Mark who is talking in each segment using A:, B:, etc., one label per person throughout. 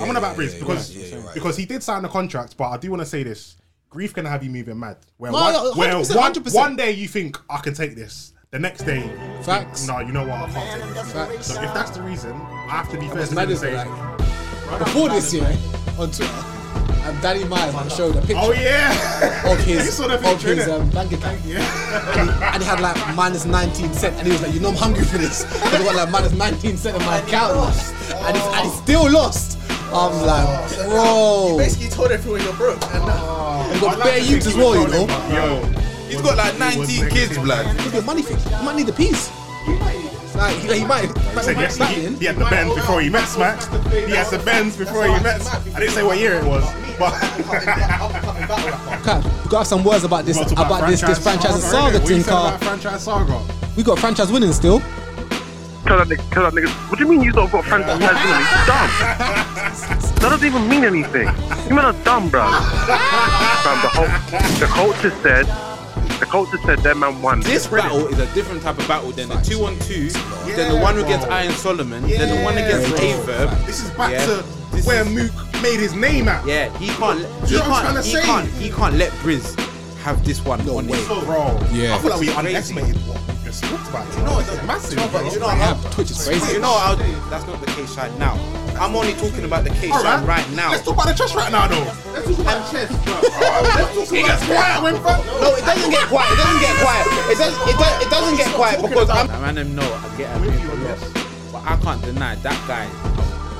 A: on about Riz
B: yeah,
A: because
B: yeah, yeah, you're right.
A: because he did sign the contract, but I do want to say this: grief can have you moving mad. Where
C: No,
A: one,
C: no, 100%,
A: where one,
C: 100%.
A: one day you think I can take this, the next day, you think,
C: Facts.
A: No, you know what? I can't take this.
C: Facts.
A: So if that's the reason, I have to be fair
C: was
A: to him
C: mad
A: and
C: as
A: say,
C: well, Before this year, eh? on Twitter, and Danny Myers showed a picture
A: oh yeah,
C: of
A: You
C: his,
A: saw the
C: of
A: picture,
C: his
A: innit?
C: um, bank account. And, he, and he had like minus 19 cent, and he was like, "You know, I'm hungry for this." And he got like minus 19 cent in my account, and, he's, and he's still lost. I'm like,
B: You
C: bro,
B: basically told everyone you're broke. And now
C: he's
A: I
C: got
A: like
C: bare
A: to think
C: youths
A: he was
C: as well, you
A: rolling,
C: know.
A: but Yo,
B: he's got like
A: was
B: 19 kids,
A: negative.
B: blood.
C: Look at money thing. He might need a piece. Like, he, he might. He might
A: said yes,
C: back
A: he,
C: then.
A: he had the Benz before he met Smack. He had the Benz before he met. I didn't say what year it was, but.
C: Okay, we gotta have some words about this
A: Well,
C: about,
A: it's
C: this this franchise saga
A: What you
C: thing,
A: said about
C: Carl.
A: franchise saga.
C: We got franchise winning still.
D: Tell that, nigga, tell that nigga, what do you mean you don't got friends that has money? You're dumb. That doesn't even mean anything. You men are dumb, bro. Fam, the whole, the culture said, the culture said their man won.
E: This battle is a different type of battle than the two on two, than the one
A: Yeah,
E: against
A: bro.
E: Iron Solomon, than the one against
A: Yeah, bro.
E: Averb.
A: This is back
E: Yeah.
A: to
E: This
A: where
E: is-
A: Mook made his name at.
E: Yeah, he can't. Let, he
A: You know what I'm trying
E: can't.
A: to
E: He
A: say?
E: can't. He can't let Briz have this one on his.
A: Bro,
C: Yeah.
A: I feel like we
E: It's crazy.
A: underestimated what we just talked about. You
E: know,
A: know, it's massive.
E: No, but
A: bro.
E: you know, I'm,
C: Yeah, Twitch is crazy.
E: you know, I'll, that's not the case right now. I'm only talking about the case
A: All
E: right. right now.
A: Let's talk about the trash right now, though. Let's talk about chess, bro. Let's talk about quiet when bro.
E: No, it doesn't get quiet. It doesn't get quiet. It does. It, does, it doesn't get quiet because I'm. I random no. I get a bit of a loss, but I can't deny that guy.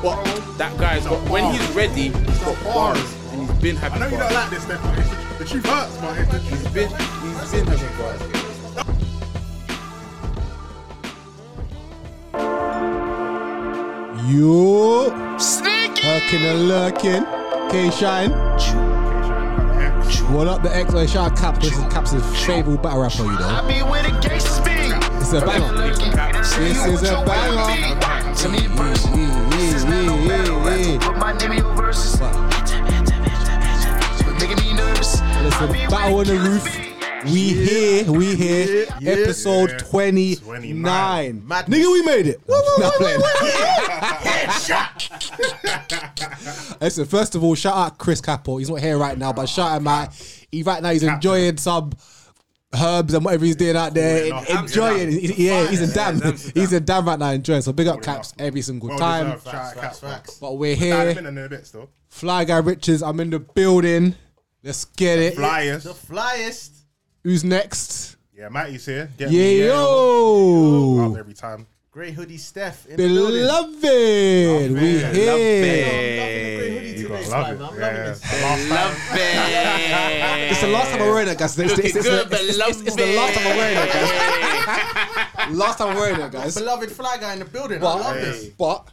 E: But that guy's got when he's ready, he's got bars and he's been
A: I
E: having
A: know you don't
E: bars.
A: like this, Steph, but it's the, the truth hurts, man. It's the
E: He's
A: truth.
E: been he's been having bars.
C: Yo, Herkin and Lurkin, K Shine. What up, the X and Shine Caps? This is Caps' favorite battle rapper, you know.
F: be where the gangsters be.
C: It's a banger. This is a banger.
F: To me, verse.
C: Mm, mm, mm, mm, mm.
F: Put my name in your verses. But making me nervous.
C: Listen, battle on the roof. We here, we here. Episode
A: Yeah.
C: 29.
B: Madness.
C: Nigga, we made it. Nah, playing. Listen, first of all, shout out Chris Capo. He's not here right now, but shout him out. He right now he's enjoying some herbs and whatever he's doing out there.
A: enough.
C: Enjoying,
A: Amsterdam.
C: it. yeah, he's in
E: Yeah,
C: damn,
E: Amsterdam.
C: he's in damn right now enjoying. So big up
A: enough,
C: Caps
A: man.
C: every single
A: Well
C: time.
A: deserved. Shout out Caps, facts.
C: But we're
A: Nah,
C: here,
A: them in the bits, though.
C: Fly Guy Richards. I'm in the building. Let's get it.
A: Flyers.
B: The flyest.
C: Who's next?
A: Yeah, Matty's here. Get
C: Yeah,
A: me, Up
C: yo,
A: every time.
B: Grey hoodie Steph. In the building.
C: beloved, we
A: man,
C: here.
B: I'm loving the grey hoodie
A: You
B: today,
A: gotta
B: Slime.
A: love
B: I'm loving
A: it. Yeah.
B: this.
A: Last time.
C: It's the last time I'm wearing it, guys. It's, it's, it's,
E: good,
C: it's, it's, it's, it's the last time I'm wearing it, guys. last time I'm wearing it, guys.
B: Beloved fly guy in the building. I love this.
C: But, but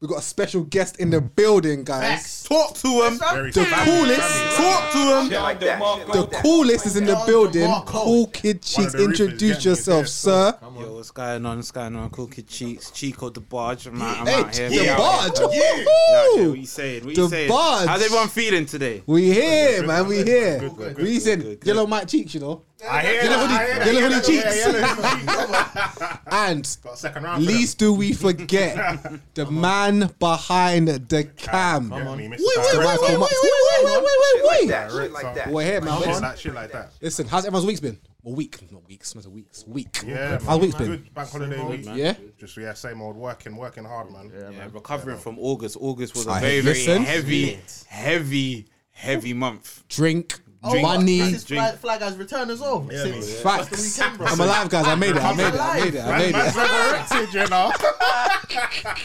C: we got a special guest in the building, guys.
E: Talk to him.
A: Very
C: The
A: sad.
C: coolest,
E: Talk to him.
C: the coolest is in the building.
B: Marco.
C: Cool kid
A: of
C: cheeks.
A: the reapers
C: Introduce
A: getting his
C: yourself,
A: hair
C: sir.
E: Yo, what's going on? What's going on? Cool kid cheeks. Chico the barge. I'm out, I'm
C: Hey,
E: out here.
C: the
E: Yeah.
C: barge.
E: Yeah. Yeah, what you
C: Woo!
E: saying? What
C: The
E: you saying?
C: barge.
E: How's everyone feeling today?
C: We here, man. We
A: good,
C: here.
A: good, good, good,
C: We
E: good,
C: said
E: good.
C: yellow mic cheeks, you know,
A: I hear
C: Yellow
A: that, I
C: hoodie-
A: hear that,
C: yellow
A: yeah,
C: hoodie
A: yeah,
C: cheeks.
A: yellow hoodie cheeks.
C: and
A: Got a second round. for them.
C: least do we forget the man behind the cam.
A: Get me, Mr.
C: Wait, wait,
A: Direct.
C: wait, wait, wait, wait, wait, wait, wait.
A: Direct, so-
C: We're here, man.
A: Shit
C: Listen,
A: like- Shit like that.
C: Listen, how's everyone's week's been? Well, week, not weeks, not weeks, week.
A: Yeah, man.
C: how's week's been?
A: Good bank holiday week.
C: Yeah.
A: Just yeah, same old working, working hard, man.
E: Yeah, recovering from August. August was a
C: Alright,
E: very, very
C: listen.
E: heavy, heavy, heavy month.
C: Drink,
B: Oh,
C: money,
B: This is fly, fly guy's return as well. Yeah, Since
C: facts.
B: the weekend, bro.
C: I'm alive, guys. I made it. I made it. I made it. I
A: Man,
C: made
A: man's
C: it.
A: resurrected, you know.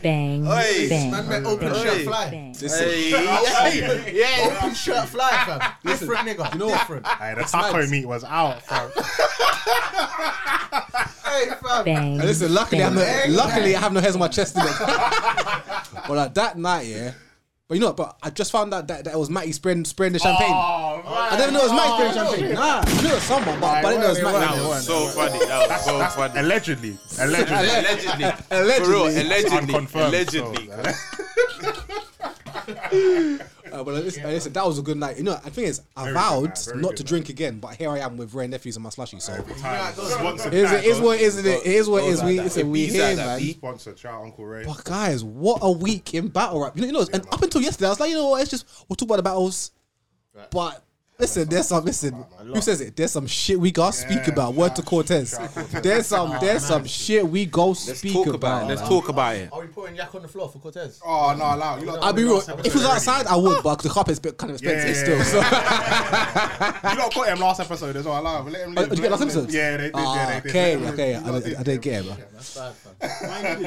G: Bang.
E: Oi.
G: Bang.
B: Man, open shirt fly.
C: Listen,
E: Hey, yeah.
B: Open shirt fly, fam. Different nigga. You know different.
A: Aye, the taco meat was out, fam.
B: Hey, fam.
G: Bang.
C: listen. Luckily, I'm not, luckily I have no hairs on my chest today. but like that night, yeah. But you know, what, but I just found out that, that it was Matty spraying spraying the champagne.
A: Oh,
C: I didn't know it was Matty spraying the champagne. Nah, I knew it was someone, but, but I didn't know it was
A: Right, right,
C: Matty.
E: That
A: right.
E: was so funny. That was so funny.
A: Allegedly, allegedly.
E: Allegedly.
C: Allegedly.
E: For real, allegedly.
A: Unconfirmed,
E: Allegedly.
A: so-
C: Uh, but listen, uh, listen, that was a good night. You know, the thing is, I
A: Very good
C: vowed
A: night, very
C: not
A: good
C: to
A: night.
C: drink again, but here I am with Ray Nephews and my slushy. So
A: Times. Sponsored
C: it is, it is
A: times.
C: what it is, isn't it? It is what it is. We,
E: that.
C: it's a we
E: Ibiza
C: here,
E: that
C: man.
E: beat.
A: Sponsored. Shout out Uncle Ray.
C: But guys, what a week in battle rap. You know, you know and up until yesterday, I was like, you know what? It's just we'll talk about the battles, but. Listen, there's some. Listen, who says it? There's some shit we gotta speak
A: Yeah,
C: about. Word
A: shout
C: to
A: out-
C: Cortez.
A: shout out Cortez.
C: There's some. There's some shit we go
E: Let's
C: speak
E: talk
C: about.
E: about it. Let's
C: man.
E: talk about it.
B: Are we putting yak on the floor for Cortez?
A: Oh no, allow you. lot
C: I'll
A: told
C: be
A: me
C: real.
A: last
C: If
A: episode
C: it was
A: already.
C: outside, I would, but the carpet's a bit kind of
A: Yeah,
C: expensive
A: yeah,
C: still.
A: yeah,
C: So
A: You lot got him last episode as well. Allow him. Let him
C: Oh,
A: live.
C: did you
A: let
C: get last
A: him live.
C: episode?
A: Yeah, they did.
C: Ah,
A: yeah, they did.
C: okay,
A: Let him live.
C: okay.
A: You
C: I,
A: lot
C: did- I didn't get it, bro.
B: That's bad, fam.
C: No, no.
B: He did.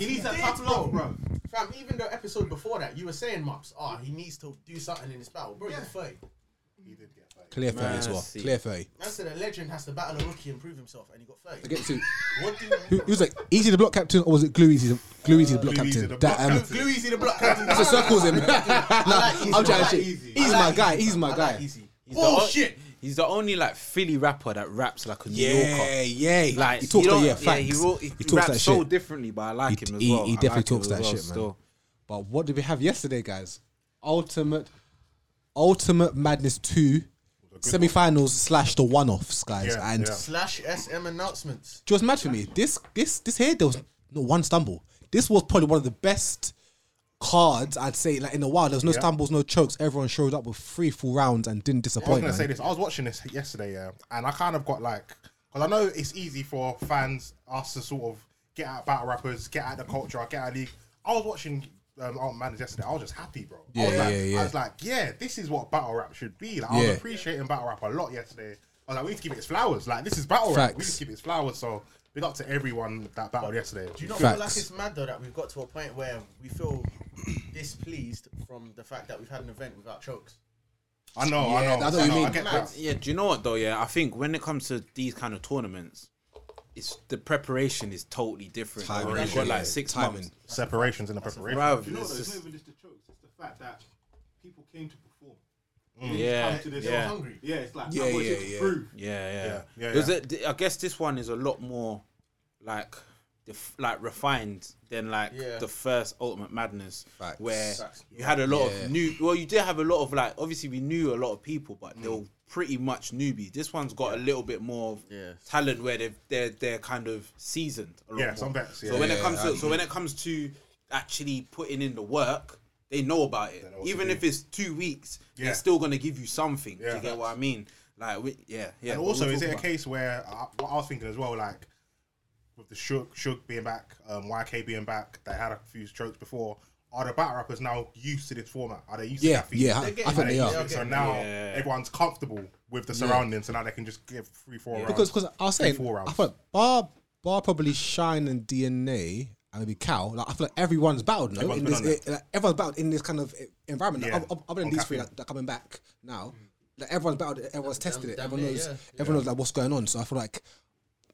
B: He, did, bro. Fam, even the episode before that, you were saying, Mops, oh, he needs to do something in this battle. Bro, you're 30.
C: Clear 30 as well.
E: Mercy.
C: Clear 30.
B: Man said a legend has to battle a rookie and prove himself, and he got 30.
C: Get to,
B: What do
C: who,
B: you...
C: who's like easy to block captain or was it glue easy to, glue easy to block
A: Glue Easy
C: captain?
A: the
C: That,
A: block
C: um,
A: captain.
B: Glue easy the block. That's
C: so circles him.
B: easy.
C: nah, I'm
B: I
C: trying
B: like
C: to shit.
B: easy.
C: He's
B: I
C: my
B: like
C: guy. He's my
B: Like
C: guy.
B: easy. Oh,
E: He's the
C: Oh,
E: o-
B: Bullshit.
E: He's the only like Philly rapper that raps like a New
C: Yeah,
E: Yorker.
C: yeah.
E: Like
C: he talks
E: you
C: that,
E: know-
C: yeah, facts.
E: he, wrote, he,
C: talks
E: raps
C: that
E: so
C: shit.
E: differently, but I like
C: He-
E: him as
C: he-
E: well.
C: he
E: I
C: definitely
E: like him
C: talks
E: as
C: that
E: well
C: shit, man.
E: still.
C: But what did we have yesterday, guys? Ultimate, Ultimate Madness 2 semi-finals slash the one-offs, guys.
A: Yeah,
C: and
A: yeah.
B: Slash SM announcements.
C: just mad for me. This this this here there was no one stumble. This was probably one of the best cards I'd say like in a while. There was no stumbles, no chokes. Everyone showed up with three full rounds and
A: I
C: didn't
A: was
C: disappoint.
A: gonna say
C: man.
A: this. I was watching this yesterday, yeah, and I kind of got like, because I know it's easy for fans us to sort of get out battle rappers, get out the culture, get out league. I was watching um, Art Manners yesterday. I was just happy, bro. I was
C: Yeah,
A: like,
C: yeah, yeah.
A: I was like, yeah, this is what battle rap should be. Like, I
C: Yeah.
A: was appreciating battle rap a lot yesterday. I was like, we need to give it its flowers. Like, this is battle rap. We need
C: Facts.
A: to give it its flowers. So, big up to everyone that battled yesterday.
B: Do you not
C: Facts.
B: feel like it's mad though that we've got to a point where we feel displeased from the fact that we've had an event without chokes?
A: I know,
C: Yeah,
A: I know.
C: that's what you
A: I know, I
C: mean.
A: get
B: Mad.
A: that.
E: Yeah, do you know what though? Yeah, I think when it comes to these kind of tournaments, it's the preparation is totally different.
C: Timing,
E: You've got
C: yeah,
E: like six
C: timing.
E: months.
A: Separations in the preparation.
E: Bruv,
H: You know,
E: it's
H: though, it's
E: just-
H: not even just the chokes. It's the fact that people came to perform.
E: Mm. yeah,
H: Come to this,
E: yeah.
H: I'm hungry. Yeah, it's like
C: Yeah,
H: I want
C: yeah,
H: you to
C: yeah.
H: prove.
E: Yeah, yeah.
A: Yeah, yeah,
E: There's
A: yeah.
E: a- th- I guess this one is a lot more like def- like refined than like
B: Yeah.
E: the first Ultimate Madness,
C: Facts.
E: where
B: Facts.
E: you had a lot
C: Yeah.
E: of new. Well, you did have a lot of like. Obviously, we knew a lot of people, but
C: Mm.
E: they were pretty much newbies. This one's got a little bit more of
B: Yeah.
E: talent where they've, they're they're kind of seasoned. A lot
A: Yeah,
E: more.
A: some vets, yeah.
E: So when
C: Yeah,
E: it comes to
C: I-
E: so when it comes to actually putting in the work. They know about it,
A: know what to
E: even
A: do.
E: if it's two weeks.
A: Yeah.
E: They're still gonna give you something. Do
A: Yeah.
E: you get what I mean? Like, we, yeah, yeah.
A: And
E: but we'll
A: also, is
E: talk
A: it a
E: about
A: case where uh, what I was thinking as well, like with the Shook, Shook being back, um, YK being back, they had a few strokes before. Are the battle rappers now used to this format? Are they used
C: Yeah,
A: to that? feature?
C: yeah, I,
B: They're
C: I
B: getting
C: think
A: Are
C: they
A: they used to
C: are.
A: it?
B: Yeah.
A: So now
E: Yeah.
A: everyone's comfortable with the surroundings, so now they can just give three, four rounds.
C: Because because I was
A: Three,
C: saying
A: four rounds.
C: I thought Bar Bar probably Shine and DNA and maybe Cal. Like I feel like everyone's battled. No,
A: Everyone's
C: in
A: been
C: this,
A: on that.
C: eh, like, everyone's battled in this kind of eh, environment. Like,
A: Yeah,
C: oth- oth- other than
A: on
C: these three
A: caffeine.
C: that that are coming back now, like everyone's battled. it, Everyone's tested it.
B: damn
C: Everyone
B: near,
C: knows.
B: yeah.
C: Everyone knows like what's going on. So I feel like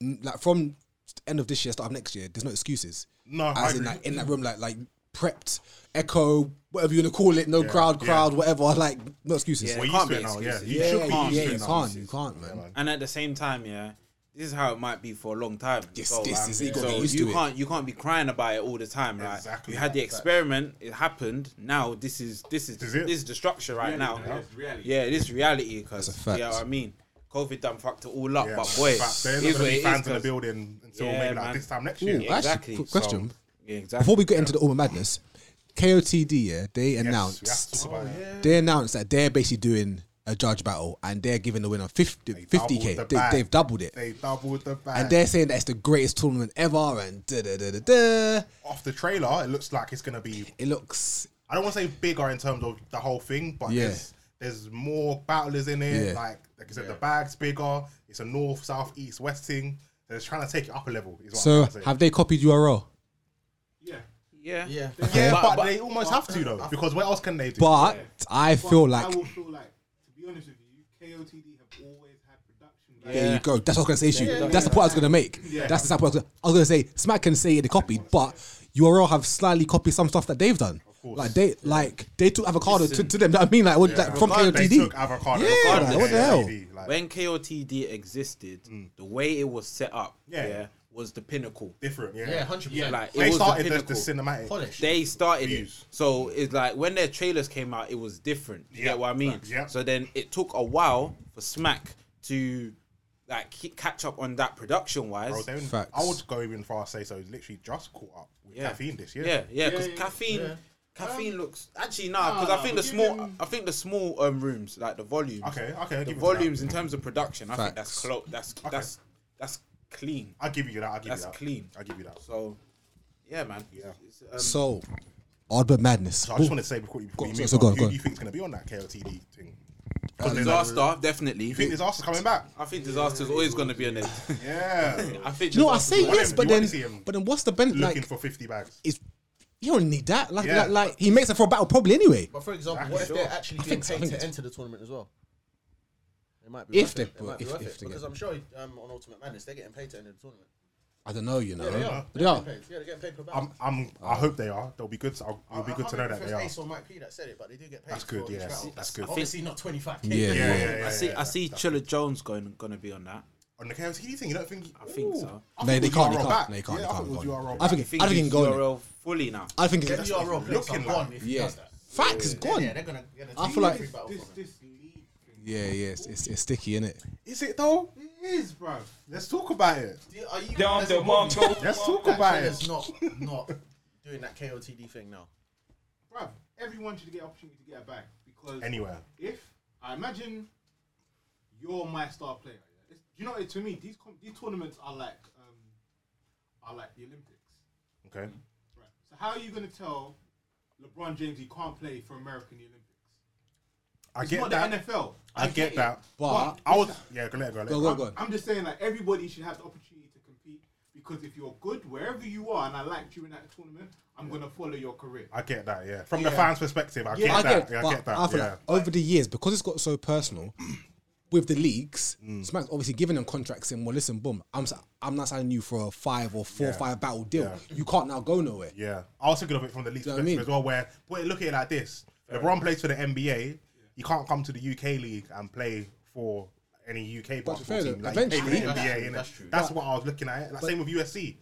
C: n- like from the end of this year, start of next year, there's no excuses.
A: No, I
C: as in
A: agree.
C: like in that room, like like prepped, echo, whatever you want to call it, no
A: Yeah,
C: crowd,
A: yeah.
C: crowd, whatever. Like no excuses.
E: Yeah,
A: We're
E: it
A: used
E: can't
A: to
E: be
A: it now, yeah.
E: excuses.
A: You
C: Yeah,
A: should be
C: yeah,
A: used
C: yeah,
A: to
C: you
A: it now.
C: can't, you can't, man.
E: And at the same time, yeah, this is how it might be for a long time.
C: Yes,
E: So,
C: this
E: um,
C: is- you gotta
E: so
C: get used
E: you
C: to it.
E: can't you can't be crying about it all the time, right?
A: Exactly.
E: You had the experiment, it happened. Now this is this is
A: This is
E: this
A: it.
E: is, the structure right now.
H: It's reality.
E: Yeah, it is reality because
C: That's a fact.
E: you know what I mean. COVID done fucked it all up,
A: Yeah,
E: but
A: but
E: boy, it
A: there's not going
E: is what
A: to
E: it
A: be
E: is,
A: fans in the
E: 'cause-
A: building until
E: Yeah,
A: maybe like
E: man.
A: this time next
C: Ooh,
A: year.
C: actually,
E: exactly.
C: quick question.
E: Yeah,
C: Before
E: exactly.
C: we get into the Ultimate Madness, KOTD, yeah,
A: Yes,
C: they
A: we have to
C: announced
A: talk about it.
C: they announced that they're basically doing a judge battle and they're giving the winner 50,
A: Doubled the
C: 50k. They,
A: bag.
C: they've doubled it.
A: They doubled the bag.
C: and they're saying that it's the greatest tournament ever and da da da da da.
A: off the trailer, it looks like it's going to be
C: It looks
A: I don't want to say bigger in terms of the whole thing, but
C: Yeah.
A: there's there's more battlers in it.
C: Yeah.
A: Like like I said, the bag's bigger. It's a north, south, east, west thing. They're just trying to take it up a level. Is what
C: so.
A: I'm trying to say.
C: Have they copied URL?
H: Yeah.
E: yeah,
B: Yeah.
A: yeah,
E: but-
A: but,
E: but-
A: they almost have to though, because what else can they do?
C: But I
H: But
C: feel like
H: I will feel like, to be honest with you, KOTD have always had production. value.
C: there you go. That's what I was gonna say to you.
E: Yeah.
C: That's the point I was gonna make.
H: Yeah.
C: That's the point I was, I was gonna say. Smack can say it they copied, but URL have slightly copied some stuff that they've done. Like they like they took avocado to, to them. That I mean, like, what, like from
E: Avocado,
A: they
C: KOTD.
A: took avocado.
C: Yeah,
A: Avocado
E: like, what
A: to
E: the
C: hell?
A: KOTD, like-
E: when KOTD existed, the way it was set up,
A: Mm. Yeah.
E: yeah, was the pinnacle.
A: Different, yeah.
B: Yeah, hundred percent.
E: Like it
A: They
E: was
A: started
E: the
A: the, the
E: pinnacle.
A: cinematic.
B: Polish.
E: they started it.
A: Views.
E: So it's like when their trailers came out, it was different. You
A: Yeah,
E: get what I mean?
A: facts, yeah.
E: So then it took a while for Smack to like ke- catch up on that production wise.
A: Bro, they wouldn't-
C: Facts.
A: I would go even far say so. Literally just caught up with
E: Yeah.
A: caffeine this year.
E: yeah, yeah, because
B: yeah,
E: caffeine,
B: yeah.
E: caffeine looks actually nah. Because
H: Um, nah,
E: I think the
H: but give
E: small,
H: him-
E: I think the small um rooms like the volumes.
A: Okay, okay. I'll
E: The
A: give
E: volumes
A: You
E: in terms of production, I
C: Facts.
E: think that's close. That's that's that's clean.
A: that. I'll give you that. I'll give
E: That's
A: you that.
E: clean.
A: I'll give you that.
E: So, yeah, man.
A: Yeah.
E: It's, um,
C: So, odd but madness.
A: So I just want to say before you, before
C: Go-
A: you
C: so-
A: move
C: so go
A: on,
C: on,
A: who
C: go on.
A: do you think is going to be on that KLTD thing?
E: disaster definitely.
A: You think disaster's coming back?
H: Uh,
E: I think disaster's always going to be on it.
A: Yeah.
E: I think.
C: No, I
E: disaster-
C: say
A: want
C: yes,
A: him-
C: but
A: you want
C: then,
A: to see him
C: but then what's the benefit?
A: Looking
C: Like,
A: for 50 bags.
C: is you don't need that. Like,
A: Yeah.
C: like, like, he makes it for a battle probably anyway.
B: But for example, what if
A: Sure.
B: they're actually
C: I
B: being
C: think so, I
B: paid
C: think
B: to
C: so.
B: enter the tournament as well? It might be
C: If
B: worth
C: they
B: it. It
C: put-
B: might be
C: if-
B: worth
C: if
B: it
C: they
B: because
C: get-
B: I'm sure um, on Ultimate Madness they're getting paid to enter the tournament.
C: I don't know, you know.
B: Yeah, they are.
C: They are.
B: Paid. Yeah, they're getting paid per
A: I'm,
B: battle.
A: I'm,
C: Uh-huh.
A: I hope they are. They'll be good. To, I'll, it'll be
B: I
A: good
B: can't
A: to know
B: remember
A: that
B: if
A: they
B: it was
A: are.
B: Ace or Mike P that said it, but they do get paid.
A: That's good,
B: for each
A: yeah,
B: battle.
A: that's good.
B: Obviously not 25k.
C: Yeah.
A: Yeah, yeah, yeah. yeah,
E: I see.
A: yeah.
E: I see. Chilla Jones going going to be on that.
A: On the KLTD thing, you don't think?
E: I think
A: I
E: so.
C: No,
A: thought
C: they
A: it was
C: can't. They
A: URL
C: can't.
A: back.
C: No, they can't.
A: Yeah,
C: they
A: I thought
C: can't
A: it was
C: go on.
A: URL
C: I
A: back.
C: think.
E: I think
C: I think he can
E: it's
C: go. on it.
E: URL fully now.
C: I think.
B: Get the
C: It's,
B: URL plates are
A: looking
B: gone
A: like-
B: if he
C: yeah.
B: does that.
C: Facts is gone.
B: Yeah, they're gonna get a
C: I feel like-
B: free battle
H: This
B: from it.
H: this league thing.
C: Yeah, yeah. It's it's, it's sticky, innit?
A: Is it though?
H: It is, bro.
A: Let's talk about it.
B: Do- Are you
I: Down
B: guys
I: the
B: involved?
I: Marco.
A: Let's talk
B: That
A: about
B: Chilla's
A: it.
B: not not doing that KOTD thing now.
H: Bro, everyone should get an opportunity to get a bag because
A: Anywhere.
H: if I imagine you're my star player, yeah? it's, you know, it, to me these com- these tournaments are like um, are like the Olympics.
A: Okay.
H: Right. So how are you gonna tell LeBron James he can't play for America in the Olympics?
A: I
H: It's
A: get
H: not the
A: that.
H: NFL.
A: I get
H: it.
A: that.
C: But
A: I was. Yeah, go let it go. Let it
C: go, go, go.
H: I'm just saying like everybody should have the opportunity to compete because if you're good wherever you are and I liked you in that tournament, I'm gonna follow your career.
A: I get that, yeah. From the fans' perspective, I get
C: I
A: that.
C: get,
A: yeah,
C: but
A: I get that.
C: I feel
A: yeah.
C: like over the years, because it's got so personal with the leagues,
A: Mm.
C: Smack's obviously giving them contracts saying, well, listen, boom, I'm s- I'm not signing you for a five or four or
A: Yeah.
C: five battle deal.
A: Yeah.
C: You can't now go nowhere.
A: yeah. I was thinking of it from the league's
C: Do you know what
A: perspective
C: I mean?
A: as well, where but look at it like this. LeBron plays for the NBA. You can't come to the UK league and play for any UK
C: fair
A: basketball
C: though,
A: team. Like, you play for the
C: eventually-
A: NBA,
B: That's
A: that's,
B: true, that's
A: that's,
B: true.
A: what I was looking at. Like, same with USC.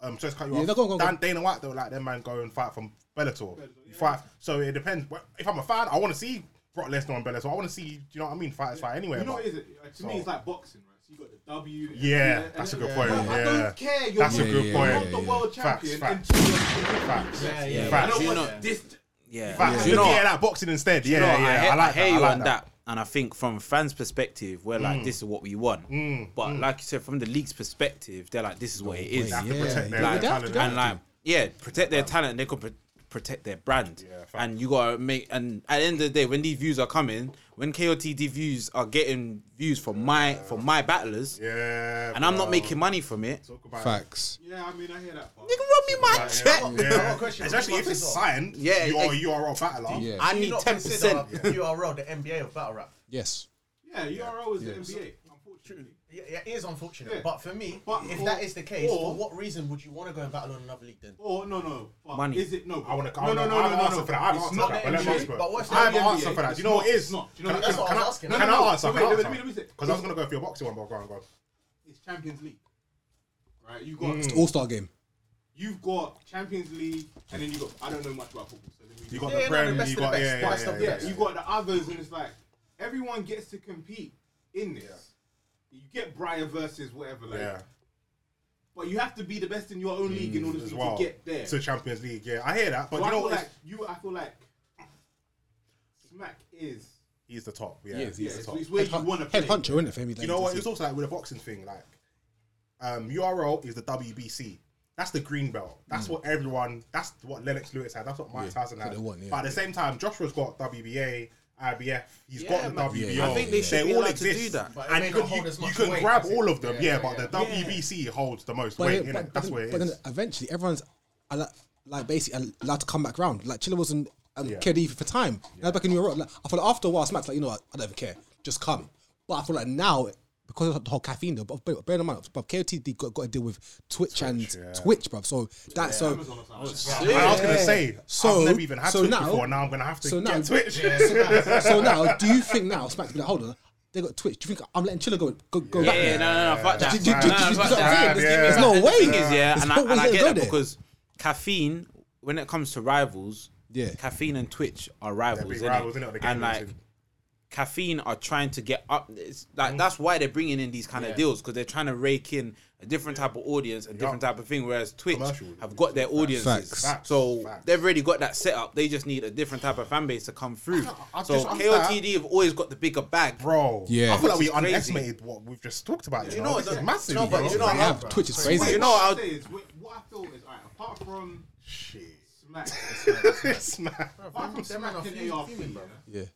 A: Um, so it's cut you
C: Yeah,
A: off.
C: no, go on, go on, go on.
A: Dan, Dana White, though, like, them man go and fight from Bellator. You fight. So it depends. If I'm a fan, I want to see Brock Lesnar on Bellator. I want to see, do you know what I mean? Fighters fight anywhere.
H: You know
A: but-
H: what is it? Like, to me, it's like boxing, right? So you got the W. and-
A: Yeah,
H: and-
A: that's a
H: and-
A: good point.
H: Bro, I
A: yeah.
H: don't care. You're
A: That's a
H: not-
A: good
C: yeah,
H: You're
A: point.
H: not the world
A: Facts,
H: champion.
A: facts.
H: until you're-
A: Facts.
B: Yeah, yeah.
A: Facts.
H: I don't
E: You
H: want
E: know-
H: this.
E: Yeah.
A: Facts.
E: You know
A: Looking
E: what?
A: at that boxing instead. Yeah,
E: No,
A: yeah.
E: I,
A: I,
E: hear,
A: like
E: I hear
A: that.
E: you
A: I like
E: on that. Mm. and I think from fans' perspective, we're like, this is what we want. But like you said, from the league's perspective, they're like, this is what it is.
A: have to
C: Yeah,
A: protect their
C: yeah,
A: their
C: they have to,
A: talent.
C: they have
E: and like, yeah, protect their talent. They could pr- protect their brand.
A: Yeah, fact.
E: and you gotta make. And at the end of the day, when these views are coming, when KOTD views are getting views from my from my battlers,
A: Yeah.
E: and I'm not
A: bro.
E: making money from it,
A: Talk about it.
C: Facts.
H: Yeah, I mean, I hear that. Part.
E: nigga, rub me my check.
A: Yeah.
B: I've got a question.
A: Especially if it's
B: Boxers are-
A: signed,
E: Yeah,
A: you're,
E: ex-
A: you're a battler.
C: Yeah.
E: I
B: Do you
E: need
B: not
E: ten
B: consider
E: percent.
B: URL the NBA of battle rap.
C: Yes.
H: Yeah, URL is the NBA. Unfortunately,
B: Yeah, yeah, it is unfortunate,
H: Yeah.
B: but for me,
H: But-
B: if
H: or-
B: that is the case,
H: or-
B: for what reason would you want to go and battle on another league then?
H: or no, no. but
E: Money.
H: Is it no?
A: I want to.
H: No, no, no,
A: I've
H: no, no,
A: answered
H: no.
A: for that. I've
H: It's
A: answered
H: not
A: for that. But let
H: the
A: me
H: NBA.
A: answer for
B: But what if
A: that.
B: they
A: I've
B: don't
A: answered
H: NBA?
A: for that. Do you
H: It's
A: know what it
H: not.
A: is?
H: It's not. Do you know
A: Can
H: what
A: I-
H: it is?
A: can
H: That's
A: I-
H: what I was
A: can
H: asking.
A: I
H: No, no, no.
A: answer?
H: So wait,
A: Can I
H: let me-
A: answer?
H: let me- let me say-
A: Because I was gonna go for your boxing one, but go on, go on.
H: It's Champions League, right? You got
A: Mm.
C: All star game.
H: you've got Champions League, and then you got I don't know much about football. So let me
A: You got
B: Yeah,
A: the
B: no, the
A: Prem.
B: best
A: You
B: of the
A: got
B: best,
A: yeah,
B: the
A: yeah,
B: best
A: yeah,
B: of the
A: yeah,
H: yeah,
B: best.
A: yeah.
H: you've got the others, and it's like everyone gets to compete in this. You get Brian versus whatever, like,
A: Yeah.
H: but you have to be the best in your own league in order
A: As
H: to,
A: well.
H: to get there.
A: To Champions League. Yeah, I hear that. But
H: But
A: you know
H: I feel
A: what?
H: like you, I feel like Smack is
A: He's the top. Yeah.
C: is, he
H: yeah,
C: is
H: it's,
C: the top.
H: it's where you want to play.
C: Head hunter, innit? For me,
A: You know what? It's also like with a boxing thing, like um, URL is the WBC. That's the green belt. That's what everyone. That's what Lennox Lewis had. That's what Mike Tyson had.
C: that's what they want, Mm. yeah.
A: but at the same time, Joshua's got WBA, IBF. He's
E: Yeah,
A: got the
E: man.
A: WBO.
C: Yeah, I
E: think they should be
A: all
E: allowed to do
A: exist.
E: that.
B: But it
A: And
B: may
A: you
B: not
A: can,
B: hold
A: you,
B: as much
A: you can
B: weight,
A: grab
B: does it?
A: all of them. Yeah,
B: Yeah,
A: but
B: yeah.
A: the WBC holds the most
C: But,
A: weight.
C: it,
A: innit?
C: but, but,
A: That's
C: then,
A: where it
C: but then
A: is.
C: eventually everyone's like, like basically allowed to come back round. Like Chilla wasn't um,
A: Yeah.
C: cared even for time. Now back in Europe, like, I feel like after a while, Smack's like you know what, I don't even care, just come. But I feel like now because of the whole caffeine deal, but but bear in mind, but KOTD got, got to deal with Twitch, and Twitch, bro. So that so
A: And I was gonna say,
C: So-
A: I've never even had
C: so
A: Twitch
C: now-
A: before. Now I'm gonna have to
C: so now-
A: get Twitch.
C: so now, do you think now Smack's been like, hold on, they got Twitch. Do you think I'm letting Chiller go go, go
E: Yeah,
C: back
E: yeah,
C: there?
E: no, no, no, fuck that.
C: Do- do-
E: Nah,
C: do-
E: nah,
C: do-
E: fuck
C: do-
E: that.
A: do- There's
C: no
E: The
C: way.
E: thing is, yeah,
C: There's
E: and,
C: no
E: I,
C: way
E: and I
C: you
E: get
C: go
E: that
C: there.
E: because caffeine, when it comes to rivals,
C: Yeah.
E: caffeine and Twitch are rivals,
A: big
E: innit?
A: rivals, innit, on the gaming
E: and like.
A: scene.
E: Caffeine are trying to get up. It's like that's why they're bringing in these kind of deals because they're trying to rake in a different type of audience, a different type of thing. Whereas Twitch
A: Commercial.
E: have got their audiences,
C: Facts.
A: Facts.
E: so
A: Facts.
E: they've already got that set up. They just need a different type of fan base to come through.
A: I
E: so
A: just- I'm that-
E: KOTD have always got the bigger bag,
A: bro.
C: Yeah.
A: I feel like we
E: It's crazy.
A: underestimated what we've just talked about. You,
E: You
A: know,
E: know,
A: it's
E: the-
A: massive.
E: no, but
A: bro.
E: you know,
C: Yeah, Twitch is crazy.
E: You
H: You
E: know,
H: know, what
E: I'll-
H: I say is, wait, what I feel is, alright, apart from
A: shit.
H: smack,
A: It's mad.
H: apart from
B: Them man
H: smack
B: are
H: and ARP,
B: fuming, bro.
H: yeah,
C: Yeah.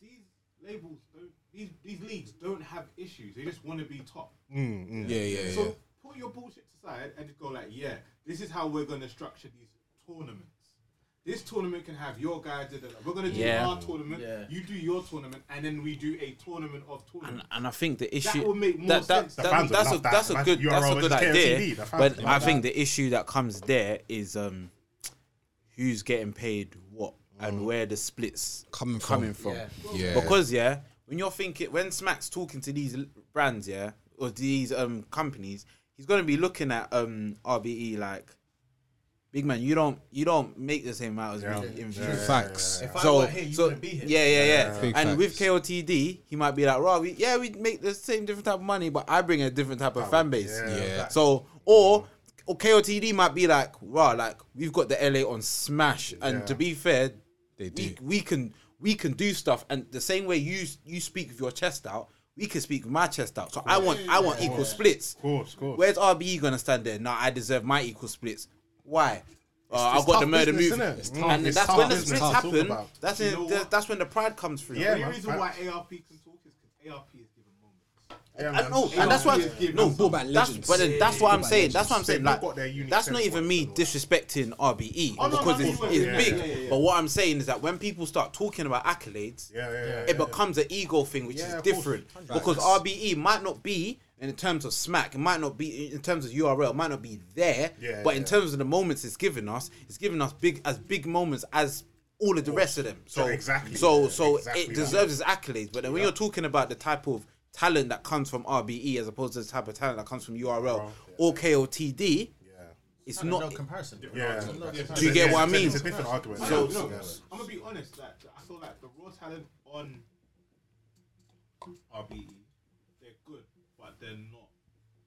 H: these labels don't, these these leagues don't have issues. They just want to be top.
C: Mm, Yeah, yeah, yeah.
H: So put your bullshit aside and just go like, yeah, this is how we're gonna structure these tournaments. This tournament can have your guy. Da, da, da. We're gonna do
E: Yeah.
H: our tournament. You do your tournament, and then we do a tournament of
E: And,
H: tournaments.
E: and I think the
H: That
E: issue
H: will make more
E: that, that,
H: sense.
E: that-
A: The fans would
E: that's a
A: love that.
E: that's a
A: Imagine
E: good that's a
A: URL
E: good
A: is KOTD,
E: idea.
A: the fans would
E: But
A: love
E: I think the issue that comes there is um, who's getting paid what and where the splits
C: Mm. Coming from.
E: coming from.
C: Yeah.
E: Because yeah, when you're thinking when Smack's talking to these l- brands yeah or these um companies, he's gonna be looking at um RBE like. Big man, you don't you don't make the same amount as me in views."
C: Facts.
B: If I
E: so,
B: were here, you
E: so
B: wouldn't be here.
E: yeah, yeah, yeah.
C: Big
E: and with
C: facts.
E: KOTD, he might be like, "Right, we, yeah, we make the same different type of money, but I bring a different type of fan base."
A: yeah.
C: Yeah.
E: So, or or KOTD might be like, "Wow, like we've got the LA on smash." And to be fair,
C: They
E: we,
C: do.
E: we can we can do stuff, and the same way you you speak with your chest out. We can speak with my chest out, so I want I want equal splits. Of
A: course, of course.
E: Where's RBE gonna stand there? Nah, I deserve my equal splits. Why? Uh, I've got
A: tough
E: the murder
A: business,
E: move,
A: innit? It's tough.
E: and
A: It's
E: that's
A: tough
E: when the
A: business.
E: splits
A: Tough to talk
E: happen.
A: about.
E: That's
H: You know
E: in,
H: what?
E: that's when the pride comes through.
A: Yeah,
H: the
A: man,
H: only reason why ARP can talk is because ARP is given moments.
A: Yeah,
E: I
A: man.
E: know, Uh, and that's why.
H: Yeah.
E: No,
C: Talk about
E: that's,
C: legends.
E: but then that's what I'm saying. That's what I'm saying.
A: They've
E: Like,
A: got their unique
E: that's not
A: sense
E: even
A: of
E: me
A: what
E: disrespecting RBE
H: Oh, no, no,
E: because
H: no,
E: it's,
H: you
E: it's
H: were-
E: big.
H: yeah, yeah, yeah.
E: But what I'm saying is that when people start talking about accolades,
A: Yeah, yeah, yeah,
E: it
A: yeah.
E: becomes an ego thing, which
A: Yeah,
E: is
A: of course.
E: different. Because RBE might not be in terms of smack, it might not be in terms of URL, it might not be there.
A: Yeah,
E: but
A: yeah.
E: in terms of the moments it's given us, it's given us big as big moments as all of the rest of them. So
A: Yeah, exactly.
E: So
A: Yeah,
E: so
A: exactly
E: it
A: that.
E: deserves its accolades. But then when you're talking about the type of talent that comes from RBE as opposed to the type of talent that comes from URL or KOTD, it's
B: No, no
E: not.
B: comparison. bro.
A: Yeah.
B: No comparison.
E: Do you get what I mean?
A: It's a different argument.
H: No,
A: yeah.
H: no,
A: Yeah.
H: I'm gonna be honest. Like, I feel like the raw talent on RBE, they're good, but they're not.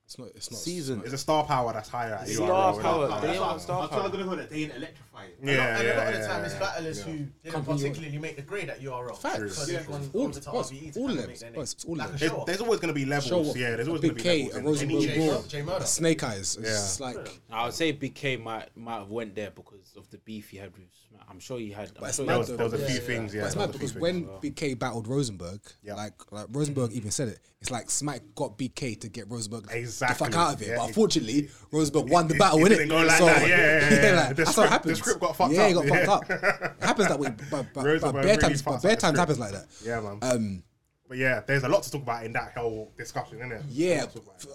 C: It's not. It's not.
E: Season.
A: It's a star power that's higher. at URL,
E: star
A: innit?
E: power. They
H: That's
E: are
H: why-
E: star
H: that's why
E: power.
H: I'm gonna go that they ain't electrifying.
A: Yeah,
B: and a lot
A: yeah,
B: of the time,
A: yeah,
B: it's
A: yeah.
B: battlers who didn't
C: Company-
B: particularly make the grade at URL.
C: Facts.
B: So they've gone
C: All-
B: over to
C: boss,
B: RBE E to
C: all
B: kind
C: them.
B: of make their
C: Boss,
B: name.
C: it's all
B: Like
C: them.
B: a
A: There's,
B: show.
A: there's always going to be
C: Show
A: levels.
C: what?
A: Yeah, there's always
C: A
A: going
C: big
A: to
C: K,
A: be
C: a
A: levels. in
C: Rosenborg
A: any-
B: J-
C: Raw,
B: J Murder.
C: a Snake Eyes. It's
A: Yeah.
C: just like.
E: I would say Big K might might have went there because of the beef he had with. Smack. I'm sure he had. I'm
C: it's
E: sure he
C: mad
A: There
E: had
A: was, there was a few things. Yeah,
C: But it's
A: there
C: mad
A: was a few
C: because
A: things.
C: when BK battled Rosenberg,
A: Yeah.
C: like like Rosenberg even said it, it's like Smack got BK to get Rosenberg
A: Exactly.
C: the fuck out of it.
A: Yeah,
C: but
A: it-
C: unfortunately, Rosenberg won the
A: it-
C: battle,
A: it
C: innit?
A: didn't go like that. Yeah, yeah, yeah, yeah. The
C: like, that's
A: script-
C: what
A: the
C: happens.
A: script got fucked
C: yeah,
A: up,
C: it
A: yeah.
C: got fucked up. It happens that way, but, but, but
A: Rosenberg
C: bare
A: really
C: times, but
A: fucks
C: bare
A: up the
C: times
A: script.
C: happens like that.
A: Yeah, man.
C: Um,
A: But yeah, there's a lot to talk about in that whole discussion, isn't it?
C: yeah. f-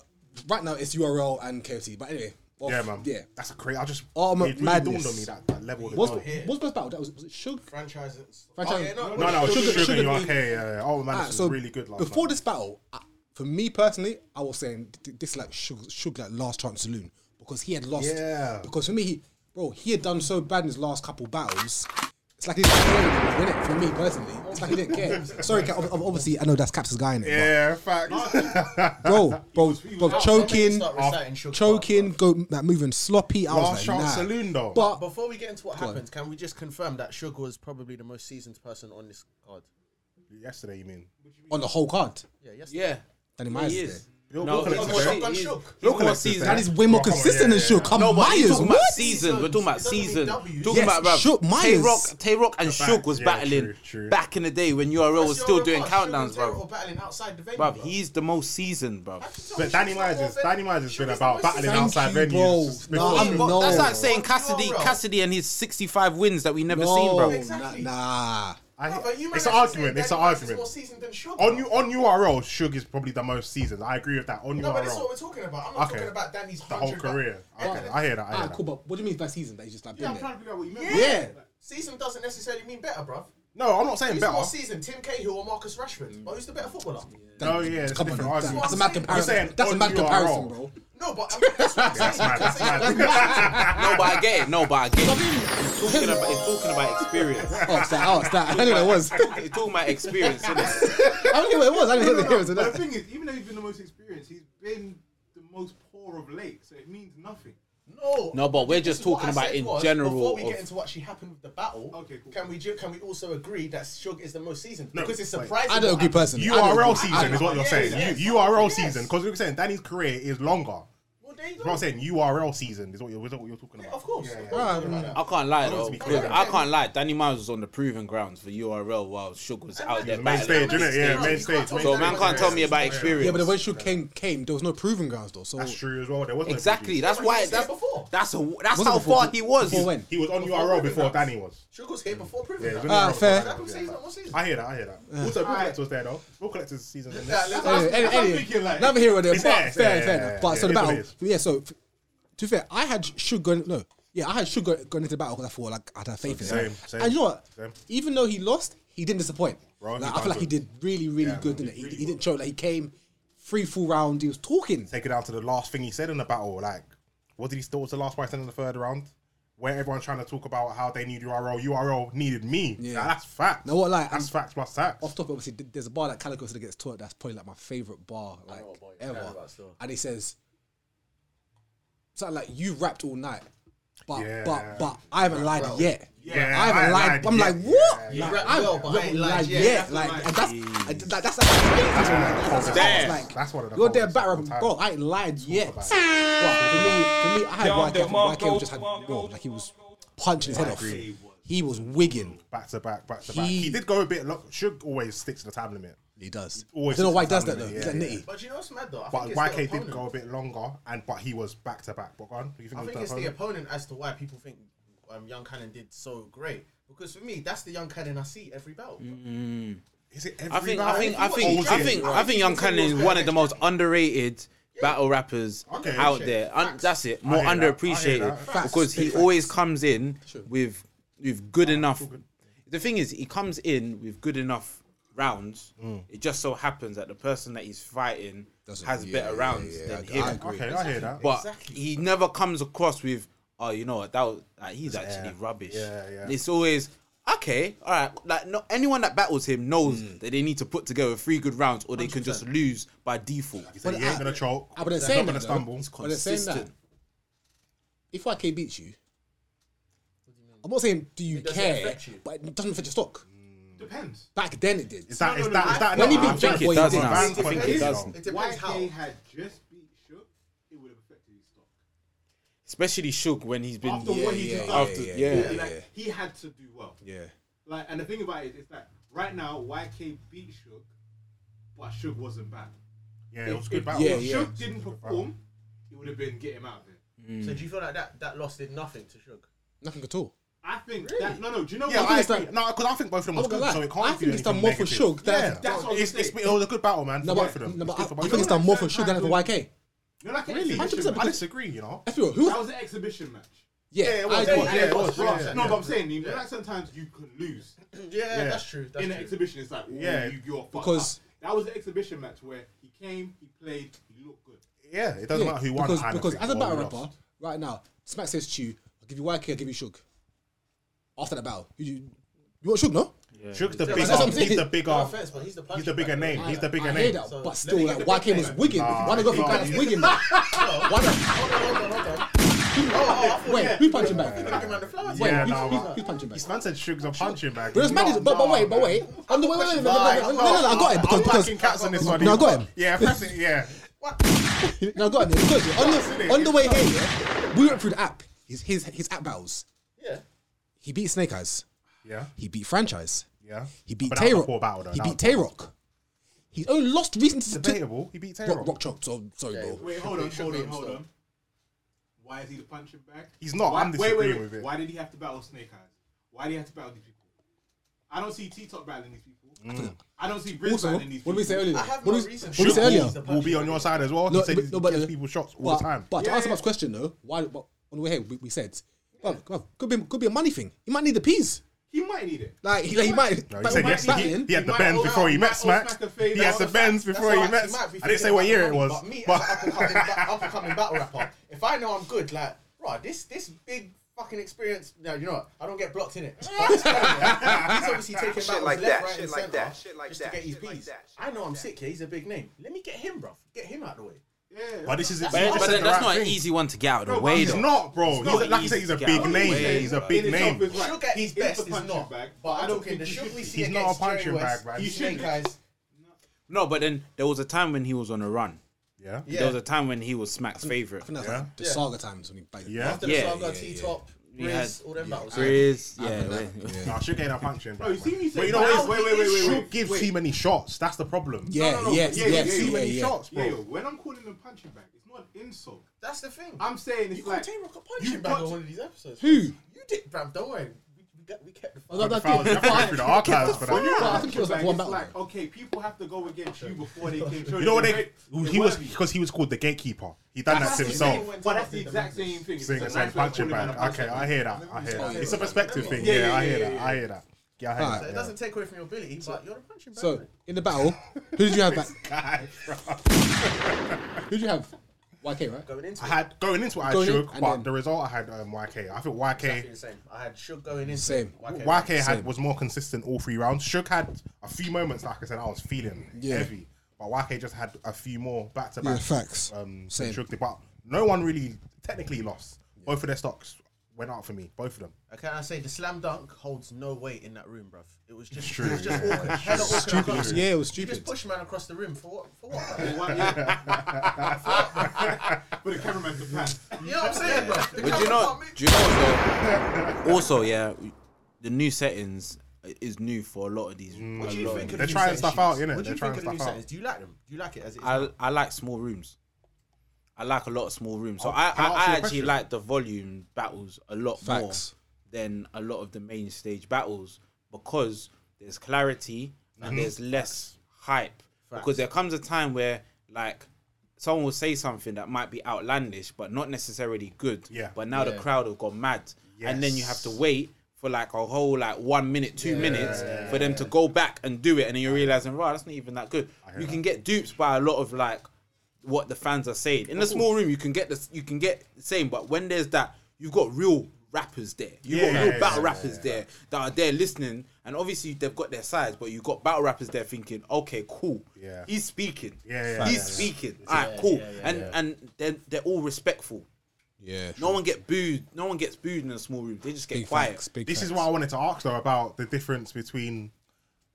C: Right now it's URL and KOT, but anyway. off-
A: Yeah, man.
C: Yeah.
A: that's a crazy. I just
C: Ultimate
A: it really
C: madness.
A: dawned on me that, that level.
C: What's,
A: of
C: what's the best battle? That was, was it Shug?
B: Franchises.
C: Franchise-
B: Oh, yeah, no,
A: no, no,
C: Sugar-
A: Sugar, Sugar,
C: Sugar
A: you
C: Bean.
A: okay? Yeah, yeah. Oh man,
C: Alright,
A: this
C: so
A: was really good. Last
C: before
A: night.
C: this battle, I, for me personally, I was saying th- th- this like Suge, Suge like last chance saloon because he had lost.
A: Yeah.
C: Because for me, he, bro, he had done so bad in his last couple battles. It's like he didn't care anymore, innit? For me personally, it's like he didn't care. Sorry, Cap, ob- ob- obviously I know that's Cap's guy in it.
A: yeah, facts.
C: Bro, bro, bro, choking,
B: Start reciting Sugar
C: choking, go like, moving sloppy. I
A: Last
C: was like,
A: shot
C: nah.
A: saloon though.
C: But
B: Before we get into what happened, can we just confirm that Sugar was probably the most seasoned person on this card?
A: Yesterday, you mean?
C: on the whole card,
B: Yeah, yes.
E: Yeah,
C: Danny
E: he
C: Myers is
E: is.
C: there.
A: Bill
E: No,
A: Bill
E: he's
A: Collins
E: more,
A: is
E: se-
A: there.
B: Shotgun
E: he's,
B: Shook.
E: he's
A: Bill
E: more
A: Collins is
E: seasoned.
A: there.
C: That is way more
A: Bro, Oh, come on,
C: consistent
A: yeah,
C: than Suge.
A: yeah.
C: Come
E: No, but
C: Myers,
E: we're talking
C: what?
E: about season. We're talking about
B: It doesn't mean
E: season.
B: W's.
E: Talking
C: Yes,
E: about bruv,
C: Shook,
E: Tay
C: Myers.
E: Rock, Tay Rock, and
A: Fact,
E: Shook was
A: yeah,
E: battling
A: true, true.
E: back in the day when URL was still doing countdowns,
B: Or
E: bruv.
B: battling outside the venue.
E: Bruv,
B: bruv.
E: he's the most seasoned, bruv.
A: But Danny Myers is Danny Myers has been
B: Sugar's
A: about
B: the most
A: battling
B: seasoned.
A: outside
C: you, bro.
A: venues.
C: No,
A: before-
C: I'm- No.
E: That's like saying
B: Fuck
E: Cassidy,
B: URL.
E: Cassidy, and his sixty-five wins that we never
C: No,
E: seen, bro.
B: Exactly.
C: Nah.
A: I-
B: Bruv, you man
A: It's an
B: actually
A: argument. It's
B: said
A: an
B: Danny Myers is More
A: argument.
B: seasoned than Sugar.
A: On you on URL, Suge is probably the most seasoned. I agree with that. On
B: No, but that's what
A: URL,
B: we're talking about. I'm not
A: Okay.
B: talking about Danny's
A: the whole career. Okay, I hear that. I
C: Ah,
A: hear
C: cool,
A: that.
C: but what do you mean by season that he's just like been
H: Yeah, I'm
C: there?
H: trying to figure out what you meant.
B: Season doesn't necessarily mean better, bruv.
A: No, I'm not saying
B: Who's
A: better.
B: last season, Tim Cahill or Marcus Rashford? But who's the better footballer?
A: No, yeah, it's a
C: Come on,
A: different
C: that-
A: argument.
C: that's a mad
B: I'm
A: saying
C: comparison. That's a
A: on
C: mad
A: your
C: comparison,
A: role.
C: bro.
B: No, but I mean, that's what I'm
A: That's
B: saying.
A: mad. That's
B: I'm saying-
A: mad.
E: No, but I get it. No, but I get it. It's talking about, it's talking about experience.
C: Oh, it's that. Oh, it's that. I knew what it was. I
E: It's talking about experience, isn't it?
C: knew what it was. I didn't hear the
H: But
C: heroes of
H: the
C: that.
H: thing is, even though he's been the most experienced, he's been the most poor of late, so it means nothing.
B: No.
E: No, but we're
B: This
E: just
B: is what
E: talking
B: I
E: about
B: said
E: in
B: was,
E: general
B: Before we
E: of-
B: get into what actually happened with the battle,
H: Okay, cool.
B: can we ju- can we also agree that Shug is the most seasoned?
A: No,
B: because it's
A: wait.
B: surprising.
C: I don't
B: what
C: agree
B: happened.
C: personally. I don't
A: URL
C: agree. I
A: season is what you're
B: Yes,
A: saying.
B: yes.
A: You URL
B: Yes.
A: season because you're saying Danny's career is longer.
B: Well, there you
A: That's
B: go.
A: what I'm saying. URL season is what you're, is what you're talking
B: Yeah,
A: about.
B: Of course.
A: Yeah, yeah.
B: Of course,
C: Right,
B: don't
C: right.
B: know.
E: I can't lie
A: want
E: though,
A: to be
E: because
A: clear.
E: I can't lie. Danny Miles was on the proving grounds for URL while Shug was out there
A: Main stage,
E: battling.
A: innit? Yeah, main stage.
B: So
E: So man can't tell me about experience.
C: Yeah, but the way Shug came, came, there was no proving grounds though. So
A: That's true as well. There was no
E: Exactly.
A: PG.
B: Yeah,
E: That's
B: but he
E: why.
B: was
E: That's
B: here before.
E: That's a, that's
C: Wasn't
E: how
C: before-
E: far he was.
C: before when?
A: He was on
B: Before
A: URL
B: Ruben
A: before
B: Rams.
A: Danny was.
B: Shug was here before
A: Yeah,
B: proving
A: he was
B: that.
A: on
C: Ah,
A: URL before
C: fair.
A: Danny
B: That
A: was,
B: season,
A: yeah.
B: what season?
A: I hear that. I hear that. Water Collector's there though. Water Collector's season.
B: Yeah, let's-
C: Anyway, any,
B: let's-
C: anyway, neither here or there.
A: It's
C: But
A: there,
C: fair,
A: it's there,
C: fair,
A: yeah, yeah,
C: enough. But so the
A: yeah, it is what
C: battle,
A: it
C: yeah. So f- to be fair, I had should go no, yeah, I had should go going into the battle because I thought like I had faith in him.
A: Same, same,
C: and you know what?
A: same.
C: Even though he lost, he didn't disappoint.
A: Bro,
C: like,
A: he
C: I
A: done
C: feel like he
A: good.
C: did really, really
A: Yeah,
C: good,
A: man,
C: didn't
A: he
C: he?
A: really
C: He didn't choke. Like he came three full round. He was talking.
A: Take it down to the last thing he said in the battle. Like, what did he? What was the last part he said in the third round? Where everyone's trying to talk about how they need URL. URL needed me.
C: Yeah.
A: Now, that's fact.
C: Now, what, like,
A: that's
C: I'm-
A: facts plus tax.
C: off topic, obviously, th- there's a bar that Calico said against Tour that's probably like my favorite bar like ever. And he says something like you rapped all night, but
A: Yeah.
C: but but I haven't lied yet.
A: Yeah,
C: I haven't
A: I
C: lied.
A: lied
C: I'm
A: yet.
C: like what?
A: You
C: Like,
B: rapped
C: I
B: well,
C: haven't
B: but I ain't lied
C: lied
B: yet.
C: yet.
B: That's
C: Like
B: like-
C: and that's I- that- that's that's
A: That's
E: Damn.
C: like
A: That's one of the
C: you're there
A: coldest
C: battle
A: of all
C: rapping, bro.
A: time.
C: I ain't lied yet. But
A: about
C: for me, for me, I had YK. I think YK just had well, like he was punching his head off. He was wigging.
A: back to back, back to back.
C: He-
A: He did go a bit. Look, Shug always sticks to the time limit,
C: He does. I
A: Always
C: don't know why he
A: sticks
C: does
A: to
C: that though.
A: the
C: He's
A: time
C: like
A: limit, yeah,
C: nitty.
B: But you know what's mad though? I
A: but
B: think it's the
A: YK did
B: opponent.
A: go a bit longer, and but he was back to back. But on, you think,
B: I
A: it was
B: think
A: the
B: it's the
A: opponent?
B: opponent as to why people think um, Young Cannon did so great. Because for me, that's the Young Cannon I see every battle.
E: Mm.
A: Is it every
E: I think, I
A: round?
E: think, I think,
A: Or
E: I
A: was it-
E: think, I think Young Cannon is one of the most underrated battle rappers
A: Okay.
E: out there. Un- that's it, more
A: hear that. I hear
E: underappreciated
A: that.
C: Facts.
E: because he
C: Big facts.
E: always comes in with with good enough. The thing is, he comes in with good enough rounds.
A: Mm.
E: It just so happens that the person that he's fighting
C: Doesn't-
E: has
C: yeah,
E: better
C: yeah,
E: rounds
C: yeah,
E: than
C: I-
E: him.
C: I agree.
A: Okay, I hear that.
E: But
B: Exactly.
E: he never comes across with, oh, you know what, that was, like, he's actually rubbish.
A: Yeah, yeah.
E: It's always okay, all right. Like no, anyone that battles him knows that they need to put together three good rounds, or they can just lose by default.
A: He said
C: Ah, But
A: he ain't
C: I-
A: gonna choke.
C: I wouldn't
A: he's
C: say
A: not gonna
C: that, though.
A: stumble.
C: It's But they're saying that.
E: Consistent.
C: If YK beats you, I'm not saying do you
B: It doesn't
C: care,
B: affect you.
C: but it doesn't affect your stock.
H: Depends.
C: Back then it did.
A: Is that? Is
H: no,
A: that?
H: no,
A: Is that?
H: no,
C: when he
A: no,
C: beat
A: I think
C: Jack
A: it
C: Boy, he
A: does
C: did.
A: now.
E: Van's point,
A: Depends.
E: it
A: Depends.
E: doesn't.
B: It depends
H: YK
B: how.
H: had just beat Shook, it would have affected his stock.
E: Especially Shug when he's been
H: After what he did
E: after.
H: last
E: Yeah,
H: year, like, he had to do well.
C: Yeah.
H: Like, and the thing about it is that right now YK beat Shook, but Shook wasn't bad.
A: Yeah, it was a
H: If-
A: good battle.
H: If
C: Yeah, yeah.
H: Shook didn't perform, it would have been get him out of it.
B: So do you feel like that, that loss did nothing to Shug?
C: Nothing at all.
H: I think that no, no. Do you know
A: Yeah,
H: what?
A: I
C: it's
A: agree.
C: like-
A: No, because I think both of them was
C: I'm not
A: good,
C: gonna
A: so
C: lie.
A: it can't.
C: I
A: be
C: think it's done
A: anything
C: more for
A: negative.
C: Shug than-
A: Yeah,
H: That's what I'm
A: It's- it's-
H: saying.
A: It was a good battle, man. for
C: No,
A: both
C: but,
A: of them.
C: no,
A: It's
C: but I,
A: good for both
C: I
A: of
C: think it's
A: them.
C: done more for Shug than for YK.
H: You're like an
C: Really?
H: exhibition
C: 100%
H: match.
A: I
C: because-
A: disagree. You know.
C: Let's be real. Who?
H: That was an exhibition match.
C: Yeah,
A: Yeah, it
C: I
A: was.
C: agree.
A: Yeah, it was.
H: Right.
A: Yeah,
H: no,
A: yeah.
H: but I'm saying, you know, like sometimes you can lose
B: Yeah, that's true. That's
H: in an
B: true.
H: exhibition. It's like, oh,
A: Yeah.
H: you, you're fucked
C: Because-
H: up. that was an exhibition match where he came, he played, he looked good.
A: Yeah, it doesn't
C: Yeah,
A: matter who won.
C: because,
A: kind of
C: because
A: thing,
C: as a
A: or
C: battle
A: who
C: rapper,
A: lost.
C: right now, Smack says to you, I'll give you YK, I'll give you Shug. After that battle, you, you want Shug, no?
A: Shug's the
B: that's what
A: bigger.
B: I'm
A: He's
C: saying.
A: the
B: No
A: bigger.
B: offense, but he's the
A: He's the bigger
B: punching bag,
A: name. He's the bigger
C: I
A: name.
C: hear that,
B: So,
C: but
B: let
C: still,
B: me get
C: like,
B: the
C: YK
B: big
C: was
B: name.
C: wigging.
A: Nah,
C: Why not go
A: nah.
C: for kind of wigging? though? Why not?
B: Hold on, hold on, oh, hold on. Oh, oh,
C: Wait,
B: yeah.
C: who punching back?
B: You're looking around the flowers.
C: Wait,
A: Yeah,
C: who-
A: no,
C: who-
A: but-
C: who's punching back?
A: This man said Shug's a punching bag.
C: But it's mad, is- but, but wait, but wait. I'm the, wait, wait, wait, wait, wait, wait, wait, no, no, no, I got it because,
A: I'm packing
C: because,
A: cats on this one.
C: no, I got him.
A: Yeah, press it. Yeah.
C: No, I got him. Because on the, on the way here, yeah, we went through the app, his, his, his app battles.
B: Yeah.
C: He beat Snake Eyes.
A: Yeah.
C: He beat Franchise.
A: Yeah.
C: He beat
A: But that was
C: Tay
A: a
C: Rock.
A: poor battle, though.
C: He
A: That was
C: beat
A: a
C: Tay Rock. He's only lost recently to
A: Debatable. He beat Tay
C: Rock,
A: Rock.
C: rock choked. So sorry, bro.
H: Wait, hold on, hold on, hold on. Why is he the punching bag?
A: He's not,
H: Why,
A: I'm disagreeing with it.
H: Why did he have to battle Snake Eyes? Why did he have to battle these people? I don't see T Top battling these people. I don't see Briz
C: Also,
H: battling these
C: what did we
H: people.
C: say earlier?
B: I have
C: What
B: no
C: did we-
B: reason
C: what
B: to
C: did we say
B: believe
C: earlier?
B: the punching
A: Will be on
B: bag.
A: your side as well. He
C: No,
A: said
C: but-
A: he
C: no, but-
A: gives people shots all
C: but,
A: the time.
C: But to answer my question though, why but on the way here we, we said, well, well, could be could be a money thing. He might need the peas.
H: He might need it.
C: Like he, like, he might.
A: No, he
C: but
A: said
C: we're
A: yes. He,
C: battling.
A: he had the
H: might
A: Benz
H: owe-
A: before he
H: he
A: met
H: might owe
A: Smack.
H: Smack a favour.
A: He had the
H: That's
A: Benz before he
B: That's
A: met.
B: all right, he might be
A: I didn't say
B: thinking
A: what year it
B: about
A: was.
B: money, But me,
A: but-
B: as an up-and-coming, ba- up-and-coming battle rapper, if I know I'm good, like, bro, this this big fucking experience. No, you know what? I don't get blocked in it. He's obviously taking battles
I: like
B: left,
I: that,
B: right,
I: shit
B: and
I: like
B: centre
I: that, shit like
B: just
I: that,
B: to get his
I: shit like
B: beats.
I: that, shit
B: I know I'm sick. Yeah, he's a big name. Let me get him, bro. Get him out of the way.
A: But this is
B: But
A: he
B: then-
A: just
E: But
A: said
E: then
A: the
E: that's
A: right
E: not an
A: thing.
E: easy one to get out of the
H: No,
E: way,
A: He's
E: though.
A: not, bro. He's
E: not
A: a- like I said,
E: easy
A: he's a
E: to get
A: big
E: out of the
A: name.
E: way,
A: He's a
E: but-
A: big name.
H: It's right.
B: Look at his
H: He is
B: best
H: the
B: is
H: punching
B: not.
H: bag,
B: But I don't think
H: think
B: the
H: he
B: shit
H: should
B: we
H: be.
B: see
A: He's not a
B: against
A: punching
B: Jerry West,
A: bag, man.
B: you
A: He
B: snake eyes.
E: No, but then there was a time when he was on a run.
A: Yeah.
B: Yeah.
E: There was a time when he was Smack's favorite.
C: I think that's
A: Yeah.
C: like the
B: Yeah.
C: saga times when he bites.
A: Yeah.
B: After the
E: Yeah,
B: Saga,
E: yeah,
B: T-Top,
E: We had-
B: Riz, all them battles.
E: Grizz, yeah, wait.
A: Nah, Sugar ain't a punching bag.
H: Bro, you see
A: man.
H: me say
A: But you know what?
H: now, wait, wait, wait, wait,
A: Suge
H: wait,
A: gives
H: wait.
A: too many shots. That's the problem.
C: Yeah,
H: No, no, no,
C: yes,
H: yeah,
C: yes,
H: yeah,
A: Too
C: yeah,
A: many
C: yeah.
A: shots,
H: Yeah,
A: bro.
H: yo, when I'm calling him punching bag, it's not an insult.
B: That's the thing.
H: I'm saying it's
B: You
H: like
B: called Tay Rock a
H: you
B: punching bag
H: punch-
B: on one of these episodes.
C: Who?
B: You did, Bram. Don't worry. We, we, got, we kept the
C: Oh, that- that
B: fun.
A: Fouls. You
C: did-
A: have to go through the archives for that.
C: I think it was like
H: Punching
C: one
H: bag, it's
C: battle.
H: like, okay, people have to go against you before they can show
A: You know what
H: they're
A: they?
H: great.
A: He
H: They're
A: was
H: worthy.
A: because he was called the gatekeeper. He done that
H: That's
A: to
H: the
A: himself.
H: same- But that's the exact same thing. It's
A: Seeing
H: a
A: as
H: nice
A: I'm
H: way of
A: punching
H: calling
A: back.
H: him a punching
A: Okay,
H: bag.
A: I hear that. I hear that.
B: yeah,
A: It's a
B: yeah.
A: perspective thing.
H: Yeah, yeah,
A: Yeah, I
H: yeah,
A: hear that.
H: yeah,
A: I hear that. Yeah, I hear
B: So
A: that.
B: it
A: yeah.
B: doesn't take away from your ability, but you're a punching bag.
C: So
B: man.
C: in the battle, who did you have back?
A: Guy, bro.
C: Who did you have? YK, right?
B: going into
A: I
B: it,
A: had going into it, I
C: Going in,
A: shook,
C: and
A: but
C: then-
A: the result I had um, YK. I think YK.
B: exactly the same. I had Shug going into
C: Same.
B: It. YK.
A: YK had
C: Same.
A: was more consistent all three rounds. Shook had a few moments, like I said, I was feeling
C: Yeah.
A: heavy, but YK just had a few more back to
C: Yeah,
A: back.
C: facts.
A: Um,
C: Same.
A: Same. Shook did, but no one really technically lost. Both of their stocks went out for me. Both of them.
B: Okay, I say the slam dunk holds no weight in that room, bruv. It was just,
A: True,
B: it was just
A: yeah,
B: awkward. Hella awkward
A: Stupid.
B: across-
C: Yeah, it was
B: You
C: stupid.
B: just push man across the room for what? For what? bruv?
H: One, yeah. But the cameraman's a pan.
B: you know what I'm saying, bruv? The
E: But do you
B: camera
E: know,
B: can't move.
E: do you know what though? Also, yeah, the new settings is new for a lot of these.
B: What do you think of
A: They're
B: new
A: trying
B: settings?
A: stuff out, innit?
B: What do
A: They're
B: you
A: trying
B: think of the new
A: stuff out.
B: settings? Do you like them? Do you like it as it is?
E: I I like small rooms. I like a lot of small rooms. So I,
A: Oh, can I
E: I,
A: ask you
E: I
A: a
E: actually
A: question?
E: like the volume battles a lot
C: Facts.
E: more than a lot of the main stage battles because there's clarity
A: Mm-hmm.
E: and there's less hype. Because there comes a time where like someone will say something that might be outlandish but not necessarily good.
A: Yeah.
E: But now the crowd have gone mad. And then you have to wait for like a whole like one minute, two minutes for them to go back and do it and then you're realizing, right, that's not even that good. You can get duped by a lot of like what the fans are saying. In a small room, you can get this, you can get the same, but when there's that, you've got real rappers there. You've
A: Yeah,
E: got real
A: yeah,
E: battle
A: yeah,
E: rappers there that are there listening, and obviously they've got their sides, but you've got battle rappers there thinking, okay, cool.
A: Yeah.
E: He's speaking.
A: Yeah, yeah,
E: He's
A: yeah, yeah.
E: speaking. All right, cool. and and they're, they're all respectful.
C: Yeah.
E: No one get booed. No one gets booed in a small room. They just get
C: Big
E: quiet.
C: facts, big
A: This is
C: facts.
A: what I wanted to ask though about the difference between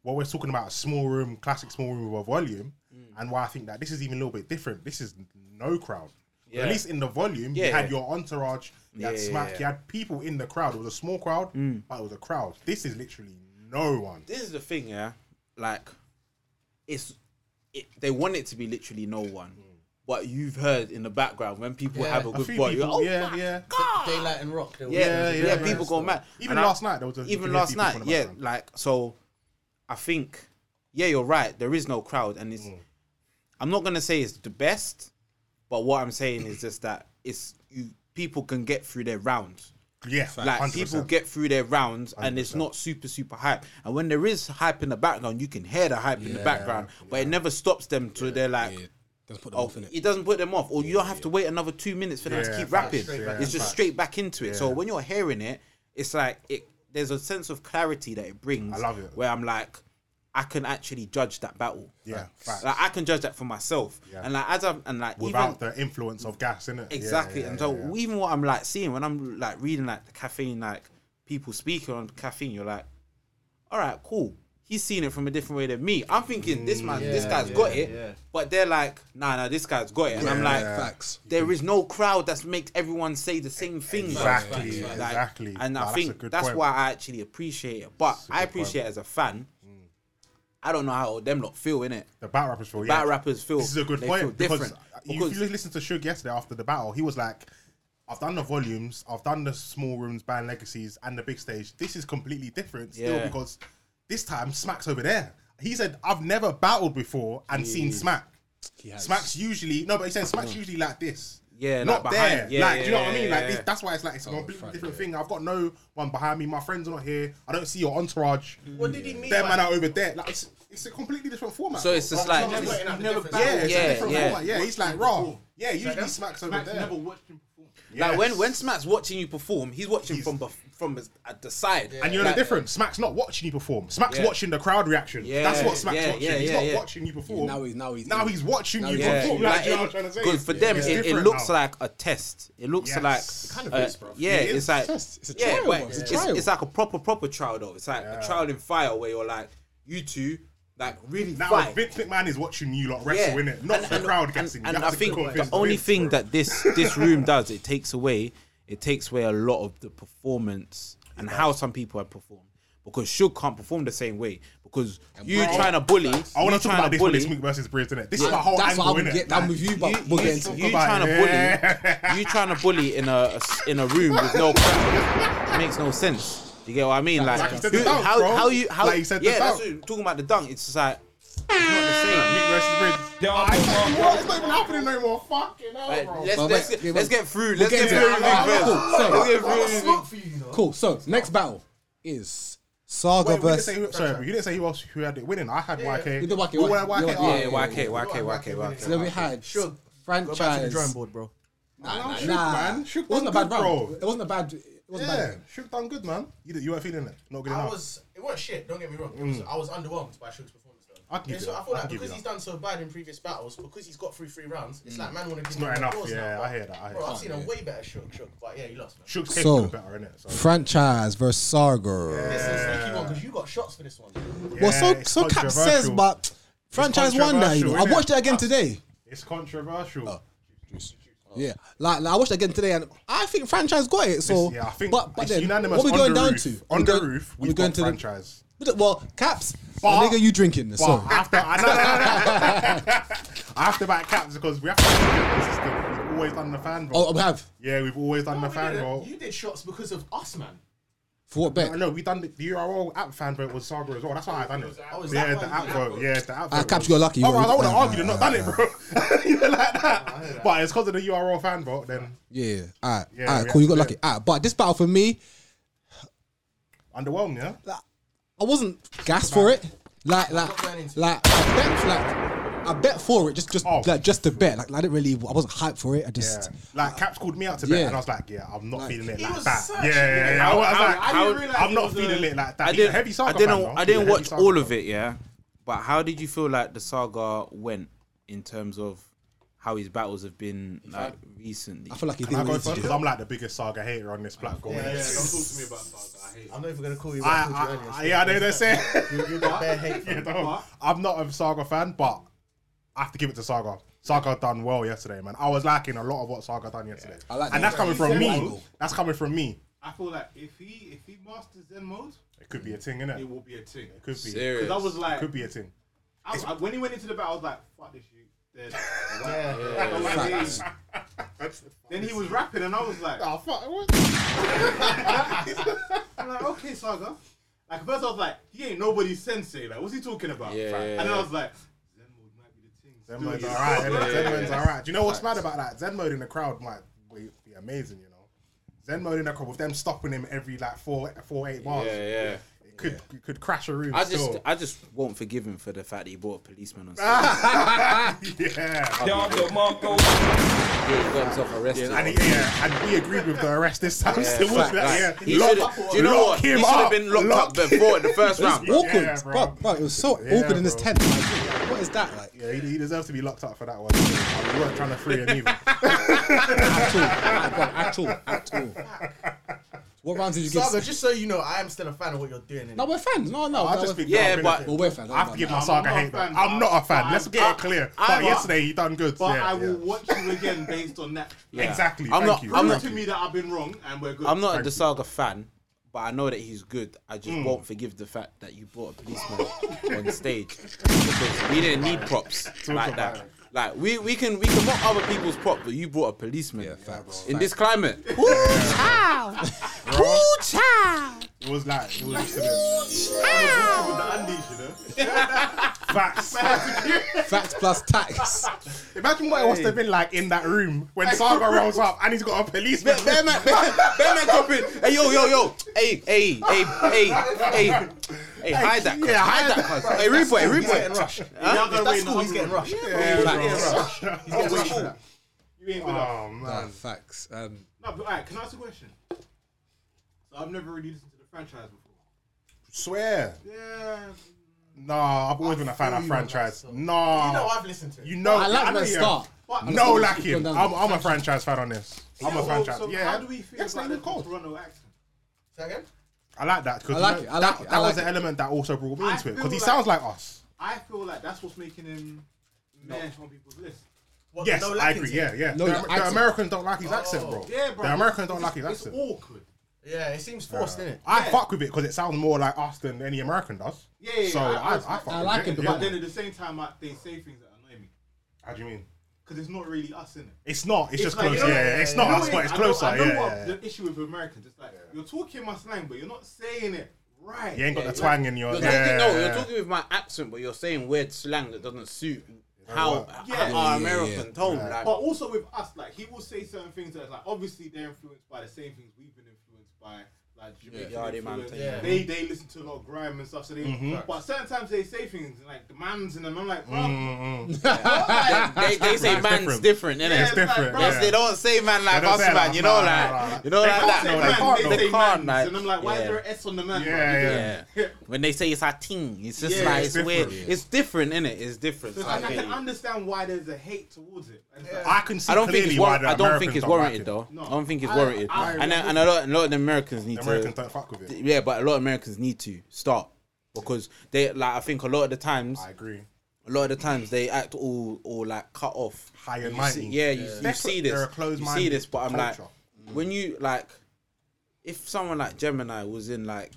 A: what we're talking about a small room, classic small room with a volume,
E: Mm.
A: and why I think that this is even a little bit different. This is no crowd.
E: Yeah.
A: At least in the volume, you
E: Yeah.
A: had your entourage, you had
E: Yeah, yeah,
A: smack,
E: yeah. Mm.
A: you had people in the crowd. It was a small crowd, but it was a crowd. This is literally no one.
E: this is the thing, yeah. Like, it's it, they want it to be literally no one, but you've heard in the background when people
B: Yeah,
E: have a
A: Mm. A
E: good
A: few
E: boy,
A: people,
E: you're, oh
A: yeah,
E: my
A: yeah.
B: Daylight and Rock. they were-
E: yeah, yeah,
A: yeah, yeah.
E: people go mad.
A: Even
E: And I-
A: last night, there was a, you could
E: even
A: hear
E: last
A: people in
E: night,
A: the
E: yeah,
A: background.
E: like so. I think, yeah, you're right. There is no crowd, and it's.
A: Mm.
E: I'm not gonna say it's the best, but what I'm saying is just that it's you. People can get through their rounds.
A: yeah,
E: Like
A: 100%.
E: people get through their rounds and it's not super super hype. And when there is hype in the background, you can hear the hype in the background, but it never stops them till they're like,
C: Yeah. Doesn't put them
E: oh,
C: off in
E: it doesn't put them off, or you don't have to wait another two minutes for them to
A: Yeah,
E: keep
A: facts,
E: rapping.
A: straight back
E: it's
A: in.
E: just
A: Facts.
E: straight back into it. So when you're hearing it, it's like it. There's a sense of clarity that it brings.
A: I love it.
E: Where I'm like, I can actually judge that battle.
A: yeah, facts.
E: Like I can judge that for myself.
A: Yeah.
E: And like as I'm and like even,
A: without the influence of gas, in it
E: Exactly. and so even what I'm like seeing when I'm like reading like the caffeine, like people speaking on caffeine, you're like, all right, cool. He's seen it from a different way than me. I'm thinking this man, this
A: Mm,
E: guy's got it, but they're like, nah, nah, this guy's got it, and I'm like,
C: Facts.
E: there is no crowd that's makes everyone say the same thing. bro.
A: Exactly,
E: Like,
A: exactly.
E: And
A: Nah,
E: I
A: that's a
E: think
A: good
E: that's,
A: point.
E: why I actually appreciate it. But I appreciate it as a fan.
A: Mm.
E: I don't know how them lot feel in it.
A: The battle rappers feel.
E: Battle
A: yeah.
E: rappers feel-
A: This is a good
E: they
A: point
E: feel
A: because,
E: different.
A: you- if
E: Because-
A: you listen to Suge yesterday after the battle, he was like, "I've done the volumes, I've done the small rooms, band legacies, and the big stage. This is completely different still
E: Yeah.
A: because this time Smack's over there." He said, "I've never battled before and seen Smack.
C: He has.
A: Smack's usually no, but he said Smack's usually like this.
E: Uh-huh. Yeah,
A: not
E: like
A: there.
E: behind. Yeah,
A: like, do you know
E: yeah,
A: what I
E: yeah,
A: mean? Like,
E: yeah. Oh,
A: this, that's why it's like it's a completely
C: fuck,
A: different
C: yeah.
A: thing. I've got no one behind me. My friends are not here. I don't see your entourage.
B: What did he mean?
A: Them
B: by
A: man are over there. Like, it's, it's a completely different format.
E: So it's just like it's-
B: You've
H: never
B: never
H: been-
A: yeah, it's
E: Yeah,
A: a different
E: yeah.
A: format. Yeah, he's like raw. Yeah, usually
H: That's-
A: smacks over
H: Max
A: there.
H: never watched him perform.
E: like when
A: Yes.
E: when Smack's watching you perform, he's watching
A: He's-
E: from bef- from his- at the side.
A: And you know
E: Like,
A: the difference. Smack's not watching you perform. Smack's
E: Yeah.
A: watching the crowd reaction.
E: Yeah,
A: That's what Smack's
E: yeah,
A: watching.
E: yeah,
A: he's
E: yeah,
A: not
E: yeah.
A: watching you perform.
C: Now he's- now he's
A: now
C: in.
A: he's watching
C: Now
A: you
C: he's
E: Yeah,
A: perform.
C: watching.
A: Like,
E: like,
A: do you know what
E: it-
A: I'm trying to say?
E: good for them.
A: It's
E: It, it
A: different
E: looks
A: now.
E: like a test. It looks
A: Yes.
E: like
A: It
B: kind of
E: uh,
B: is, bro.
E: yeah,
A: It is.
E: it's like
C: It's- it's a
E: yeah,
C: trial,
E: but
C: it's
E: it's,
C: a
E: it's,
C: trial.
E: like a proper proper trial though. It's like a trial in fire where you're like you two like really
A: Now
E: fight.
A: Vince McMahon is watching you lot
E: Yeah.
A: wrestle, in it, Not the crowd guessing.
E: And,
A: You
E: and I
A: have to
E: think the
A: convince
E: only
A: Vince,
E: thing
A: bro.
E: that this this room does, it takes away, it takes away a lot of the performance and how some people have performed. Because Suge can't perform the same way. Because you
A: bro,
E: trying to bully,
A: I want
E: you
A: to talk
E: trying
A: about
E: to
A: this when
E: bully,
A: it's Mook versus Breeze, innit? This is my whole
C: That's
A: angle,
C: what I'm
A: innit?
C: get down with you, but we'll get into
E: you,
C: it.
A: about
E: trying
A: it.
E: to bully, you trying to bully in a, a s- in a room with no crowd. It makes no sense. You get what I mean? Like,
A: Like you said,
E: who-
A: the dunk,
E: how
A: bro.
E: how you how
A: Like you said, the
E: yeah, that's
A: dunk.
E: what you're talking about the dunk. It's just like it's not the same.
A: Mook versus Breeze. I tell you what, It's not even happening no more. Fucking hell,
E: Right,
A: bro.
E: let's,
C: Well,
E: let's,
C: let's-
E: get, let's get through.
C: We'll
E: Let's
C: get
E: get,
C: into
E: through
C: it. Cool, so-
E: everything first. Let's get through
B: I'll
E: everything.
B: smoke for you, you know.
C: Cool. So next battle is Saga
A: Wait, we didn't
C: versus.
A: say who, sorry, you didn't say who else who had it winning. I had YK.
C: You did YK,
A: Who
C: yeah,
A: had YK?
C: yeah,
A: Oh,
E: Yeah, YK, YK, YK,
C: So then we
E: YK.
C: had
B: Sure. Go back to the
C: franchise.
B: drawing board, bro.
C: Nah, nah,
A: Shoot,
C: nah.
A: man. Shoot
C: It wasn't a
A: done
C: bad
A: good,
C: round.
A: bro.
C: It wasn't a bad. It wasn't a bad.
A: Yeah,
C: round.
A: should have done good, man. You, you weren't feeling it. Not good
B: I
A: enough.
B: was. It wasn't shit. Don't get me wrong. I was underwhelmed by Suge's performance. Though.
A: I can give
B: And
A: you
B: so
A: that.
B: I
A: I
B: feel like
A: can give
B: because
A: you
B: he's done so bad in previous battles, because he's got through three rounds, it's like man want to give
A: not
B: him
A: enough,
B: applause
A: yeah,
B: now, bro.
A: I hear that, I hear
B: bro,
A: that.
B: I've seen a way better Suge, Suge, but yeah, he lost, man.
A: Shook's
C: So-
A: capable of better, innit? So.
C: Franchise versus Saga.
B: This is a sneaky one because you got shots for this one.
C: Well, so
A: it's
C: so Cap says,
A: controversial.
C: but franchise won that. You know, I
A: controversial,
C: watched
A: innit?
C: it again today.
A: It's controversial.
C: Oh. Yeah, like, like I watched it again today, and I think franchise got it. So
A: yeah, I think
C: But but
A: it's
C: then
A: unanimous.
C: what we
A: on
C: going
A: the
C: down
A: roof.
C: to?
A: On
C: We
A: the
C: go-
A: roof,
C: we
A: we've
C: going
A: got
C: to the-
A: franchise.
C: Well, caps,
A: But-
C: the nigga, you drinking this?
A: But
C: So
A: I have to, I, no, no, no, no. I have to back caps because we have to be consistent. We've always done the fan vote.
C: oh, we have
A: yeah, we've always done
B: No,
A: the
B: we
A: fan
B: didn't.
A: vote.
B: You did shots because of us, man.
C: for what bet?
A: No, we done the, the URL app fan vote was Saga as well. That's why I done it.
B: Oh, is that
A: yeah,
B: why
A: the
B: you
A: app
B: did
A: vote. Yeah, the app vote.
C: Ah, Caps,
A: was-
C: you got lucky, you
A: Otherwise,
C: were-
A: Oh, I would have
C: ah,
A: argued and not done it, bro. you know, like that. But it's because of the URL fan vote. Then
C: Yeah, all right,
A: Yeah,
C: all right,
A: we
C: cool. You
A: have-
C: got lucky. All right, but this battle for me,
A: underwhelmed, yeah.
C: I wasn't gassed for it. Like, like,
B: not going into it.
C: like, I bet, like, I bet for it. Just, just,
A: Oh.
C: like, just to bet. Like, I didn't really. I wasn't hyped for it. I
A: Yeah.
C: just,
A: Like Caps called me out to bed,
C: yeah.
A: and I was like, "Yeah, I'm not feeling it
B: He
A: like
B: was
A: that." Yeah,
B: searching,
A: yeah,
B: yeah.
A: yeah. I was
E: How-
A: like,
E: how-
A: "I'm
H: I
A: not
H: didn't
A: feeling it like that."
E: I
A: He's a
E: didn't,
A: heavy
E: I
A: saga
E: didn't,
A: fan, though.
E: I didn't
A: He's a heavy
E: watch
A: saga
E: all
A: fan.
E: of it, yeah. But how did you feel like the saga went in terms of how his battles have been like recently?
C: I feel like he
A: Can I
C: didn't
A: go
C: really
A: first?
C: do.
A: Because I'm like the biggest saga hater on this platform.
H: Yeah,
A: innit?
H: yeah, don't talk to me about Saga. I hate it.
B: I'm not even gonna call you.
A: I,
B: what
A: I,
B: called
A: I,
B: you
A: yeah, I know they're saying.
B: earlier. You- You're the bare hate.
A: You
B: fam.
A: know, I'm not a Saga fan, but I have to give it to Saga. Saga done well yesterday, man. I was liking a lot of what Saga done yesterday,
C: I like
A: and
C: that.
A: that's coming from me.
C: Angle.
A: That's coming from me.
H: I feel like if he if he masters Zen mode,
A: It could be a thing, innit?
H: it
A: It
H: will be a thing.
A: could be.
H: Because I was like,
A: Could be a thing.
H: I, I, when he went into the battle, I was like, fuck this shit. Then,
B: Yeah,
H: then he was rapping, and I was like,
A: Oh fuck! What?
H: I'm like, okay, Saga. Like, first I was like, he ain't nobody's sensei. Like, what's he talking about?
E: Yeah,
H: and then I was like, Zen mode might be the thing.
A: Zen
H: Do
A: mode's
H: it.
A: alright. innit? Zen mode's alright. Do you know what's mad about that? Zen mode in the crowd might be be amazing. You know, Zen mode in the crowd with them stopping him every like four, four, eight bars.
E: yeah, yeah.
A: It could it could crash a room.
E: I just,
A: still.
E: I just won't forgive him for the fact that he brought a policeman on stage.
A: yeah.
E: he got himself arrested.
A: And he, yeah, and we agreed with the arrest this time. so it was
E: Fact,
A: like,
E: like,
A: yeah,
E: he
A: lock,
E: should've- do you know
A: lock
E: what?
A: him
E: he should
A: up.
E: have been locked
A: lock
E: up before in the first round.
C: It was awkward,
A: Yeah, bro.
C: bro. bro, It was so
A: Yeah,
C: awkward in this
A: bro.
C: tent. Like, what is that like?
A: Yeah, he, he deserves to be locked up for that one. We weren't trying to free him either.
C: At all, at all, at all. What rounds did you give?
B: Saga, just so you know, I am still a fan of what you're doing. innit?
C: No, we're fans. No, no.
A: Oh, I
C: no,
A: just
C: we're-
A: think
E: Yeah,
A: that
E: but-
A: benefit.
C: well, we're fans.
A: I have to give my
H: I'm
A: saga
H: not a
A: hate.
H: fan,
A: though. I'm not a fan.
H: but
A: Let's
H: I'm-
A: get it clear.
E: I-
A: But
E: but-
A: yesterday he done good.
H: But
A: yeah,
H: I will
A: yeah.
H: watch you again based on that.
E: Yeah.
A: Exactly.
E: I'm
A: Thank
E: not-
A: you.
E: I'm
H: Prove
E: not-
H: to me that I've been wrong and we're good.
E: I'm not a
A: Thank you.
E: Dasaga fan, but I know that he's good. I just won't forgive the fact that you brought a policeman on stage because we didn't need props like
A: about
E: that.
A: it.
E: Like we, we can we can mock other people's prop, but you brought a policeman
C: facts,
E: in this climate.
A: Bro, it was like it was.
H: With the undies, you know?
A: Facts.
C: Facts plus tax.
A: Imagine what it must have been like in that room when Saga rolls up and he's got a policeman.
E: Bear man, bear, bear man, cop in. Hey yo, yo, yo. Hey, hey, hey, hey, hey, hey. Hide that.
A: Yeah,
E: Yeah, hide that. cunt. Hey, Reboy,
B: He's getting
E: Reboy.
B: rushed. If
E: Huh?
B: That's cool. He's getting rushed.
C: Facts.
B: He's getting rushed. for that.
H: You ain't gonna.
A: Oh
C: Ah,
A: man.
C: facts. Um,
H: No, but alright, can I ask a question? So I've never really listened to the franchise before.
A: Swear.
H: Yeah.
A: No, I've always been a fan of franchise. No.
B: You know I've listened to it.
A: You know,
C: I like
A: know
C: that
A: you-
C: start.
H: But
A: No
C: It's
A: lacking.
C: gone down.
A: I'm, I'm a franchise fan on this. I'm a
H: so-
A: franchise.
H: So
A: yeah.
H: How do we feel
A: Yes,
H: about
A: they
H: the
A: were cold.
H: Toronto accent?
B: Say again?
A: I like that because
C: I like it, I like
A: that,
C: it, I
A: that was
C: like
A: the element that also brought me
H: I
A: into it because
H: feel
A: he
H: like-
A: sounds like us.
H: I feel like that's what's making him meh on people's list.
B: What,
A: Yes,
B: no
A: I
B: Lacking's
A: agree.
B: here?
A: Yeah, yeah.
C: No,
A: the,
C: the
A: the
C: accent.
A: Americans don't like his accent, bro.
H: Yeah, bro.
A: The Americans don't
H: It's-
A: like his
H: it's
A: accent.
H: awkward.
B: Yeah, it seems forced, innit?
A: I
H: Yeah.
A: fuck with it because it sounds more like us than any American does.
H: Yeah, yeah,
A: So
H: yeah,
A: I, I, fuck
H: respect
A: with
C: like
A: it.
C: it,
H: But
A: yeah.
H: then at the same time, I, they say things that annoy me
A: How do you mean?
H: because it's not really us in it.
A: It's not. It's, just
H: like,
A: closer.
H: you know-
A: yeah, yeah, it's
H: you
A: not
H: know
A: us,
H: it-
A: but it's
H: I know-
A: closer.
H: I know
A: yeah,
H: what
A: yeah, yeah.
H: the issue with Americans. It's like you're talking my slang, but you're not saying it right.
A: You ain't got the twang in your.
E: You're
A: yeah,
E: talking, no,
A: yeah,
E: you're
A: yeah.
E: talking with my accent, but you're saying weird slang that doesn't suit how
H: Yeah.
E: how
H: Yeah, Oh,
E: our
C: yeah,
E: American
C: yeah.
E: tone. Like,
H: But also with us, like he will say certain things that's like obviously they're influenced by the same things we've been influenced by, like Jamaican
E: Yeah, Yardie man
H: influence.
E: thing, yeah.
H: They they listen to a lot of grime and stuff. So they,
A: Mm-hmm.
H: but certain times they say things and, like the man's in them. I'm like, bro,
A: Mm-hmm.
E: they, they say
A: It's
E: man's
A: different.
E: different, innit?
H: Yeah,
A: It's different.
H: bro.
E: Yes,
A: yeah.
E: they don't say man like
A: They don't
E: us,
A: say
E: man.
A: like,
E: you
A: nah,
E: know, like
A: nah, nah.
E: you know,
H: they
E: like
H: can't
E: that.
H: say
A: no,
H: man.
A: they can't,
H: They,
A: though.
H: say
E: can't,
H: man's,
E: like,
H: and I'm like, why
E: yeah.
H: is there an S on the man?
A: Yeah,
E: Yeah. When they say it's a ting, it's just
H: Yeah,
E: like
H: it's
E: it's, weird.
A: different.
E: It's different, innit? It's different.
H: So it's
E: I
H: like I
E: get
H: can
E: you.
H: understand why there's a hate towards it. It's like,
A: I can see
E: I don't think
A: clearly
E: it's
A: why the
E: warranted. I don't think
A: Americans
E: it's
A: like
E: warranted
A: it.
E: though.
H: No.
E: I don't think it's
H: I-
E: warranted.
H: I-
E: and then- and a lot a lot of the Americans need
A: The Americans
E: to.
A: don't fuck with it.
E: Yeah, but a lot of Americans need to stop because they like I think a lot of the times
A: I agree.
E: a lot of the times they act all all like cut off.
A: High and
E: You
A: mighty.
E: see- yeah, you, you
A: They're
E: see
A: cl- they're
E: this.
A: a closed
E: You see
A: minded
E: this, but I'm like,
A: culture. Mm.
E: when you like, if someone like Gemini was in like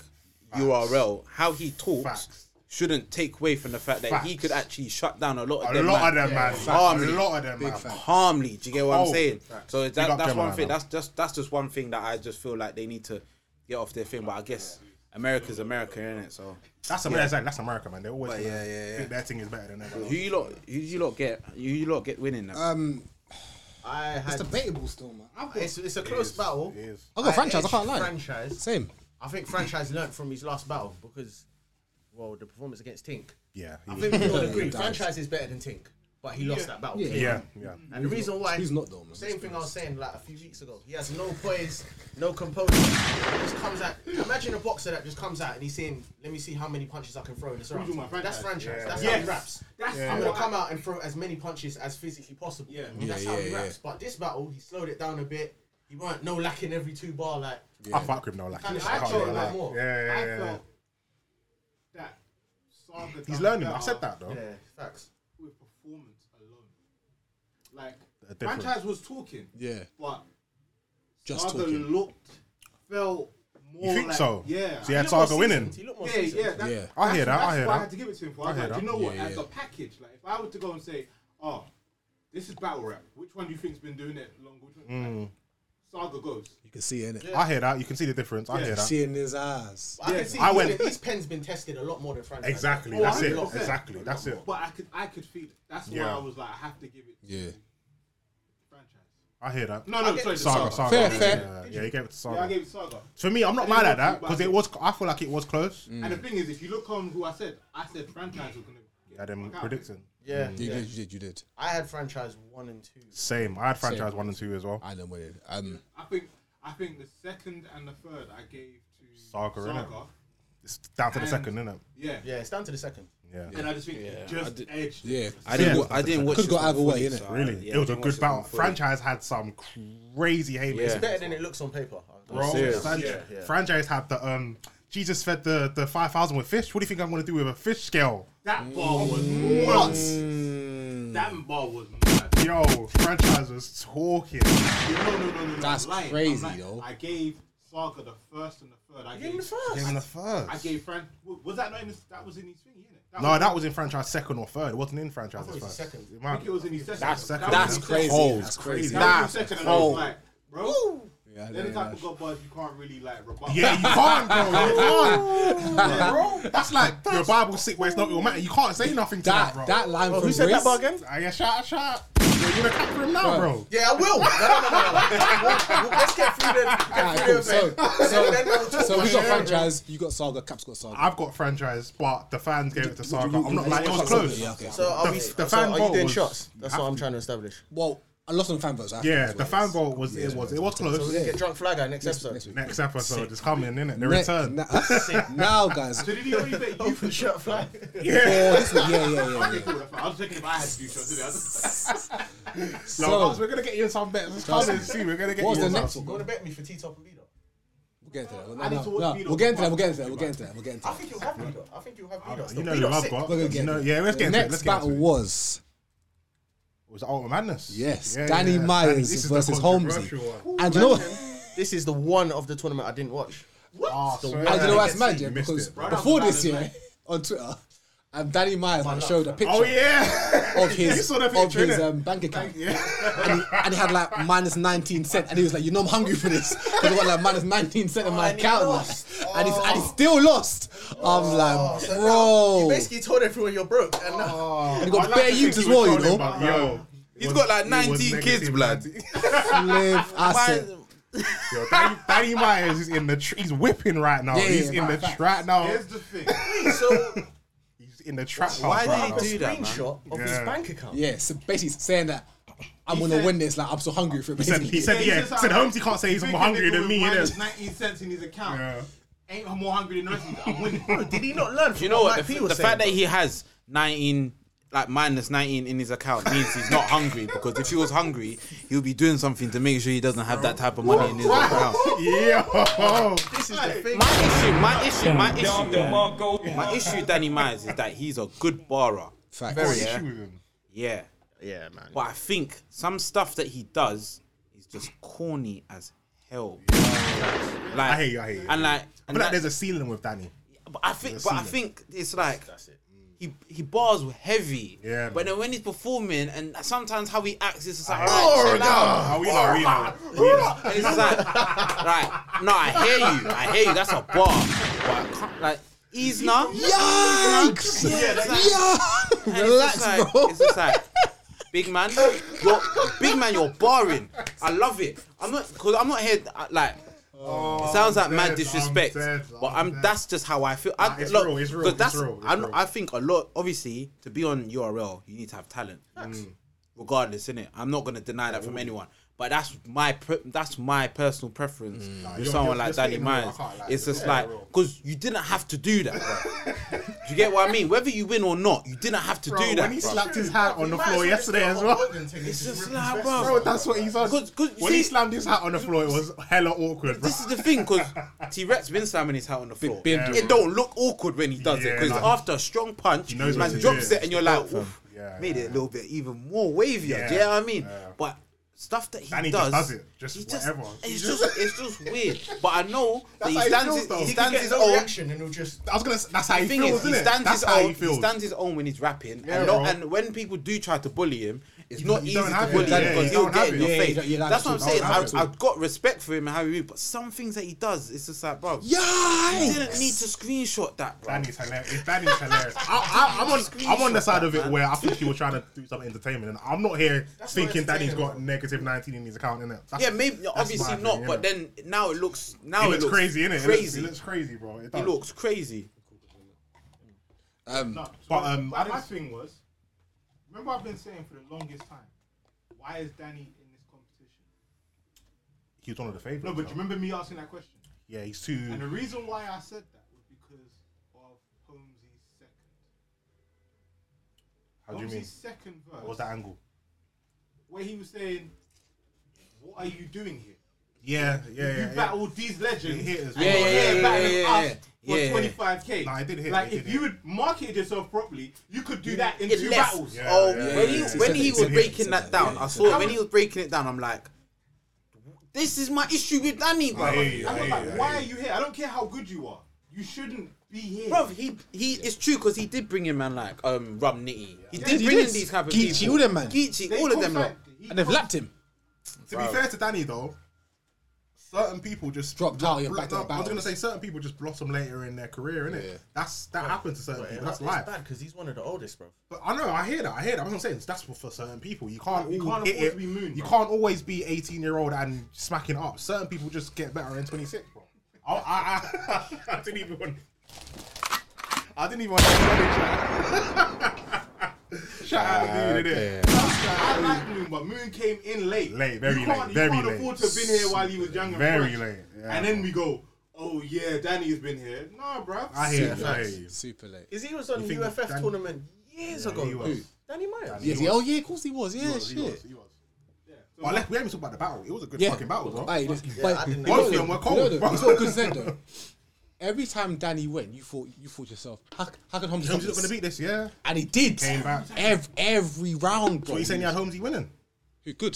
E: URL, how he talks
A: Facts.
E: shouldn't take away from the fact that he
A: Facts.
E: could actually shut down a lot of
A: A
E: them.
A: lot of
E: man.
A: them, man.
E: Harmony.
A: A lot of them, man.
E: Harmly, do you get what
A: Oh,
E: I'm saying?
A: facts.
E: So
A: Big
E: that,
A: up
E: that's
A: Gemini,
E: one thing.
A: man.
E: That's just that's just one thing that I just feel like they need to get off their thing. But I guess America's America, innit? So
A: That's America. That's America, man. They always
E: But
A: gonna
E: yeah, yeah, yeah.
A: think their thing is better than everyone.
E: who you lot, who you lot get, who you lot get winning that?
C: um,
B: I
C: it's
B: had,
C: debatable still, man. I've got,
B: it's, it's a close battle.
A: It is.
C: I've got franchise. I
B: edged
C: can't lie.
B: Franchise.
C: Same.
B: I think franchise learnt from his last battle because, well, the performance against Tink.
A: Yeah.
B: I
A: he-
B: think we all agree.
C: Yeah,
B: franchise is better than Tink, but he lost that battle.
C: Yeah.
A: Yeah. Yeah.
B: And the reason why
C: Who's not though, man?
B: Same thing I was saying like a few weeks ago. He has no poise, no composure. He just comes out. Imagine a boxer that just comes out and he's saying, "Let me see how many punches I can throw in this round."
H: do my franchise.
B: That's franchise.
A: Yeah.
B: That's how
H: Yes.
B: he raps.
H: That's
B: I'm
H: what
B: gonna
H: I-
B: come out and throw as many punches as physically possible.
H: Yeah.
B: that's
C: Yeah,
B: how
C: yeah,
B: he
C: yeah.
B: raps. But this battle, he slowed it down a bit. He weren't no lacking every two bar like.
A: I fuck with no like.
B: And
A: I
B: I
A: can't
B: felt
A: really
B: like
A: lie.
B: more.
A: Yeah, yeah,
H: I
A: yeah, yeah.
H: felt that Saga
A: He's
H: done
A: learning. I
H: better
A: said that though.
B: Yeah, facts.
H: with performance alone. Like
A: The difference.
H: franchise was talking,
C: Yeah.
H: but
C: Just
H: Saga
C: talking.
H: looked felt more.
A: You think
H: like,
A: so?
H: Yeah.
A: So you had
B: He looked
A: Saga
B: more
A: winning.
B: seasoned. He looked more
H: yeah,
B: seasoned.
H: yeah, that-
C: Yeah.
A: I hear that, I
H: that's- That's
A: hear
H: why I
A: that.
H: had to give it to him for. I
A: I
H: was
A: hear
H: like,
A: that.
H: you know what?
C: Yeah,
H: As
C: yeah.
H: a package, like if I were to go and say, oh, this is battle rap. Which one do you think's been doing it longer? Which
A: Mm.
H: one? Like, Saga goes.
C: You can see it. innit?
A: I hear that. You can see the difference. I hear that.
C: See it in his eyes.
B: I can see
A: I
B: he's
A: went-
B: been- his pen's been tested a lot more than franchise.
A: Exactly.
H: Oh,
A: That's it.
H: 100%.
A: Exactly. That's it.
H: But I could, I could feel it. That's why
A: Yeah.
H: I was like, I have to give it.
C: Yeah.
H: To franchise.
A: I hear that.
H: No, no,
B: get
H: sorry,
B: the
H: Saga.
A: Saga, Saga.
H: Saga.
C: Fair,
A: yeah,
C: fair.
A: Yeah, yeah, he gave it to Saga.
H: Yeah, I gave it to Saga.
A: For me, I'm not
H: And
A: mad
H: it
A: at
H: was
A: that
H: too
A: because
H: bad.
A: it was. I feel like it was close.
H: And the thing is, if you look on who I said, I said franchise was going to.
A: Yeah, them predicting.
B: Yeah.
C: You,
B: yeah.
C: Did, you did. You did.
B: I had franchise one and two.
A: Same. I had franchise one and two as well.
C: I know what it. Um.
H: I think I think the second and the third I gave to
A: Saga,
H: Saga.
A: innit? It's down to the
H: And-
A: second, isn't it?
H: Yeah.
B: Yeah, it's down to the second.
A: Yeah.
H: And I just think it just edged.
C: Yeah.
E: I didn't.
A: Yeah.
E: wa- I didn't watch.
C: Could go
E: it
C: either way,
E: fully,
C: innit?
E: so I-
A: Really,
E: yeah,
A: it
E: I
A: was a
E: didn't watch
A: good
E: it
A: battle.
E: fully.
A: Franchise had some crazy haymakers.
E: Yeah.
B: Better than it looks on paper.
A: Bro,
E: serious.
A: Fran- franchise had the um. Jesus fed the the five thousand with fish. What do you think I'm gonna do with a fish scale?
H: That bar was nuts. That bar was mad.
A: Yo, franchise was talking.
H: No, no, no, no, no.
C: That's
H: I'm lying. I'm
C: crazy,
H: lying.
C: yo.
H: I gave Saga the first and the third. I
B: In the
H: gave.
B: first.
A: the first.
H: I gave Fran. Was that not in? His, that was in his thingy, innit? That
A: no, that was in franchise second or third. It wasn't in franchise
B: it was
A: first.
B: second.
A: It
H: I
A: might-
H: think it was in his second.
A: That's second.
H: That
C: That's
H: was his
C: crazy.
H: second.
C: That's
A: crazy.
C: crazy.
H: That was his
A: That's
H: second. And I was
A: cold.
H: like, bro,
C: Yeah,
H: They're the
C: yeah,
H: type of god bars you can't really like rebut.
A: Yeah, you can't, bro. You can't. bro, that's like your Bible sick where it's not your matter. You can't say nothing to that,
C: That
A: bro.
C: that
B: Oh,
C: line from
I: Who said that
C: Riz,
I: bar again?
A: Ah, yeah, shout out, shout out. Yo, you gonna cap for him now, bro?
B: Yeah, I will. No, no, no, no. no. We'll- we'll- let's get through the,
C: Ah, cool.
B: get through the
C: So,
B: event.
C: so,
B: Then uh, we'll talk
C: so we
B: about
C: got
B: it.
C: franchise. You got Saga. Cap's got Saga.
A: I've got franchise, but the fans gave it to Saga. I'm not like it was close.
C: Yeah, okay.
I: So are
A: The-
I: we?
A: the
I: so
A: fan
I: are
A: vote
I: you doing
A: was-
I: shots? That's
A: have
I: what I'm
A: to.
I: trying to establish.
C: Well, I lost some fan votes. I think
A: Yeah,
C: that's
A: the
C: what
A: fan
C: is.
A: vote was it was it was
I: So we can
A: close.
I: get drunk flag guy next episode.
C: next week.
A: Next episode is coming, innit? The
C: Ne-
A: return.
C: na- now, guys.
H: So did he only bet you for
I: Shirt flag.
C: Oh, this was- yeah, yeah, yeah, yeah.
H: Cool, that's fine. I was thinking if I had to do shots, didn't I? I was-
A: No,
C: So-
A: guys, we're gonna get you in some bets. It's coming. See, we're gonna get
C: What was
A: you
C: the
A: in
C: next
A: some.
C: one?
B: You
C: We'll
B: want to bet me for T-Top and Lido?
C: get into that. No,
H: I need
C: no,
H: to watch
C: no.
H: Vito.
C: We'll get into that. We'll get into that. We'll get into that. We'll get into
B: I
C: that.
B: think you'll have Lido. I think you'll have Lido.
A: You
B: still.
A: know you
B: Lido's
A: love
B: sick.
A: got.
C: We're gonna
A: You
C: get
A: know,
C: into it.
A: yeah, let's
C: The
A: get into it.
C: next
A: Let's get
C: battle
A: into it.
C: was
A: Was the Ultimate Madness?
C: yes, Danny Myers
A: This is the
C: versus Holmesy.
A: controversial one.
C: And you know, what-
I: This is the one of the tournament I didn't watch.
A: Ah, so-
C: and you know what's mad, yeah,
A: You missed
C: because
A: it, bro.
C: before
H: Right
C: this
H: down the
C: year on Twitter, um, Danny Myers man, showed a picture
A: Oh yeah.
C: of
A: You
C: his
A: saw the
C: of
A: picture,
C: his
A: innit?
C: um, bank account, and, he, and he had like minus nineteen cent, and he was like, "You know, I'm hungry for this because I got like minus nineteen cent in my
B: Oh, and he
C: account, man."
B: lost. Oh.
C: and he's and he still lost." I'm like,
B: So now You
C: bro,
B: basically told everyone you're broke, and now
C: and he
A: I'd
C: got
A: like
C: bare
A: to
C: youths
A: think
C: as
A: he was
C: well, you
A: trolling,
C: know.
A: but Yo,
E: He's got like 19 kids, blood.
C: Live, I said.
A: Oh, Yo, Danny, Danny Myers is in the tr- he's whipping right now.
C: Yeah,
A: he's
C: yeah,
A: in
C: fact,
A: the trap now.
H: Here's the thing.
B: so
A: He's in the trap
E: Why
A: house right
E: did
A: now.
E: he do that, man?
I: Screenshot of his
A: Yeah.
I: bank account.
C: Yeah, so basically saying that I'm gonna
H: said-
C: win this, like I'm so hungry for it.
A: He said,
C: Basically.
A: he said,
H: he
A: yeah.
H: says,
A: said
H: like,
A: Holmesy can't say he's
H: big
A: more hungry
H: nigga
A: than
H: with
A: me,
H: minus
A: innit?
H: 19 cents in his account.
A: Yeah.
H: Ain't more hungry than us. I'm winning.
B: did he not learn? From
E: You know what?
B: Mike
E: The,
B: P
E: f-
B: was
E: the
B: saying,
E: fact that he has 19, like minus 19 in his account means he's not hungry because if he was hungry, he'll be doing something to make sure he doesn't have that type of money in his account.
A: Yo.
B: this is the thing.
E: My issue, my issue, my issue, my issue, Danny Myers, is that he's a good borrower.
C: Facts.
E: Yeah.
A: Issue with him.
E: Yeah.
I: Yeah, man.
E: But I think some stuff that he does is just corny as hell. Like,
A: I hear you, I hear you.
E: And
A: I
E: like, and
A: feel like
E: that-
A: there's a ceiling with Danny.
E: But I think,
A: There's a
E: but I
A: ceiling.
E: think it's like he he bars were heavy.
A: Yeah, man.
E: But then when he's performing and sometimes how he acts, it's just like,
A: Oh,
E: right, chill out.
A: nah, we know, we know, we know.
E: And it's just like, right, no, I hear you, I hear you. That's a bar, but I can't, like, ease now.
C: Yikes!
E: Yeah, it's like-
C: Yeah,
E: and it's just
C: relax,
E: like,
C: bro.
E: It's just like, big man, you're big man. You're barring. I love it. I'm not because I'm not here uh, like. it sounds like
A: I'm
E: mad
A: dead,
E: disrespect,
A: I'm dead,
E: but
A: I'm
E: I'm.
A: dead.
E: that's just how I feel. I,
A: Nah, it's
E: look,
A: real, it's real,
E: 'cause
A: it's
E: that's-
A: real, it's
E: I'm-
A: real.
E: I think a lot. Obviously, to be on URL, you need to have talent.
A: Mm.
E: Regardless, innit? I'm not gonna deny that from anyone. But that's my pre- that's my personal preference with
A: you're-
E: someone
A: you're-
E: like
A: you're
E: Danny
A: stating real, I
E: Myers.
A: can't lie,
E: It's
A: you're
E: just
A: stating
E: like
A: real.
E: because you didn't have to do that. bro. Do you get what I mean? Whether you win or not, you didn't have to do
A: When
E: that.
A: he
E: bro.
A: slapped his hat on the
B: Might as
A: floor
B: well just
A: yesterday
B: do a
A: as
B: Hulk
A: well.
B: Hogan thing.
E: It's just like, bro.
A: Bro, that's what he's on.
E: 'Cause- 'cause you
A: When he
E: see-
A: slammed his hat on the floor, it was hella awkward, bro.
E: This is the thing because T Rex been slamming his hat on the floor.
C: been
E: It don't look awkward when he does it
A: Yeah,
E: because
A: nah.
E: after a strong punch,
A: knows what
E: man
A: to
E: drops
A: do.
E: it and you're like, oof,
A: Yeah,
E: made
A: yeah.
E: it a little bit even more wavier.
A: Yeah,
E: Do you know what I mean?
A: yeah.
E: But stuff that he
A: And he
E: does,
A: just does it, just
E: he
A: whatever.
E: It's just, it's just weird. But I know that he
A: how he
E: stands,
A: feels,
E: his,
A: though.
E: he
A: He
E: stands
B: Get
E: his
B: no
E: own.
B: reaction, and he'll just.
A: I was gonna. Say, that's how
E: The
A: he
E: thing
A: feels,
E: is, he
A: innit?
E: stands
A: That's
E: his
A: how
E: own.
A: he
E: He,
A: feels.
E: stands his own when he's rapping,
A: Yeah,
E: and, not,
A: bro.
E: and when people do try to bully him, it's not
A: you
E: easy
A: don't
E: to
A: have it.
E: bully
A: Yeah,
E: him
A: you
E: because he'll
A: don't have
E: get in
A: it.
E: your
A: Yeah,
C: you
E: face.
C: don't- you don't
E: That's what
C: have
E: I'm
C: to.
E: saying.
A: You don't have
E: I've,
A: to.
E: I've got respect for him and how he, but some things that he does, it's just like, bro, you
C: Yikes!
E: didn't need to screenshot that, bro.
A: Danny's hilarious. Danny's hilarious. I, I, I'm on. I'm on the side of it where I think he was trying to do some entertainment, and I'm not here thinking
B: not
A: Danny's
B: entertaining,
A: got negative 19 in his account, innit? That's,
E: Yeah, maybe
A: that's my
E: obviously
A: opinion,
E: not, but
A: innit?
E: then now it looks now
A: it looks crazy, innit? It looks,
E: Crazy.
A: it looks crazy, bro. It
E: He
A: does.
E: looks crazy.
C: Um,
H: No,
A: But,
H: but
A: um, I
H: my
A: didn't-
H: thing was, remember I've been saying for the longest time, why is Danny in this competition?
A: He was one of the favorites.
H: No, but do you
A: though.
H: remember me asking that question?
A: yeah, he's too.
H: And the reason why I said that was because of Holmesy's second.
A: How do you mean?
H: Holmesy's second verse,
A: What was that angle?
H: where he was saying, "What are you doing here?
A: Yeah, yeah,
H: you
A: yeah. yeah.
H: battled these legends,
A: It hit as
H: and
A: well.
H: you're
E: Yeah,
H: here
E: yeah, yeah,
H: battling
E: yeah,
H: us
E: yeah,
H: for
E: yeah.
H: 25k."
A: Nah, it did hit,
H: Like
A: it
H: if
A: did
H: you
A: hit.
H: would market yourself properly, you could do that in two
E: left.
H: battles.
A: Yeah,
E: oh,
A: yeah,
E: when
A: yeah, yeah.
E: he when he
C: It's
E: was
C: in here, it's
E: breaking
C: in
E: that
C: there,
E: down,
C: yeah,
E: I
C: it's
E: saw it. when he was breaking it down, I'm like, this is my issue with Danny, bro.
A: I hear you,
H: I'm
A: I
H: not
A: hear you,
H: like,
A: I
H: why are
A: hear you.
H: you here? I don't care how good you are. You shouldn't be here.
E: Bro, he he it's true because he did bring in man like um Rum Nitty. He did
C: he
E: bring
C: did.
E: in these type of
C: Geechee,
E: people.
C: all them, man.
E: Geechee,
H: They
E: all of them.
H: comes
E: Like,
H: like- he
C: and they've
H: comes-
C: lapped him.
A: To be fair to Danny though, certain people just
C: Dropped out, yeah, back to the
A: I was
C: battle.
A: gonna say certain people just blossom later in their career, innit?
C: Yeah.
A: That's that happens to certain people. That's life.
B: bad because he's one of the oldest, bro.
A: But I know, I hear that. I hear that. That's what I'm saying. That's for for certain people. You can't.
H: You
A: all
H: can't
A: hit
H: afford
A: it.
H: to be moon,
A: You
H: bro.
A: can't always be 18 year old and smacking up. Certain people just get better in 26, bro. I, I, I, I didn't even. Want, I didn't even want to acknowledge that. Shout out to Moon, innit?
H: I like Moon, but Moon came in late.
A: Late, very
H: you can't,
A: late,
H: You
A: very
H: can't
A: late.
H: afford to have been here while he was young and
A: Very
H: fresh.
A: late, yeah.
H: And then we go, oh yeah, Danny's been here. Nah, bruv.
A: I hear you. I hear you.
C: Super late.
B: Because he was on the
A: think
B: UFF
A: Dan-
B: tournament years ago.
A: He was.
B: Danny Myers.
C: Yes, yeah, oh yeah, of course he was. Yeah,
A: He was.
C: shit.
A: He was. He was. Well, let's, we haven't talked about the battle. It was a good
C: Yeah,
A: fucking battle, bro.
C: Hey, this-
B: I
C: but you
B: didn't
C: know
B: know.
A: Both of
C: though,
A: them were
C: you
A: cold,
C: know though,
A: bro.
C: It's all good said though. Every time Danny went, you thought you thought to yourself, how, how can Holmes
A: Holmes
C: stop
A: is not going
C: this?
A: to beat this, yeah.
C: And he did.
A: Came back.
C: Ev- every round, bro.
A: What are you saying? You had Holmesy winning?
C: Who good?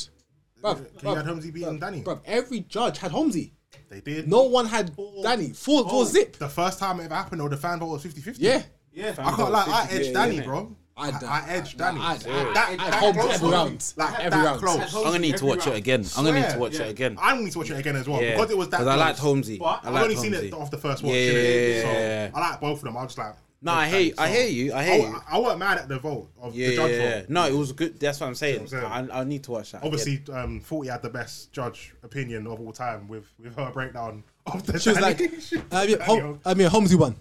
C: Bruv,
A: Can you
C: bruv,
A: had Holmesy beating Danny?
C: bruv, every judge had Holmesy.
A: They did.
C: No one had Danny. Four,
A: Oh.
C: four zip.
A: The first time it ever happened, though, the fan vote was 50 50.
C: Yeah.
H: Yeah,
A: I can't lie, I edged Danny,
C: yeah.
A: bro. I,
C: I done-
A: I edged Danny.
C: I- I-
A: that,
C: I
A: that
C: had Holmes
A: close,
C: every
A: bro.
C: round.
A: Like,
C: Every
A: that
C: round.
A: close.
E: I'm gonna need to watch it again. I'm gonna need
A: Yeah,
E: to watch
H: yeah.
E: it again.
A: I need to watch it again as well
E: Yeah,
A: because it was that.
E: 'cause I
A: close.
E: liked Holmesy.
A: But
E: I
A: I've
E: liked
A: only seen it
E: Holmesy.
A: off the first watch.
E: Yeah,
A: innit? So,
E: yeah.
A: I like both of them. I was just like, Oh,
E: No, I hear, I hear you. I hear
A: I,
E: you.
A: wa- I weren't mad at the vote of
E: Yeah,
A: the
E: yeah,
A: judge
E: yeah.
A: vote.
E: No, it was good. That's what I'm saying.
A: what I'm saying?
E: I, I need to watch that.
A: Obviously, um, Forty had the best judge opinion of all time with with her breakdown of the.
C: She was like, uh,
A: Danny- she-
C: I mean, Hol- I mean Holmesy won.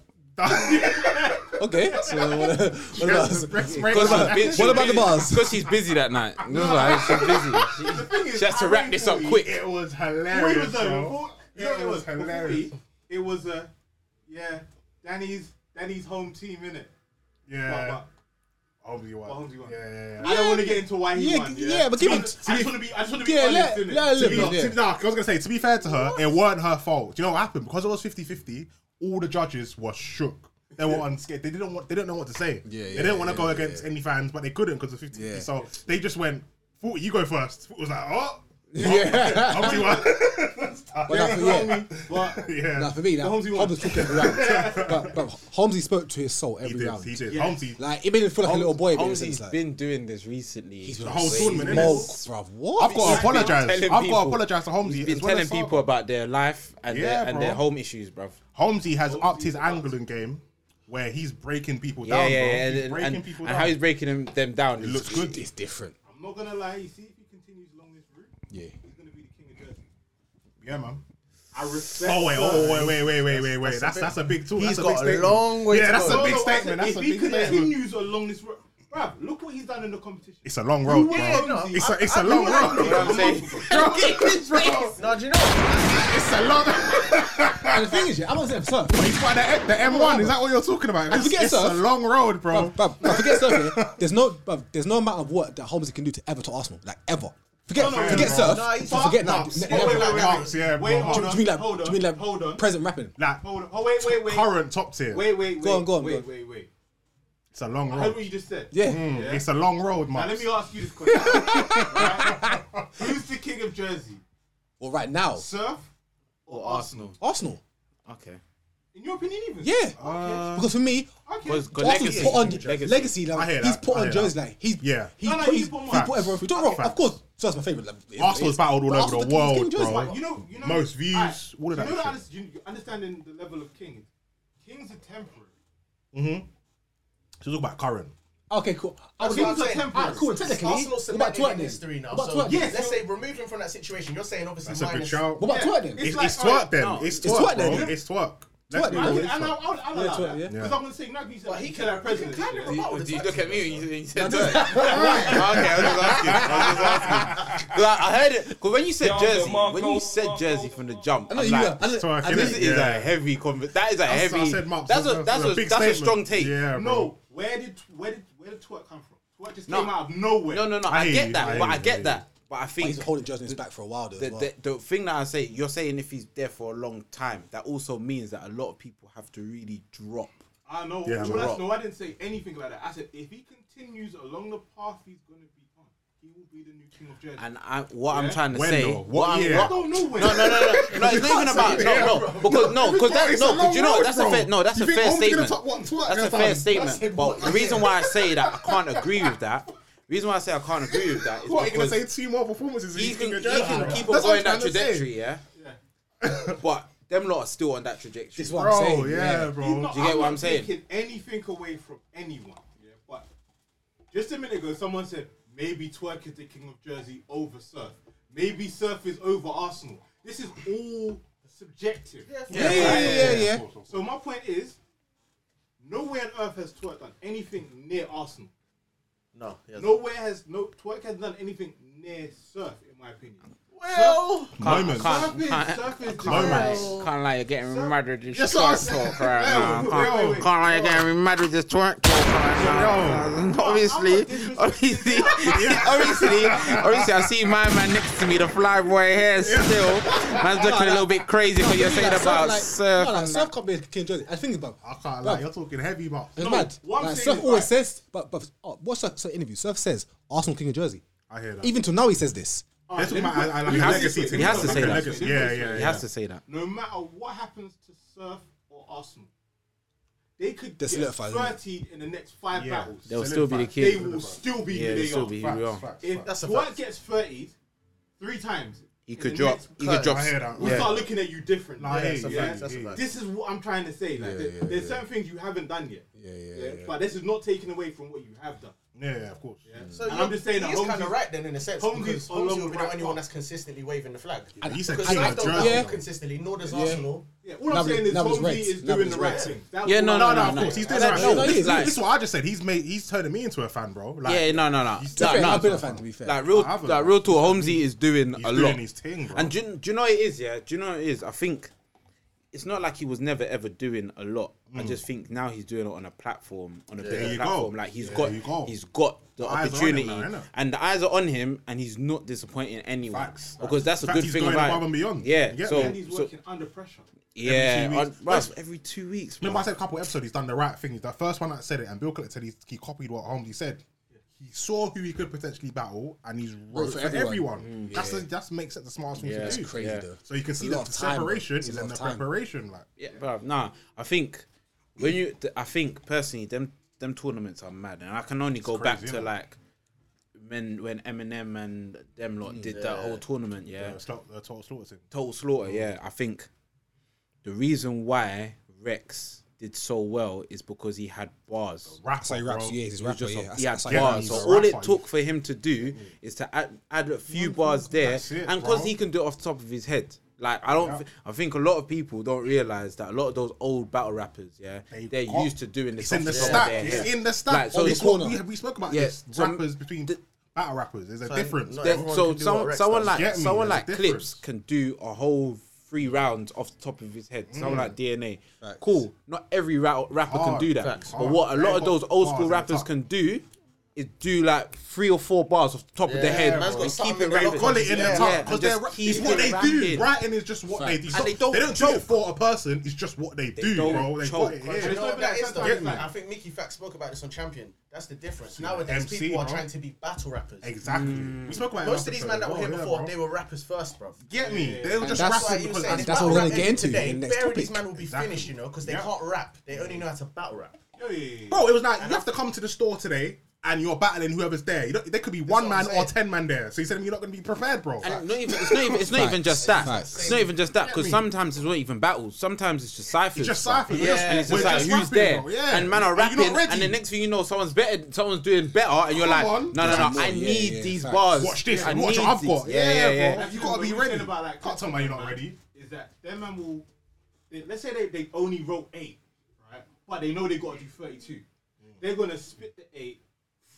C: Okay. So uh, what, what about us?
A: Breakdown.
C: What about the bars?
E: Because she's busy that night. That's why she's busy. She- She has to wrap this up quick.
A: It was
H: Wait,
A: hilarious.
H: was a,
A: bro.
H: before, you know,
A: It
H: it
A: was
H: was before
A: hilarious.
H: me, It was a, yeah, Danny's Danny's home team innit.
A: Yeah.
H: But,
A: Obviously, what?
H: Holmesy won.
A: Yeah, yeah,
H: but I don't want to get into why he
C: Yeah,
H: won.
C: yeah, but give
H: To be
C: him-
H: honest, I just want to be. I just want to be
C: Yeah,
H: honest
C: let-
H: innit.
C: let him
H: To
C: live
H: be
C: with
H: honest,
C: it.
A: yeah. To, nah, I was gonna say to be fair to her, it weren't her fault. Do you know what happened? Because it was 50-50, All the judges were shook. They were unscared. They didn't want. They didn't know what to say.
C: Yeah,
A: they
C: yeah,
A: didn't want to
C: yeah,
A: go
C: yeah,
A: against any fans, but they couldn't because of 50-50.
C: Yeah.
A: So they just went. Fort, you go first. Fort was like, oh,
C: Yeah.
A: Obviously, what?
C: But that's- yeah.
H: But
A: yeah.
C: Nah, for me, that
H: Holmesy
C: Holmesy
H: won.
C: Holmes took every round. but, but Holmesy spoke to his soul
A: he
C: every
A: did.
C: round.
A: He did. Holmesy.
C: Like it made him feel like a little boy.
E: Holmes
C: Holmesy's
E: has
C: like,
E: been doing this recently.
C: he's
A: the whole
C: like,
A: tournament, innit?
C: smokes, bruv. What?
A: I've got to apologize.
E: telling
A: I've got
E: people-
A: to apologize to Holmesy.
E: He's been
A: as well as
E: telling
A: Sarah.
E: people about their life and,
A: Yeah,
E: their, and
A: bro.
E: their home issues, bruv.
A: Holmesy has upped his angling game where he's breaking people
E: Yeah,
A: down,
E: yeah,
A: bro.
E: yeah.
A: He's
E: And,
A: breaking
E: and,
A: people
E: and
A: down.
E: how he's breaking them, them down.
A: it looks good.
C: It's different.
H: I'm not gonna lie. You see, if he continues along this route,
C: Yeah.
H: he's gonna be the king of Jersey.
A: Yeah, man.
H: I respect.
A: Oh wait,
H: that.
A: oh wait, wait, wait, wait, wait, wait. That's that's a big tool. That's
B: He's
A: a big
B: got a
A: statement.
B: long way
A: Yeah,
B: to
A: that's
B: go.
A: a big
H: No, no, I said
A: statement. That's
H: if
A: a
H: he
A: big statement.
H: continues along this road, bruv, look what he's done in the competition.
A: It's a long road, bro.
H: Yeah, no,
A: It's
H: I-
A: a it's a long road.
E: I'm saying.
B: No, do you know?
A: It's a long.
C: And the thing is, yeah, I'm not saying sir.
A: It's like the, the M1. Is that what you're talking about? It's,
C: forget
A: it's a
C: surf.
A: long road, bro.
C: Bruv, bruv, bruv, forget surf. yeah. There's no, bruv, there's no amount of work that Holmesy can do to ever to Arsenal, like ever. Forget,
H: no,
C: forget
A: no,
C: surf.
B: no, he's-
C: but forget
B: no,
C: that.
B: wait,
C: Ne-
H: Wait,
C: never.
H: wait, wait, wait.
A: Marks, yeah, bro.
H: Wait, hold
A: Do
C: Do
H: on,
C: you mean like,
H: hold on,
C: do you mean like
H: hold on,
C: present rapping?
A: Like
H: hold on. Oh wait, wait, wait,
A: current top tier.
H: wait, wait, wait.
C: Go on, go on,
H: wait,
C: go on.
H: wait, wait.
A: It's a long
H: I heard what
A: road.
H: you just said.
C: Yeah.
A: Mm, It's a long road,
H: Now
A: man.
H: let me ask you this question. right? Who's the king of Jersey,
C: Well, right now,
H: Surf or Arsenal?
C: Arsenal.
E: Okay.
H: In your opinion, even?
C: Yeah.
A: Uh,
C: because for me,
H: Okay.
E: Because
C: Arsenal's
E: legacy.
C: put on
E: Legacy.
C: legacy.
A: I
C: like,
A: hear
C: he's
A: that,
C: put
A: I
C: on
A: hear
C: Jones.
A: that.
C: Like he's
A: Yeah.
C: He's
H: No, no,
C: put,
H: he's
C: he's,
H: put
C: he's
H: Marks.
C: put everyone through. Don't wrong.
A: Facts.
C: Of course, Jones my favorite. Like, it
A: Arsenal's
C: is.
A: battled all over
C: But
A: the
C: Arsenal's king- he's
A: world,
C: king Jones,
A: bro.
C: like,
H: you know, you know,
A: Most views, all
H: Alright,
A: of
H: you
A: that
H: Know
A: shit.
H: the honest- you understanding the level of kings. Kings are temporary.
A: She's talking about current.
C: Okay, cool. I was
H: what
C: going
H: I'm
C: to
H: saying.
C: ah, cool. Technically,
B: Arsenal
C: what about
B: cemented
C: twerk
B: in history
C: then?
B: now.
C: What about
B: so
C: twerk?
H: Yes.
B: let's say remove him from that situation. You're saying obviously
A: That's a big
B: minus-
A: shout.
C: What about
H: Yeah.
C: twerk then?
H: It's
A: It's,
H: like,
A: it's
H: alright,
A: twerk then.
H: no.
A: It's
C: It's
A: twerk,
C: twerk
A: bro.
C: then.
A: It's twerk. Let's
C: Twerk
A: be
C: then.
H: I
A: real,
H: would,
A: it's
H: and I,
A: twerk.
H: I would, I would
C: Yeah,
H: like
C: twerk,
H: that.
C: yeah.
H: Because I'm gonna say, now you said,
B: But he
H: you
B: can-
H: said our
B: he can
H: president.
B: kind of
H: yeah.
B: rebut with
E: Did
B: the
E: you
B: fact
E: look
B: that
E: at me when
B: he's
E: you, when you said that? okay, I was just asking. I was just asking. 'Cause I, I heard it. Because when you said Jersey, when you said Jersey from the
C: I
E: jump, I
C: know
E: was
C: you
E: like,
C: were- I know-
A: Twerk,
E: and this
A: innit?
E: is
A: Yeah.
E: a heavy conver That is a
A: That's
E: heavy.
A: what I said, Mark.
E: that's
A: That's
E: a
A: a-
E: that's
A: a
E: a,
A: big
E: that's a strong
A: statement.
E: take.
A: Yeah.
H: No, where did where did where did twerk come from? Twerk just
E: No.
H: came out of nowhere.
E: No, no, no.
A: I
E: I,
A: hear
E: get
A: you,
E: that,
A: I
E: but
A: hear
E: I
A: you, I
E: get
A: hear
E: that. But I think
C: He's holding Jones back for a while though.
E: the,
C: as well.
E: the, the thing that I say, you're saying if he's there for a long time, that also means that a lot of people have to really drop.
H: I know.
A: Yeah,
H: well,
A: man.
H: that's, no, I didn't say anything like that. I said if he continues along the path he's gonna be on, he will be the new king of Jersey.
E: And I, what I'm
H: Yeah.
E: trying to
A: When
E: say,
A: though?
E: what,
A: What
E: I'm,
A: year?
H: I
E: what-
H: don't know when.
E: No, no, no, no, no. It's not even about no, no, because no, because that
A: It's
E: no,
A: a
E: because you
A: long
E: know
A: road,
E: that's
A: bro.
E: a fair no, that's
A: You
E: a
A: think
E: fair
A: Holmes gonna
E: statement.
A: top what, twerk
E: That's a
A: that
E: fair
A: time?
E: statement. But the reason why I say that I can't agree with that, reason why I say I can't agree with that is
A: What, you're going
E: because
A: to say two more performances? and
E: he
A: you
E: can
A: think
E: he
A: you're Jersey,
E: can
A: bro?
E: keep on
A: That's what
E: going
A: I'm trying
E: that
A: to say.
E: trajectory, yeah. but them lot are still on that trajectory.
C: This is what
A: Bro,
C: I'm saying.
A: yeah, bro.
H: He's not-
E: Do you get what
H: not
E: I'm saying?
H: Taking anything away from anyone, yeah. But just a minute ago, someone said maybe twerk is the king of Jersey over surf. Maybe surf is over Arsenal. This is all subjective.
C: Yeah, yeah, yeah, yeah.
A: Of course, of
H: So my point is, nowhere on earth has twerk done anything near Arsenal.
I: No. he hasn't.
H: Nowhere has no twerk has done anything near surf, in my opinion.
I: Well,
A: Moments.
H: Surf is
E: Can't-
H: surf is
A: Moments.
H: just-
E: Can't lie, you're getting mad with this
H: Yes,
E: twerk
H: sir.
E: talk right
H: Yo,
E: now.
H: yo,
E: Can't, can't
H: wait, wait.
E: lie, you're getting mad with this twerk talk right now. obviously,
H: I'm
E: obviously,
H: not
E: obviously, obviously, I see my man next to me, the fly boy here still. Man's looking a little bit crazy because you're saying
C: Like,
E: about
C: like,
E: surf.
C: No, like,
E: and
C: surf can't be a king of Jersey. I think about.
A: I can't lie. You're talking heavy, but
C: It's mad.
H: what I'm
C: Like,
H: saying
C: Surf
H: is,
C: always
H: like-
C: says, but but oh, what's that so interview? Surf says Arsenal King of Jersey.
A: I hear that.
C: Even till now, he says this.
H: All
A: Let's
H: right,
A: talk
H: let me
A: about
H: put-
A: I- I
H: let
A: like
H: me
A: a
H: put it
A: legacy
H: this
A: thing.
H: way.
E: He has to say
A: Like a
E: that.
A: legacy. Yeah, yeah,
E: that.
A: yeah.
E: He has to say that.
H: No matter what happens to Surf or Arsenal, they could
C: They're
H: get
C: solidified, isn't it?
H: 13 in the next five
A: Yeah.
H: battles.
E: They'll still be the
H: they
E: kid.
H: will still be
E: Yeah,
H: who they
E: they'll still
H: are.
E: be who
A: Facts,
E: we are.
A: facts,
H: If
A: facts.
I: That's a
H: Dwight
I: fact.
H: gets 30 three times,
E: He
H: in
E: could
H: the
E: drop.
H: next
E: He could
I: cut.
E: drop.
A: I hear that.
H: we
E: Yeah.
H: start looking at you different.
A: Nah, I hear
H: Yeah,
A: you,
H: yeah,
A: yeah,
I: that's a
A: yeah,
I: fact.
H: This is what I'm trying to say. Like, there- there's certain things you haven't done yet. Yeah, yeah, But this is not taken away from what you have done.
A: yeah, yeah, of course.
I: so
H: And
I: you're-
H: I'm just saying that
I: he is
H: Holmes
I: kind
H: is-
I: of right then in a sense.
H: Holmes
I: because
H: is
I: Holmes
H: along
I: will
H: the
I: be the
H: right
I: only one
H: path.
I: that's consistently waving the flag.
A: And he said
I: Because
A: king
I: I've
A: of
I: done
A: Jersey.
C: Yeah.
I: that consistently, nor does Arsenal.
H: Yeah, all I'm
C: Lovely-
H: saying is
C: lovely
H: Holmes
C: rates.
H: is
C: Lovely
H: doing the right
C: rates.
H: thing. That's
E: Yeah,
H: all
E: no,
H: I'm
E: no,
A: No,
H: saying.
A: no, of course. He's doing
C: no,
A: the right
C: no,
A: thing.
C: no,
A: This
C: he is,
A: is-
C: he is.
A: this is what I just said. He's made. He's turning me into a fan, bro. Like,
E: Yeah, no, no, no.
A: He's
E: Nah,
C: fair,
E: nah.
C: I've been a fan to be fair.
E: Like real,
A: I haven't.
E: like real tour, Holmesy is doing
A: he's
E: a
A: doing
E: lot.
A: his thing, bro.
E: And do, you- do you know what it is? Yeah, do you know what it is? I think it's not like he was never ever doing a lot. I just think now he's doing it on a platform, on a bigger
A: Mm. you go.
E: platform. Like he's
A: There
E: got,
A: you go.
E: he's got the,
A: The eyes are on him
E: opportunity,
A: now, innit?
E: and the eyes are on him, and he's not disappointing anyone
A: Facts.
E: because that's a
A: Facts,
E: good
A: he's
E: thing
A: going
E: about
A: above
E: him.
A: and beyond.
E: Yeah,
A: You get
E: so,
A: me?
H: And he's
E: so
H: working under pressure.
E: yeah,
A: two
E: on-
A: weeks.
E: bro, it's
A: That's-
E: every two weeks.
A: Remember, I
E: bro.
A: said a couple episodes. He's done the right thing. He's the first one that said it, and Bill Clinton said he, he copied what Holmes said. He saw who he could potentially battle, and he's wrote
C: for
A: for,
C: everyone.
A: everyone. That's the, that's makes it the smartest thing to do.
C: crazy, Yeah. though.
A: So you can see
C: lot
A: that
C: of
A: the
C: time, bro.
A: separation
C: It's a
A: is
C: lot
A: in
C: of
A: the
C: time.
A: preparation. Like,
E: Yeah, but nah, I think when you, th- I think personally, them them tournaments are mad, and I can only go back
A: crazy,
E: to
A: innit?
E: like when when Eminem and them lot did that whole tournament. Yeah,
A: uh, Slau- uh, total slaughter thing.
E: total slaughter. Yeah, I think the reason why Rex did so well is because he had bars.
A: Rapper,
C: So he raps,
A: bro.
C: yeah, he's a rapper, yeah.
E: He had
C: That's- that's like-
E: bars,
A: he's
E: so
A: a
E: all it
A: rapper,
E: took for him to do is to add, add a few bars there,
A: That's it,
E: and because
A: bro.
E: he can do it off the top of his head. Like I don't, thi- I think a lot of people don't realize that a lot of those old battle rappers, yeah,
A: They've
E: they are
A: got-
E: used to doing
A: It's
E: this.
A: in
E: off
A: the
E: top of
A: stack.
E: their head.
A: It's in the
E: Like,
A: stack.
E: so
A: Oh,
E: the
A: it's what
E: corner.
A: we, we spoke about
E: Yeah,
A: this.
E: so-
A: Rappers between battle rappers. There's a
I: So,
A: difference.
I: not
A: bro.
E: That-
I: everyone
E: so
I: can do
E: some,
I: what Rex
E: someone
I: does.
E: like
A: Get me,
E: someone
A: there's
E: like
A: a
E: Clips
A: difference.
E: can do a whole three rounds off the top of his head.
A: Mm.
E: Someone like DNA, cool. Not every ra- rapper
A: Hard.
E: can do that,
A: Facts.
E: but
A: Hard.
E: what a
A: They
E: lot of
A: got
E: those old
A: bars
E: school
A: at the
E: rappers
A: top.
E: can do is do like three or four bars off the top of their
I: Yeah,
E: head
I: man's got
E: and
I: something
E: keep it
I: in their
E: relevant.
A: Call it in
E: Yeah,
A: the
E: yeah,
A: top
E: and
A: because
E: just
A: they're ra-
E: keep
A: it's what
E: it
A: they
E: rapping.
A: do. Writing is just what they do.
E: And they
A: they
E: don't
A: don't. They don't do
E: choke.
A: it for a person. It's just what they do,
E: don't
A: bro. They
E: choke.
A: got it
I: But
A: here.
I: you know what that is though?
H: Get me.
I: Like, I think Mickey Fax spoke about this on Champion. That's the difference. Nowadays,
A: MC,
I: people are
A: bro.
I: trying to be battle rappers.
A: Exactly.
E: Mm.
A: We spoke about it
I: Most
A: last
I: of these
A: episode
I: men that
A: as
I: were
A: well,
I: here
A: yeah,
I: before,
A: bro.
I: they were rappers first, bro.
A: Get me? They were just
C: And that's
I: That's why
A: rapping
I: he was
A: because
I: saying
C: and
I: if
C: that's
I: battle
C: what we're gonna
I: rap
C: get
I: ended
C: into
I: today,
C: in the next
I: Bury
C: topic.
I: these man will be
A: Exactly.
I: finished, you know, because they
A: Yeah.
I: can't rap. They only know how to battle rap.
H: Yeah, yeah, yeah.
A: Bro, it was like you have to come to the store today and you're battling whoever's there. You don't, there could be one
I: what I'm
A: man or
I: saying.
A: ten man there. So you said you're not going to be prepared, bro.
E: And not even, it's not even, it's not even just that.
C: Facts.
E: It's not even just that
A: Get
E: because
A: me?
E: sometimes it's not even battles. Sometimes it's just ciphers.
A: It's just
E: bro.
A: ciphers. We're Yeah. just-
E: and it's
A: we're
E: just like
A: just
E: who's
A: rapping,
E: there,
A: bro. Yeah.
E: and man are
A: And you're not
E: rapping, and,
A: ready.
E: the next thing you know, someone's better, someone's doing better, and you're
A: Come
E: like,
A: on.
E: no, no, no,
C: more.
E: I
C: Yeah,
E: need
C: yeah,
E: these
C: facts.
E: bars.
A: watch this
E: I
A: and watch
E: need
A: what I've
E: these.
A: got.
E: Yeah, yeah, yeah.
A: bro. You gotta be
H: What we're saying
A: ready.
H: About, like,
A: Can't tell me you're not ready.
H: Is that them man will? They, let's say they, they only wrote eight, right? But they know they got to do thirty-two.
A: Mm.
H: They're gonna spit the eight,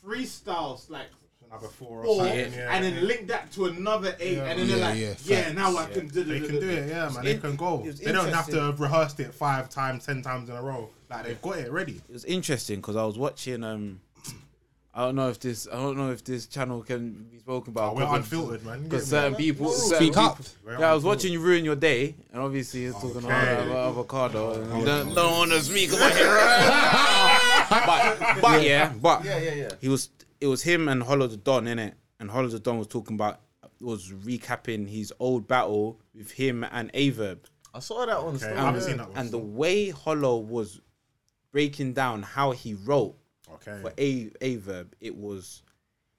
H: freestyles like
A: Another four or
H: four,
A: something, yeah.
H: and then link that to another eight, and then they're
C: Yeah,
H: like,
C: yeah,
H: yeah,
C: facts.
H: now I can do.
A: They can do it, yeah, man. They
E: in-
A: can go.
E: it was
A: They don't have to
E: interesting.
A: have rehearsed it five times, ten times in a row. Like they've got it ready.
E: It was interesting because I was watching. Um, I don't know if this. I don't know if this channel can be spoken about.
A: Oh, we're unfiltered, man.
E: Because
A: Get me.
E: certain people certain
C: Speak
E: people-
C: up.
E: Yeah, I was watching you ruin your day, and obviously he's talking about,
A: Okay.
E: about
I: Oh,
E: avocado. And you don't, don't want to speak about it right now. but, but yeah, but
I: Yeah, yeah, yeah.
E: He was. It was him and Hollow the Don in it, and Hollow the Don was talking about was recapping his old battle with him and Averb
I: I saw that on
A: Okay, I haven't seen that one.
E: and the way Hollow was breaking down how he wrote
A: okay.
E: for a a verb, it was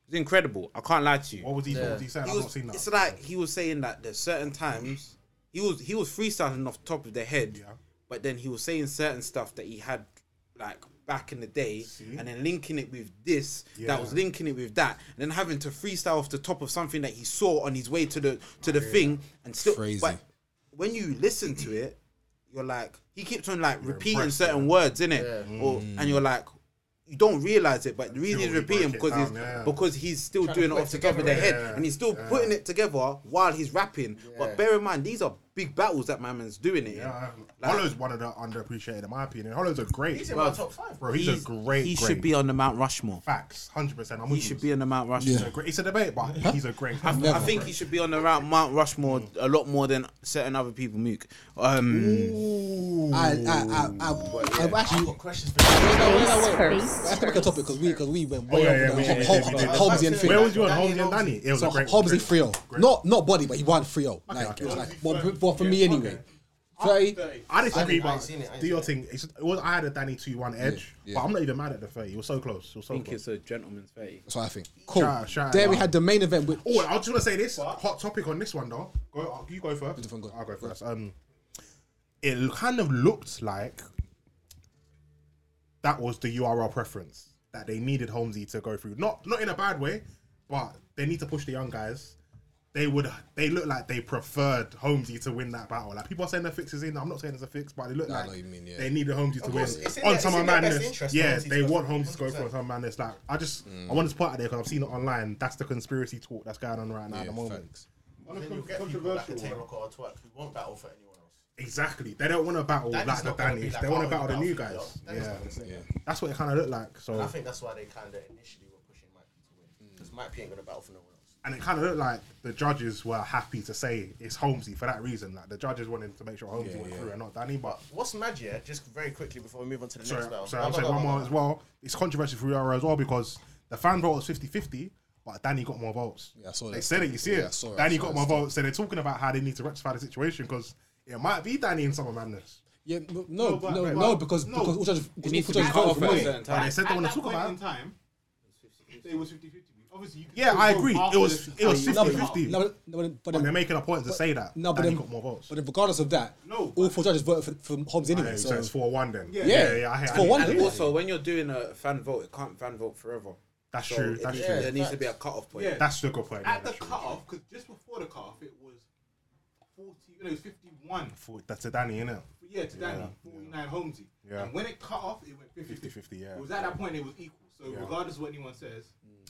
E: it was incredible. I can't lie to you.
A: What was he? What was he saying?
E: He
A: I've
E: was-
A: not seen that.
E: It's like he was saying that there's certain times he was he was freestyling off the top of their head,
A: Yeah.
E: but then he was saying certain stuff that he had like back in the day, and then linking it with this that was
A: Yeah.
E: linking it with that, and then having to freestyle off the top of something that he saw on his way to the to the thing, and still
C: Crazy.
E: But when you listen to it, you're like he keeps on like repeating
A: impressed,
E: certain words in it, or and you're like. You don't realize it, but the reason he's
A: Until he break it
E: repeating because he's
A: down, yeah.
E: because he's still doing it
B: put
E: off
B: it
E: the top of
B: together,
E: their head,
A: yeah.
E: and he's still putting it together while he's rapping. But bear in mind, these are big battles that my man's doing it. in.
A: Yeah,
E: Like-
A: Hollow's Um, one of the underappreciated, in my opinion. Hollow's a great.
B: He's in my top five.
A: Bro, he's, a great.
E: He
A: great.
E: should be on the Mount Rushmore.
A: facts, hundred percent. I'm
E: He
A: with
E: should
A: you.
E: be on the Mount Rushmore.
A: He's a great- It's a debate, but he's a great. I,
E: I think he should be on the route Mount Rushmore a lot more than certain other people. Mook. Um,
C: I, I, I, I, I actually. Wait,
I: Questions for you.
C: no, wait, no, wait. Let's pick a topic because we, because we went way
A: yeah, yeah,
C: over
A: we
C: the
A: did, we
C: Hob-
A: did, we did.
C: Hob- Hobbs and
A: Where
C: thing.
A: was you on Holmes and Danny? It was
C: So
A: a great.
C: Hobbs
A: great-
C: he free
A: great-
C: not not body, but he won free Like
A: okay,
C: it was
A: okay.
C: like well, for- for me anyway. Thirty.
A: I disagree,
I: I ain't
A: but
I: seen it, I ain't
A: do your thing. It's, it was, I had a Danny two one edge, but I'm not even mad at the thirty. It was so close. It was so
E: I think
A: close.
E: it's a gentleman's thirty.
C: That's what I think. Cool.
A: Shout out, shout out.
C: there we had the main event with
A: Oh, I just want to say this hot topic on this one though. Go, uh, you go first.
C: Different go.
A: I'll go first. Um, it kind of looked like that was the URL preference that they needed Holmesy to go through. Not not in a bad way, but they need to push the young guys. They would. They look like they preferred Holmesy to win that battle. Like people are saying the fix is in. I'm not saying it's a fix, but they look
C: Nah, I
A: like
C: know what you mean, yeah.
A: they needed Holmesy to win
I: course, it's in
A: on
I: their-
A: some
I: it's in their best
A: madness.
I: interest
A: Yeah,
I: Holmesy to
A: they
I: go
A: want
I: for Mm. it.
A: Holmesy to go for some madness. Like I just I want to put it out there because I've seen it online. That's the conspiracy talk that's going on right now at the moment.
I: Then you'll get people like a Tay Rock or a Twerk who won't battle for anyone else.
A: Exactly. They don't want to battle
I: Danny's
A: like the
I: not gonna be
A: Dannys.
I: like,
A: they want to
I: oh,
A: battle the
I: you
A: new
I: battle
A: guys.
I: for
A: Yeah.
I: yourself. Danny's not gonna say that.
A: That's what it kind of looked like. So
I: I think that's why they kind of initially were pushing Mike to win because Mike P ain't gonna battle for no one else.
A: and it kind of looked like the judges were happy to say it's Holmesy for that reason. Like the judges wanted to make sure Holmesy went through and not Danny. But
I: What's mad, yeah? Just very quickly before we move on to the
A: sorry,
I: next battle.
A: sorry,
I: No,
A: I'm
I: no,
A: saying
I: no,
A: one
I: no,
A: more
I: no.
A: as well. It's controversial for Yara as well because the fan vote was 50-50, but Danny got more votes.
C: I saw
A: They
C: this.
A: said it. You see
C: Yeah, I
A: it.
C: saw it, I
A: Danny
C: saw
A: got
C: it,
A: more
C: I saw
A: votes. So they're talking about how they need to rectify the situation because it might be Danny in Summer Madness.
C: Yeah, no, no,
H: but-
C: no,
H: but-
C: no because
H: no.
C: because all judges because
E: needs
C: all
E: to be
C: judges
E: cut
C: voted
E: off
C: for
E: at a
C: money.
E: certain
A: But they
E: time.
A: said they want to talk
H: point
A: about.
H: in
A: it.
H: time, it was 50 50. Obviously, you could
A: Yeah,
H: still
A: I
H: vote
A: agree. It
H: after
A: was
H: this.
A: it was
C: No, but-
A: 50-50.
C: no, but- no, but- but
A: But they're
C: then-
A: making a point to say that.
C: No, but
A: Danny
C: then-
A: got more votes.
C: but then regardless of that,
H: No,
C: all
H: but-
C: four judges voted for, for Hobbs
A: Yeah,
C: anyway.
A: so,
C: So
A: it's four one then.
H: Yeah.
A: yeah, yeah. I hear-
C: It's
A: I
C: four
A: hear
C: one.
A: that.
E: And
C: Yeah.
E: also, when you're doing a fan vote, it can't fan vote forever.
A: That's
E: So
A: true.
E: it
A: That's
E: needs-
A: true.
E: There needs to be a cut off point.
H: Yeah.
A: That's the good point. yeah,
H: At the
A: that's true.
H: cutoff, because just before the cutoff, it was 40, no, it was 51.
A: For- That's a Danny, innit?
H: Yeah, to Danny, 49 Holmesy.
A: Yeah.
H: And when it cut off, it went 50
A: 50-50, yeah.
H: It was at that point, it was equal. So, regardless of what anyone says,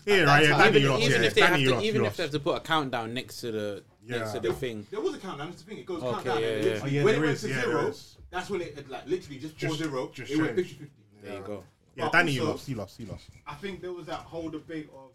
A: Yeah, right. Yeah, Danny,
E: Even,
A: you lost.
E: even
A: yeah,
E: if they
A: Danny,
E: have
A: you
E: to,
A: lost,
E: even
A: you
E: if they have
A: lost.
E: to put a countdown next to the next
A: Yeah.
E: to the thing.
H: there was a countdown. That's the thing. It goes
E: Okay,
H: countdown.
E: yeah,
H: and
E: yeah.
H: literally
A: Oh, yeah,
H: when it
A: there
H: went
A: is,
H: to
A: yeah, there
H: zero,
A: is.
H: that's when it, like, literally just 4
A: Just-
H: 0.
A: just
H: it went
A: changed.
H: 50 50.
E: There you go.
A: Yeah,
H: But
A: Danny, you
H: also-
A: lost. You lost. You lost.
H: I think there was that whole debate of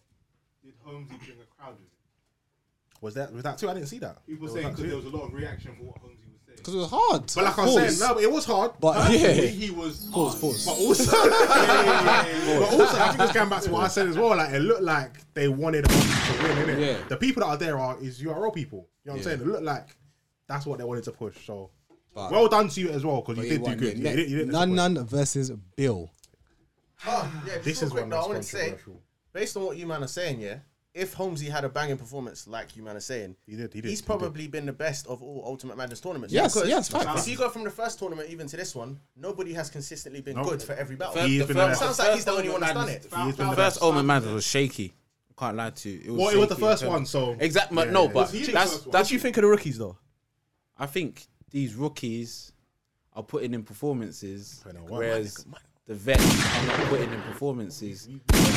H: did Holmesy bring a crowd with it?
A: Was that was that too? I didn't see that.
H: People
A: Was
H: saying
A: that
H: because
A: too?
H: there was a lot of reaction for what Holmesy was saying.
C: because it was hard.
A: But like I was saying, no, but it was hard.
C: but
H: Personally,
C: yeah,
H: he was.
C: pause, pause.
A: But also, but also, I think it's going back to what I said as well. Like it looked like they wanted Holmesy to win, innit?
C: Yeah.
A: The people that are there are is URL people. You know what I'm saying? It looked like that's what they wanted to push. So,
C: But-
A: well done to you as well because
C: But
A: you
C: he
A: did do
C: won,
A: good.
C: yeah.
A: You didn't- you didn't
C: None,
A: disappoint.
C: none versus Bill.
I: Oh, yeah,
A: This
I: this
A: is
I: is quick,
A: one
I: though, I
A: that's
I: want to say,
A: controversial.
I: based on what you man are saying, yeah, if Holmesy had a banging performance like you man are saying,
A: He did, he did,
I: he's
A: he did.
I: probably been the best of all Ultimate Madness tournaments.
C: Yes,
I: Because
C: yes, fact.
I: If you go from the first tournament even to this one, nobody has consistently been good for every battle.
A: He's
E: The
A: been
E: first-
A: the
I: Sounds
A: best.
I: like he's the
E: first
I: only one that's done
E: Omen
I: it.
E: Madness-
A: He's been the
E: The
A: best.
E: first Omen Madness was shaky. Can't lie to you. It was
A: Well, it was the
E: shaky
A: first
E: in terms-
A: one, so-
E: exactly.
A: Yeah,
E: no,
A: yeah.
E: but
A: Was he
H: the
E: that's
H: first one?
E: that's.
I: you think of the rookies though?
E: I think these rookies are putting in performances,
A: Putting in work.
E: whereas the vets are not putting in performances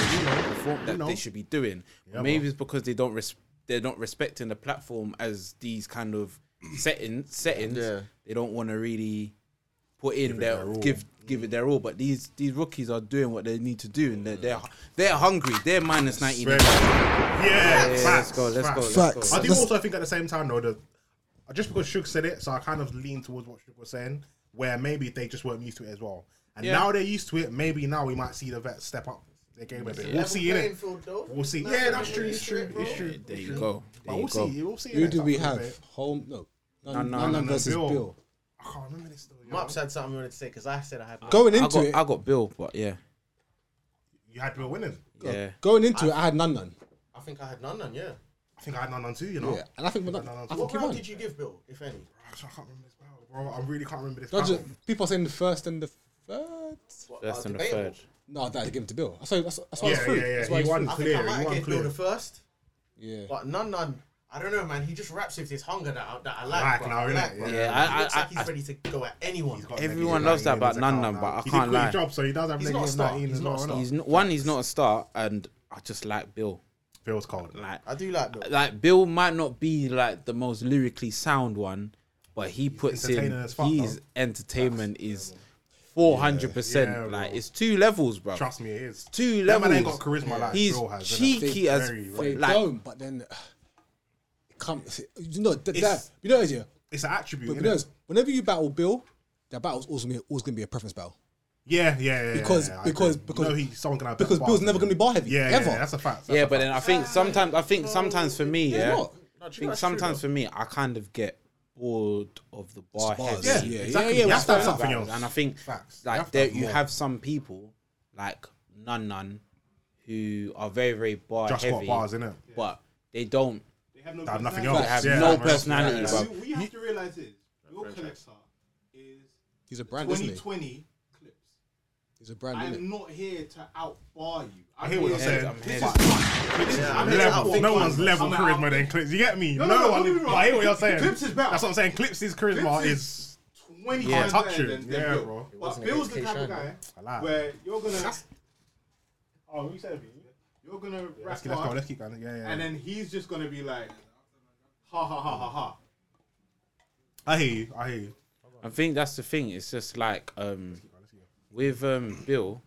E: perform- that they should be doing. Maybe it's because they don't res- they're not respecting the platform as these kind of setting settings.
I: Yeah.
E: They don't want to really put in
A: it
E: their,
A: their all.
E: give give it their all. But these these rookies are doing what they need to do, and they're they're, they're hungry. They're minus ninety.
A: Yeah,
E: Yeah,
A: facts,
E: let's go, let's go,
A: facts.
E: let's go.
C: Facts.
A: I do
C: Let's-
A: also think at the same time though that just because Shook said it, so I kind of lean towards what Shook was saying, where maybe they just weren't used to it as well. And
E: Yeah.
A: now they're used to it, maybe now we might see the vets step up their game a bit. We'll see it. We'll see. Yeah, that's true, it's true, it's true.
E: There you go. There
A: But
E: you
A: we'll
E: go.
A: see, we'll see.
C: Who
A: innit?
C: do we
A: Like,
C: have? Home? No, none,
E: no,
C: none,
E: no,
C: none
A: no,
C: versus
A: Bill.
C: Bill.
A: I can't remember this though.
I: Maps had something you wanted to say because I said I had.
C: Going
E: I
C: into
E: got
C: it,
E: I got Bill, but yeah,
A: You had people winning.
E: yeah.
C: going into it, I had none, none.
I: I think I had none, none. Yeah.
A: I think I had none on two, you know.
C: Yeah, and I think I
A: no, no,
C: think he
I: What round
C: won.
I: did you give Bill, if any?
A: Actually, I can't remember this battle, bro. I really can't remember this
C: Dodgers-
A: battle.
C: people are saying the first and the third.
E: First and the
B: debatable.
E: third.
C: No, that they give him to Bill. That's why, that's, that's why he's
A: Yeah,
C: through.
A: yeah, yeah.
C: That's why
A: He
C: he's
A: won
C: through.
B: I think
A: clear.
B: I
A: He
B: might
A: won
B: get Bill the
A: clear.
B: first,
C: Yeah.
B: but none, none. I don't know, man. He just raps with this hunger that I, that I
A: Like
B: like. bro.
A: now,
B: I
A: innit?
B: like, bro.
A: Yeah.
B: He
J: Yeah, I-
B: looks
J: I-
B: like he's
J: I-
B: ready to go at anyone.
A: He's got
J: Everyone
A: negative
J: loves that
A: 19 in his
J: about Nan
A: account
E: Nan,
A: now.
E: but I
A: He did
E: can't
A: quit
E: lie.
A: his job, so he does have
B: He's not a
A: negative
B: star.
A: 19
B: He's
A: as
B: not a
A: well.
B: star.
A: innit?
E: He's not, one. He's not a star, and I just like Bill.
A: Bill's cold.
E: Like
K: I do like Bill.
E: like Bill might not be like the most lyrically sound one, but he puts in
A: entertaining as fuck,
E: his
A: though.
E: entertainment is four hundred
A: Yeah,
E: percent.
A: bro.
E: Like it's two levels, bro.
A: Trust me, it is.
E: Two
A: That man ain't
E: levels.
A: got charisma like
E: He's
A: Bill has. innit?
E: cheeky as
A: Very,
E: fuck.
A: very-
C: They
E: Like-
C: don't, but then uh, it comes. You know, th- that,
A: It's-
C: you know, what it is, yeah.
A: It's an attribute.
C: But you
A: innit?
C: know, it's- whenever you battle Bill, that battle's always gonna be, always gonna be a preference battle
A: Yeah, yeah, yeah.
C: Because-
A: yeah, yeah, I
C: because-
A: agree.
C: because-
A: you know he, someone can have
C: because
A: better bars
C: Bill's never
A: than
C: gonna be
A: him.
C: bar heavy
A: Yeah, yeah,
C: ever.
A: yeah, that's a fact. That's
E: yeah,
A: a
E: but
A: fact.
E: then I think sometimes I think sometimes for me, yeah,
C: not.
E: I think sometimes for me I kind of get bored of the bar
C: Bars.
E: heavy.
A: Yeah,
C: Yeah, yeah,
A: exactly.
C: yeah, yeah.
A: You
C: yeah
A: have to have something
E: Facts.
A: else.
E: And I think
A: Facts. You
E: like
A: have to
E: there,
A: have
E: you
A: more.
E: have some people like Nun Nun who are very very bar
A: Just got
E: heavy,
A: bars, innit?
E: but they don't
H: They have no
A: They have nothing
H: personality.
A: else.
E: they have
A: Yeah.
E: no
A: Yeah.
E: personality.
A: Yeah.
E: bro.
H: We, we have to realize is your collector is
C: He's a brand, isn't he?
H: 2020 clips.
C: He's a brand, isn't
H: I'm not here to outbar you.
A: I hear what you're saying.
E: I'm here.
A: But
H: I'm here to
A: level.
H: outthink
A: No
H: you.
A: one's level
H: I'm out-
A: charisma than Clips. You get me? No,
H: no, no, don't
A: one.
H: get me
A: Is,
H: wrong.
A: but I hear what you're saying.
H: Clips is better.
A: That's what I'm saying. Clips's charisma
H: Clips
A: is.
H: 20
E: Yeah.
H: times
A: Touch
H: better
A: you.
H: than, than
A: Yeah,
H: Bill.
A: bro. It
H: But Bill's the type of guy
A: I lied.
H: where you're gonna. Oh, you said it. You're gonna
A: Let's
H: rap
A: keep- let's go.
H: hard,
A: Let's keep going. Yeah, yeah.
H: and then he's just gonna be like, ha ha ha ha ha.
A: I hear you. I hear you.
E: I think that's the thing. It's just like um, with um, Bill,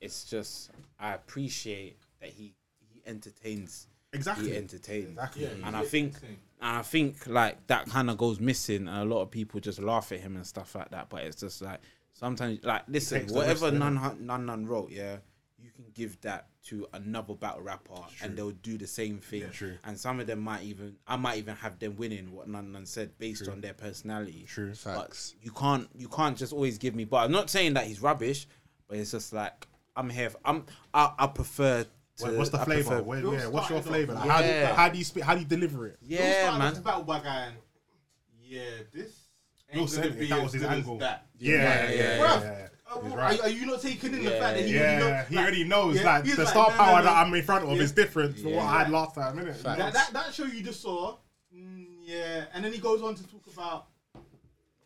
E: it's just I appreciate that he he entertains.
A: Exactly.
E: He entertains.
A: Exactly. Yeah,
E: and I think and I think like that kind of goes missing, and a lot of people just laugh at him and stuff like that. But it's just like sometimes, like listen,
A: takes the
E: whatever
A: risk,
E: none none none wrote, yeah. You can give that to another battle rapper, and they'll do the same thing.
A: true.
E: And some of them might even, I might even have them winning what None None said based on their personality.
A: True.
C: Facts.
E: But you can't you can't just always give me but I'm not saying that he's rubbish, but it's just like I'm here for, I'm I, I prefer to
A: What- What's the
E: I
A: flavor?
E: prefer-
A: Where, yeah, what's your
H: started off-
A: flavor? Like, how, do,
E: Yeah.
A: how do you speak? How do you deliver it?
E: yeah, man.
H: This battle bag and yeah, this. ain't
A: Bill
H: gonna
A: said
H: be
A: it. That
H: as
A: was his
H: good as
A: angle. Yeah,
H: that.
A: yeah, yeah.
H: Bruv,
A: yeah.
H: uh,
A: He's
H: are-
A: right.
H: are, you not taking in the fact that he
A: Yeah,
H: already knows?
A: he
H: like,
A: already knows.
H: yeah,
A: like
H: he's
A: the star
H: no, no,
A: power
H: no.
A: that I'm in front of
H: Yeah.
A: is different from what I had last time, innit?
H: That, that, that show you just saw, mm, yeah, and then he goes on to talk about,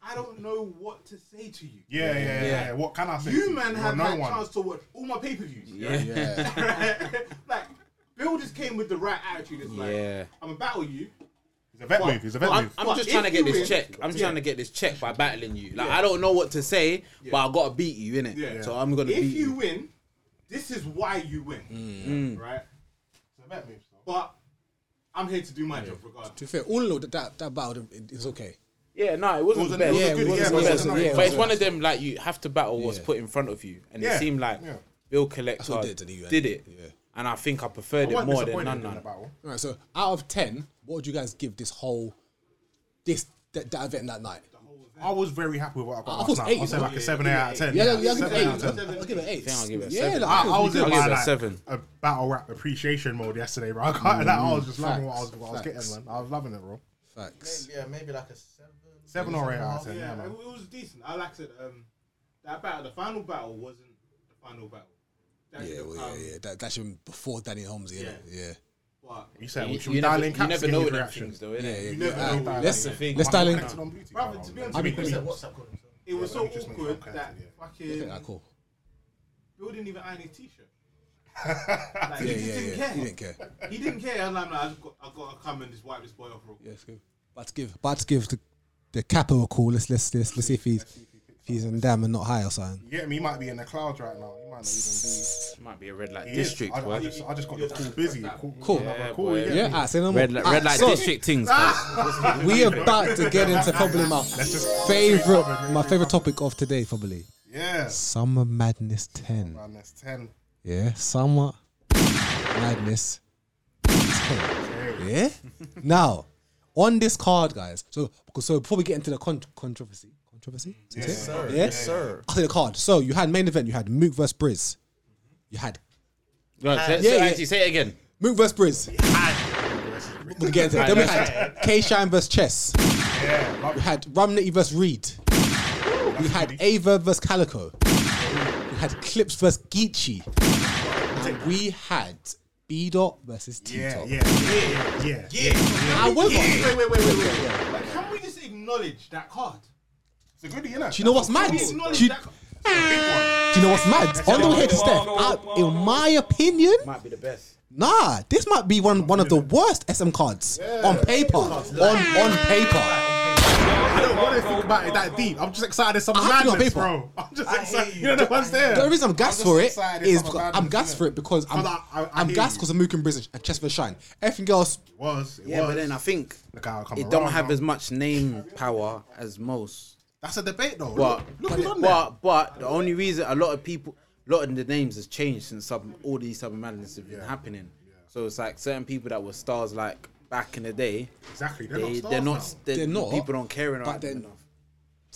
H: I don't know what to say to you.
A: Yeah, yeah, yeah.
E: Yeah.
A: yeah. What can I say?
H: You
A: to
H: man
A: Well,
H: have
A: no
H: had
A: one.
H: chance to watch all my pay per views.
E: yeah.
C: Yeah.
H: like, Bill just came with the right attitude. It's like,
E: Yeah.
H: I'm gonna battle you.
A: It's a vet
H: Well,
A: move. It's a vet
E: I'm,
A: move.
E: I'm
H: But
E: just
H: if
E: trying to get
H: you
E: this
H: win-
E: check. I'm
H: Yeah.
E: trying to get this check by battling you. Like I don't know what to say, but I gotta beat you innit?
H: Yeah.
E: So I'm gonna
H: If
E: beat
H: you
E: you. Mm.
H: win, this is why you win. Right?
A: It's a vet move. so.
H: But I'm here to do my job regardless.
C: To be fair, all in all, that- that that battle it, it was okay.
E: Yeah, no, it wasn't
A: It was a-
E: best.
A: it was a Yeah, good- it wasn't- yeah, it
E: best.
A: wasn't- yeah, it
E: but it's
C: wasn't
E: one of them like you have to battle what's
C: Yeah.
E: put in front of you, and
A: Yeah.
E: it seemed like
A: Yeah.
E: Bill
C: what
E: Collector
C: it did
E: did,
C: to the UN.
E: it,
C: Yeah.
E: and I think I preferred
A: I
E: it
A: wasn't
E: more than
A: disappointed
E: none
A: in
E: none.
A: that battle.
C: All right. So out of ten, what would you guys give this whole this that, that event that night?
A: I was very happy with what I got
C: I
A: last
C: thought
A: night.
C: eight,
A: I'll say like
C: yeah,
A: a 7 out of 10.
C: Yeah, yeah, yeah, I'll give
A: seven out
C: it
A: of
C: eight.
A: 10.
C: I'll give it eight.
E: I think I'll give it a
C: yeah,
E: seven.
C: like,
A: I, I was in
E: I'll
A: my
E: give it a
A: like,
E: seven.
A: a battle rap appreciation mode yesterday, bro. I, can't, like, I was just loving what I was, what I was
C: Facts.
A: getting, man. I was loving it, bro.
C: Facts.
B: Yeah, maybe like a seven.
A: Seven or eight out of ten, yeah,
H: Yeah, it,
A: man.
H: it was decent. I like I said, um, that battle, the final battle wasn't the final battle. That
C: Yeah,
H: should've
C: well, yeah,
H: come,
C: yeah. That, that should have been before Danny Holmes, yeah. Yeah.
H: But
A: You said
E: You,
A: we
E: you
A: should
E: never,
A: dial in
E: you
A: caps
E: never
A: in
E: know
A: his
E: them
A: reactions.
E: things though, innit?
C: Yeah, yeah,
H: You
C: yeah.
H: never
C: Ah,
H: know what
C: let's
H: you're
E: gonna get.
C: let's dial in.
A: connected on Bluetooth,
H: Brother,
A: bro.
H: to be honest
A: I
H: with
A: mean,
H: you,
A: we-
H: it's
B: WhatsApp call.
H: it was
A: Yeah,
H: so
A: let me just make sure I'm
H: awkward
A: connected,
H: that
A: yeah.
H: fucking
C: Ah, cool.
H: Bill didn't even iron his t-shirt. Like,
C: Yeah,
H: he
C: yeah,
H: just didn't
C: yeah.
H: care.
C: He didn't care.
H: He didn't care. I'm like, nah, I just got, I got to come and just wipe this boy off real quick.
C: Yeah, it's good. But to give, but to give the the capo a call. Let's let's let's let's see if he's if he's in damn and not high or something.
A: You get me? He might be in the clouds right now. He might not even
E: This might be a red light
A: be. He is.
E: district.
A: I, I,
E: boy.
A: just, I just got the call busy. Call,
C: Cool.
A: another
E: Yeah,
A: call,
E: boy.
A: you get
C: Yeah,
A: me?
C: ah, say no more.
E: Red light,
C: Ah,
E: red light
C: so
E: district things. guys.
C: We about to get into probably my
A: just-
C: favorite my favorite topic of today probably
A: Yeah.
C: summer madness ten.
A: Man, that's 10.
C: Yeah, summer madness. 10. Yeah. Now, on this card, guys. So, so before we get into the con- controversy, controversy. Is that it?
K: Sir,
C: Yeah?
K: yes, sir.
C: After the card. So you had main event. You had Mook versus Briz. You had
E: No, say,
C: Yeah,
E: say-
C: yeah.
E: actually, say it again.
C: Mook versus Briz. We'll get into it. Then we had K Shine versus Chess. We had Romney versus Reed. We had Ava versus Calico. We had Clips versus Geechee. And we had B Dot versus T
A: Yeah,
C: Top.
A: yeah, yeah, yeah, yeah.
C: However,
H: Wait, wait, wait, wait, wait. Like, can we just acknowledge that card?
A: It's a goodie, innit?
C: do you know what's mad?
H: Can
C: Do
H: we
C: you,
H: acknowledge
C: do
H: that card? It's a big one.
C: you know what's mad? On the way here to
A: Whoa,
C: Steph, I, in my opinion,
E: Might be the best.
C: Nah, this might be one one of the worst SM cards on paper. On on paper.
A: I don't want to think about it that deep. I'm just excited it's some
C: I have to go
A: madness,
C: paper.
A: bro. I'm just excited. You know the one's there.
C: The reason I'm gassed for it
A: just excited
C: is
A: it's not
C: because
A: bad,
C: I'm
A: isn't
C: gassed
A: it?
C: for it because I'm
A: But I- I- I
C: I'm
A: hear
C: gassed
A: you.
C: because of Mookin Brizage and Chesper Shine. Everything else,
A: It was. It
E: Yeah,
A: was.
E: but then I think
A: Look how I come
E: it don't
A: around
E: have
A: now.
E: as much name power as most.
A: That's a debate, though. look,
E: But
A: look
E: but,
A: who's on there.
E: but but the only reason a lot of people, a lot of the names has changed since sub, all these sub madness have been happening. So it's like certain people that were stars like back in the day,
A: exactly. They're
E: they
A: not.
E: they're not, they
C: They're not,
E: people don't care about
C: but
E: them
C: then-
E: enough.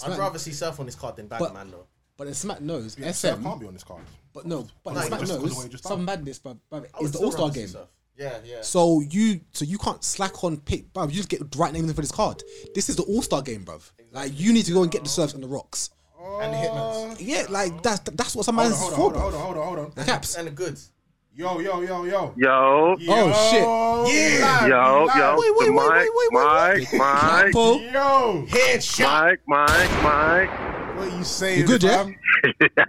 I: I'd rather see Surf on this card than Bagman, though.
C: but then Smack knows
A: Seth
C: SM.
A: can't be on this card.
C: But no, but
I: No,
A: just
C: Smack
A: 'cause of what
C: knows
A: you just
C: some
A: done.
C: madness. But, but
I: I would
C: it's the
I: still
C: All Star
I: rather see
C: game.
I: Surf. Yeah, yeah.
C: So you so you can't slack on pick, bruv. You just get the right names for this card. This is the All Star game, bruv. Like you need to go and get the serves and the rocks. Oh.
I: and the Hitmans.
C: Yeah, like that's that's what some
A: Hold
C: man's
A: on,
C: is for,
A: hold on, hold on,
C: bruv.
A: hold on, hold on, hold on.
C: Caps.
I: And the goods.
A: Yo, yo, yo, yo.
D: Yo, yo,
C: Oh shit.
A: Yeah.
D: yo,
C: wait, wait,
D: Mike,
C: wait, wait,
D: Mike, Mike,
C: Capo.
A: Yo.
D: Mike, Mike, Mike.
A: What are you saying?
C: You good, yeah?
A: fam?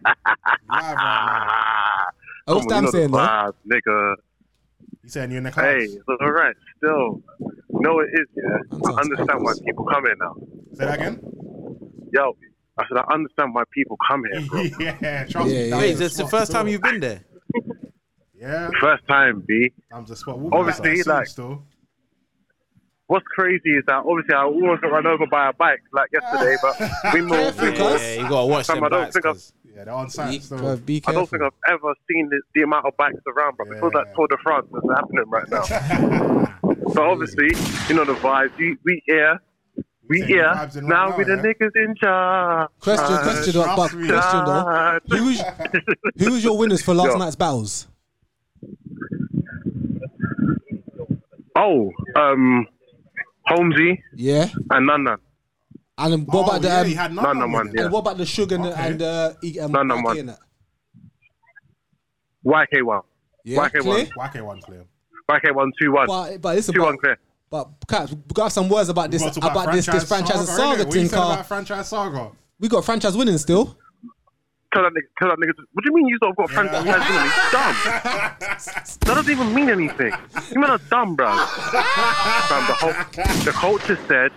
A: Live right now.
D: Ah,
C: Oh, what's
D: come on,
C: Dam
D: you know the
C: saying, though?
D: vibes, nigga.
A: You saying you're in the car?
D: Hey,
A: Say
D: it's all right. Still, no, it is. Yeah, I
C: sounds
D: understand why
C: fabulous.
D: people come here now.
A: that again.
D: Yo, I said I understand why people come here, bro.
A: yeah, trust
C: Yeah,
A: me.
C: yeah.
A: that
E: Wait,
A: was
E: is
A: a
E: this the
A: spot
E: first
A: still.
E: time you've been there?
A: Yeah,
D: First time, B.
A: I'm the spot. We'll be
D: Obviously,
A: outside soon
D: like-
A: still.
D: What's crazy is that obviously I almost got run over by a bike like yesterday, but we know.
C: Careful, cuz.
E: Yeah, you gotta watch
D: Fam,
E: them
D: I don't
E: bikes,
D: think I've-
E: 'cause
A: Yeah, they're on site still.
C: Bruv, be
D: I
C: careful.
D: don't think I've ever seen the, the amount of bikes around, bro. It feels like Tour de France is happening right now. so obviously, you know the vibes. We, we here, we
A: Saying the
D: here.
A: vibes in right
D: Now
A: now,
D: we the
A: yeah?
D: niggas in charge.
C: Question, question, though, but
A: trust me.
C: question though. Who was, who was your winners for last
D: Yo.
C: night's battles?
D: Oh, um, Holmesy
C: Yeah.
D: and Nana.
C: And then what about the
A: Oh, yeah,
C: um,
A: he had none,
D: None
A: of
D: of
A: them
D: one,
A: in
D: yeah.
A: it.
C: and what about the sugar and
A: Okay.
C: and uh, e- um,
D: None of
C: Ike
D: one.
C: and that?
D: YK1.
C: Yeah,
D: YK1.
C: clear.
A: Whack it one clear.
D: YK1, 2 1.
C: But but listen,
D: Two
C: but,
D: one clear.
C: but Caps, we gotta have some words about this
A: We've got
C: about,
A: to talk
C: this this franchise and
A: saga,
C: saga
A: innit? What
C: thing,
A: you said
C: Carl.
A: about franchise saga.
C: we got franchise winning still.
D: Tell that nigga, tell that nigga, what do you mean you don't got friends that has money? Dumb. That doesn't even mean anything. You men are dumb, bro. the whole, the culture said,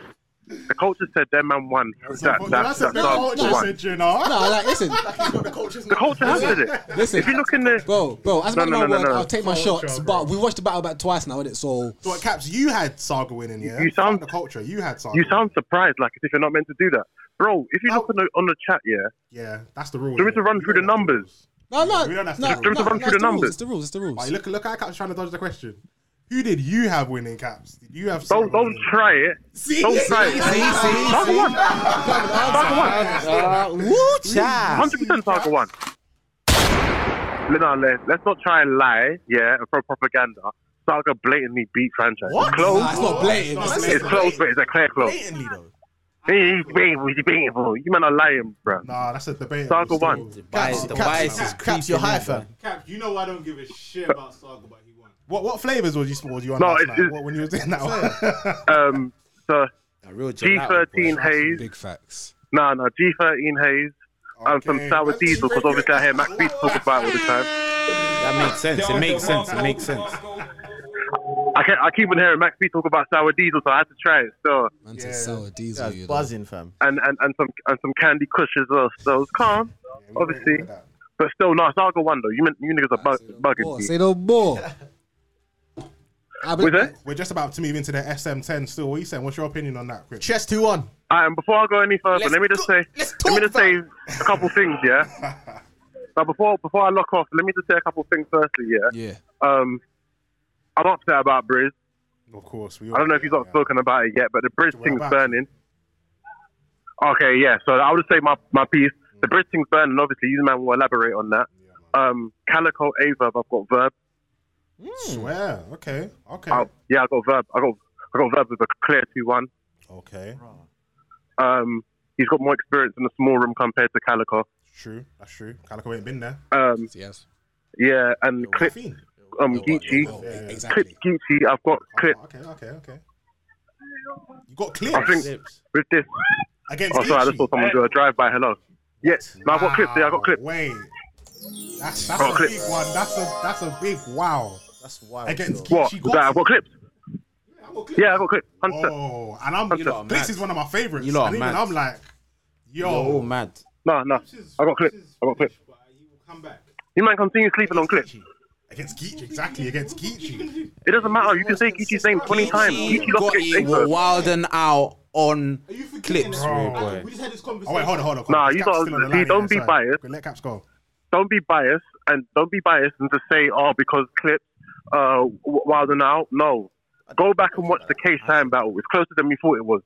D: the culture said their man won. That, that, that,
A: the
D: dog
A: culture
D: won.
A: said, you know.
C: Nah, like listen,
D: The culture handled it.
C: Listen.
D: If you look in the,
C: bro, bro. As a
D: No,
C: man
D: no,
C: of my
D: no, no,
C: word,
D: no.
C: I'll take my
A: Culture,
C: shots.
A: bro.
C: But we watched the battle back twice now, innit? So
A: So, what, Caps, you had saga winning, yeah?
D: You sound-
A: Fuck the culture. You had saga.
D: you
A: winning.
D: sound surprised, like as if you're not meant to do that, bro. If you look on the on the chat, yeah,
A: Yeah, that's the rule.
D: do we have to
A: innit?
D: run
A: You
D: through the
A: don't have to-
D: numbers?
C: no, no,
A: we
C: no,
A: don't have to do
C: no,
A: it.
C: no,
D: Just run
C: no,
D: through the
C: it's rules,
D: numbers.
C: It's the rules. It's the
A: Like,
C: rules.
A: look, look, how Caps trying to dodge the question. Who did you have winning, Caps? Did you have saga
D: Don't don't
A: winning?
D: try it. Don't try it. Saga won. Saga won. Hundred percent Saga one. No, let's, let's not try and lie, yeah, and throw propaganda. Saga blatantly beat franchise. It's close.
C: Nah, it's not blatant. It's-
D: it's close, but it's a clear close.
I: Blatantly, though.
D: Hey, He's beatable, he's beatable. You man are lying, bro.
A: Nah, that's a debate.
D: Saga
A: Still-
D: won.
E: The bias, the bias is
I: Caps, you're
E: creeping
I: high,
E: in, bro.
I: fam.
H: Cap, you know I don't give a shit about Saga, but he won.
A: What what flavors was you was you on
D: No,
A: last
D: it's-
A: night?
D: it's-
A: What, when you was doing that one?
D: Um, so
E: A real gelato, boy.
D: G13 Haze,
C: Big facts.
D: nah, nah, G13 Haze, and some
A: Okay.
D: sour diesel because obviously I hear Max Beats talk about it all the time.
E: That makes sense. It makes sense. It makes sense.
D: I, can, I keep on hearing Max Beats talk about sour diesel, so I had to try it. So
C: Man said sour diesel. you know.
I: Buzzing, fam.
D: and and, and some and some Candy Kush as well. So it was calm, obviously, but still, nah, Saga one though. You mean, you niggas are bug,
C: Boy,
D: bugging.
C: say
D: me.
C: no more. I be-
D: Was it?
A: We're just about to move into the SM10 still. What are you saying? What's your opinion on that, Chris?
B: Chess 2 1.
D: Um, before I go any further,
E: Let's
D: let me just
E: go-
D: say,
E: let's
D: let me
E: talk
D: just say a couple things, yeah. But before before I lock off, let me just say a couple things. Firstly, yeah,
C: Yeah.
D: um, I'm upset about Briz.
A: Of course, we.
D: I don't know if you've not spoken about it yet, but the Briz
A: We're
D: thing's
A: back.
D: burning. Okay, yeah. So I would say my my piece. The
E: Mm.
D: Briz thing's burning. Obviously, you man will elaborate on that. Um, Calico Averb, I've got verb.
A: Swear. Okay. Okay.
D: Oh, yeah, I got verb. I got I got verb with a clear two one.
A: Okay.
D: Um, he's got more experience in the small room compared to Calico.
A: True, that's true. Calico ain't been there.
D: Um,
C: Yes.
D: yeah, and Clip,
A: Fiend.
D: um, Geechee.
C: Oh,
A: Yeah, yeah.
D: Clip
C: Exactly.
D: Geechee, I've got Clip
A: Oh, okay, okay, okay. You got clips
D: I think- with this.
A: against.
D: Oh, sorry, I just
A: Geechee?
D: saw someone do a drive by. Hello. Yes, no, I've got Clip. Yeah, I've got
A: Wow,
D: Clip.
A: Wait, that's that's
D: Oh,
A: a
D: Clip.
A: big one. That's a that's a big wow
I: That's wild.
A: against.
I: still.
D: What?
A: Geechee
D: That I've got clips. Yeah, I've got clips. Hunter.
A: Oh, and I'm
D: You lot
E: are
A: Clips
E: mad.
A: is one of my favorites.
E: You lot are
A: and even
E: mad.
A: I'm like, yo,
E: You're all mad.
D: No, no. I got clips. I got clips.
H: But he will come back.
D: You might continue sleeping on clips.
A: against Geechee, exactly against Geechee.
D: It doesn't matter. You can say Geechee's name 20 times.
E: He
D: Geechee lost
E: got
D: against
E: it
D: England.
E: wild and out on
H: Are you forgetting
E: clips,
H: that?
E: rude
H: Like,
E: boy.
H: We just had this conversation.
A: Oh wait, hold on, hold on.
D: Nah,
A: Caps
D: you gotta-
A: still on the line,
D: don't
A: yeah,
D: be
A: sorry.
D: biased.
A: Let Caps go.
D: Don't be biased and don't be biased and just say, oh, because clips, uh, w- wild and out. No. Go back and watch the K Shine battle. It's closer than we thought it was.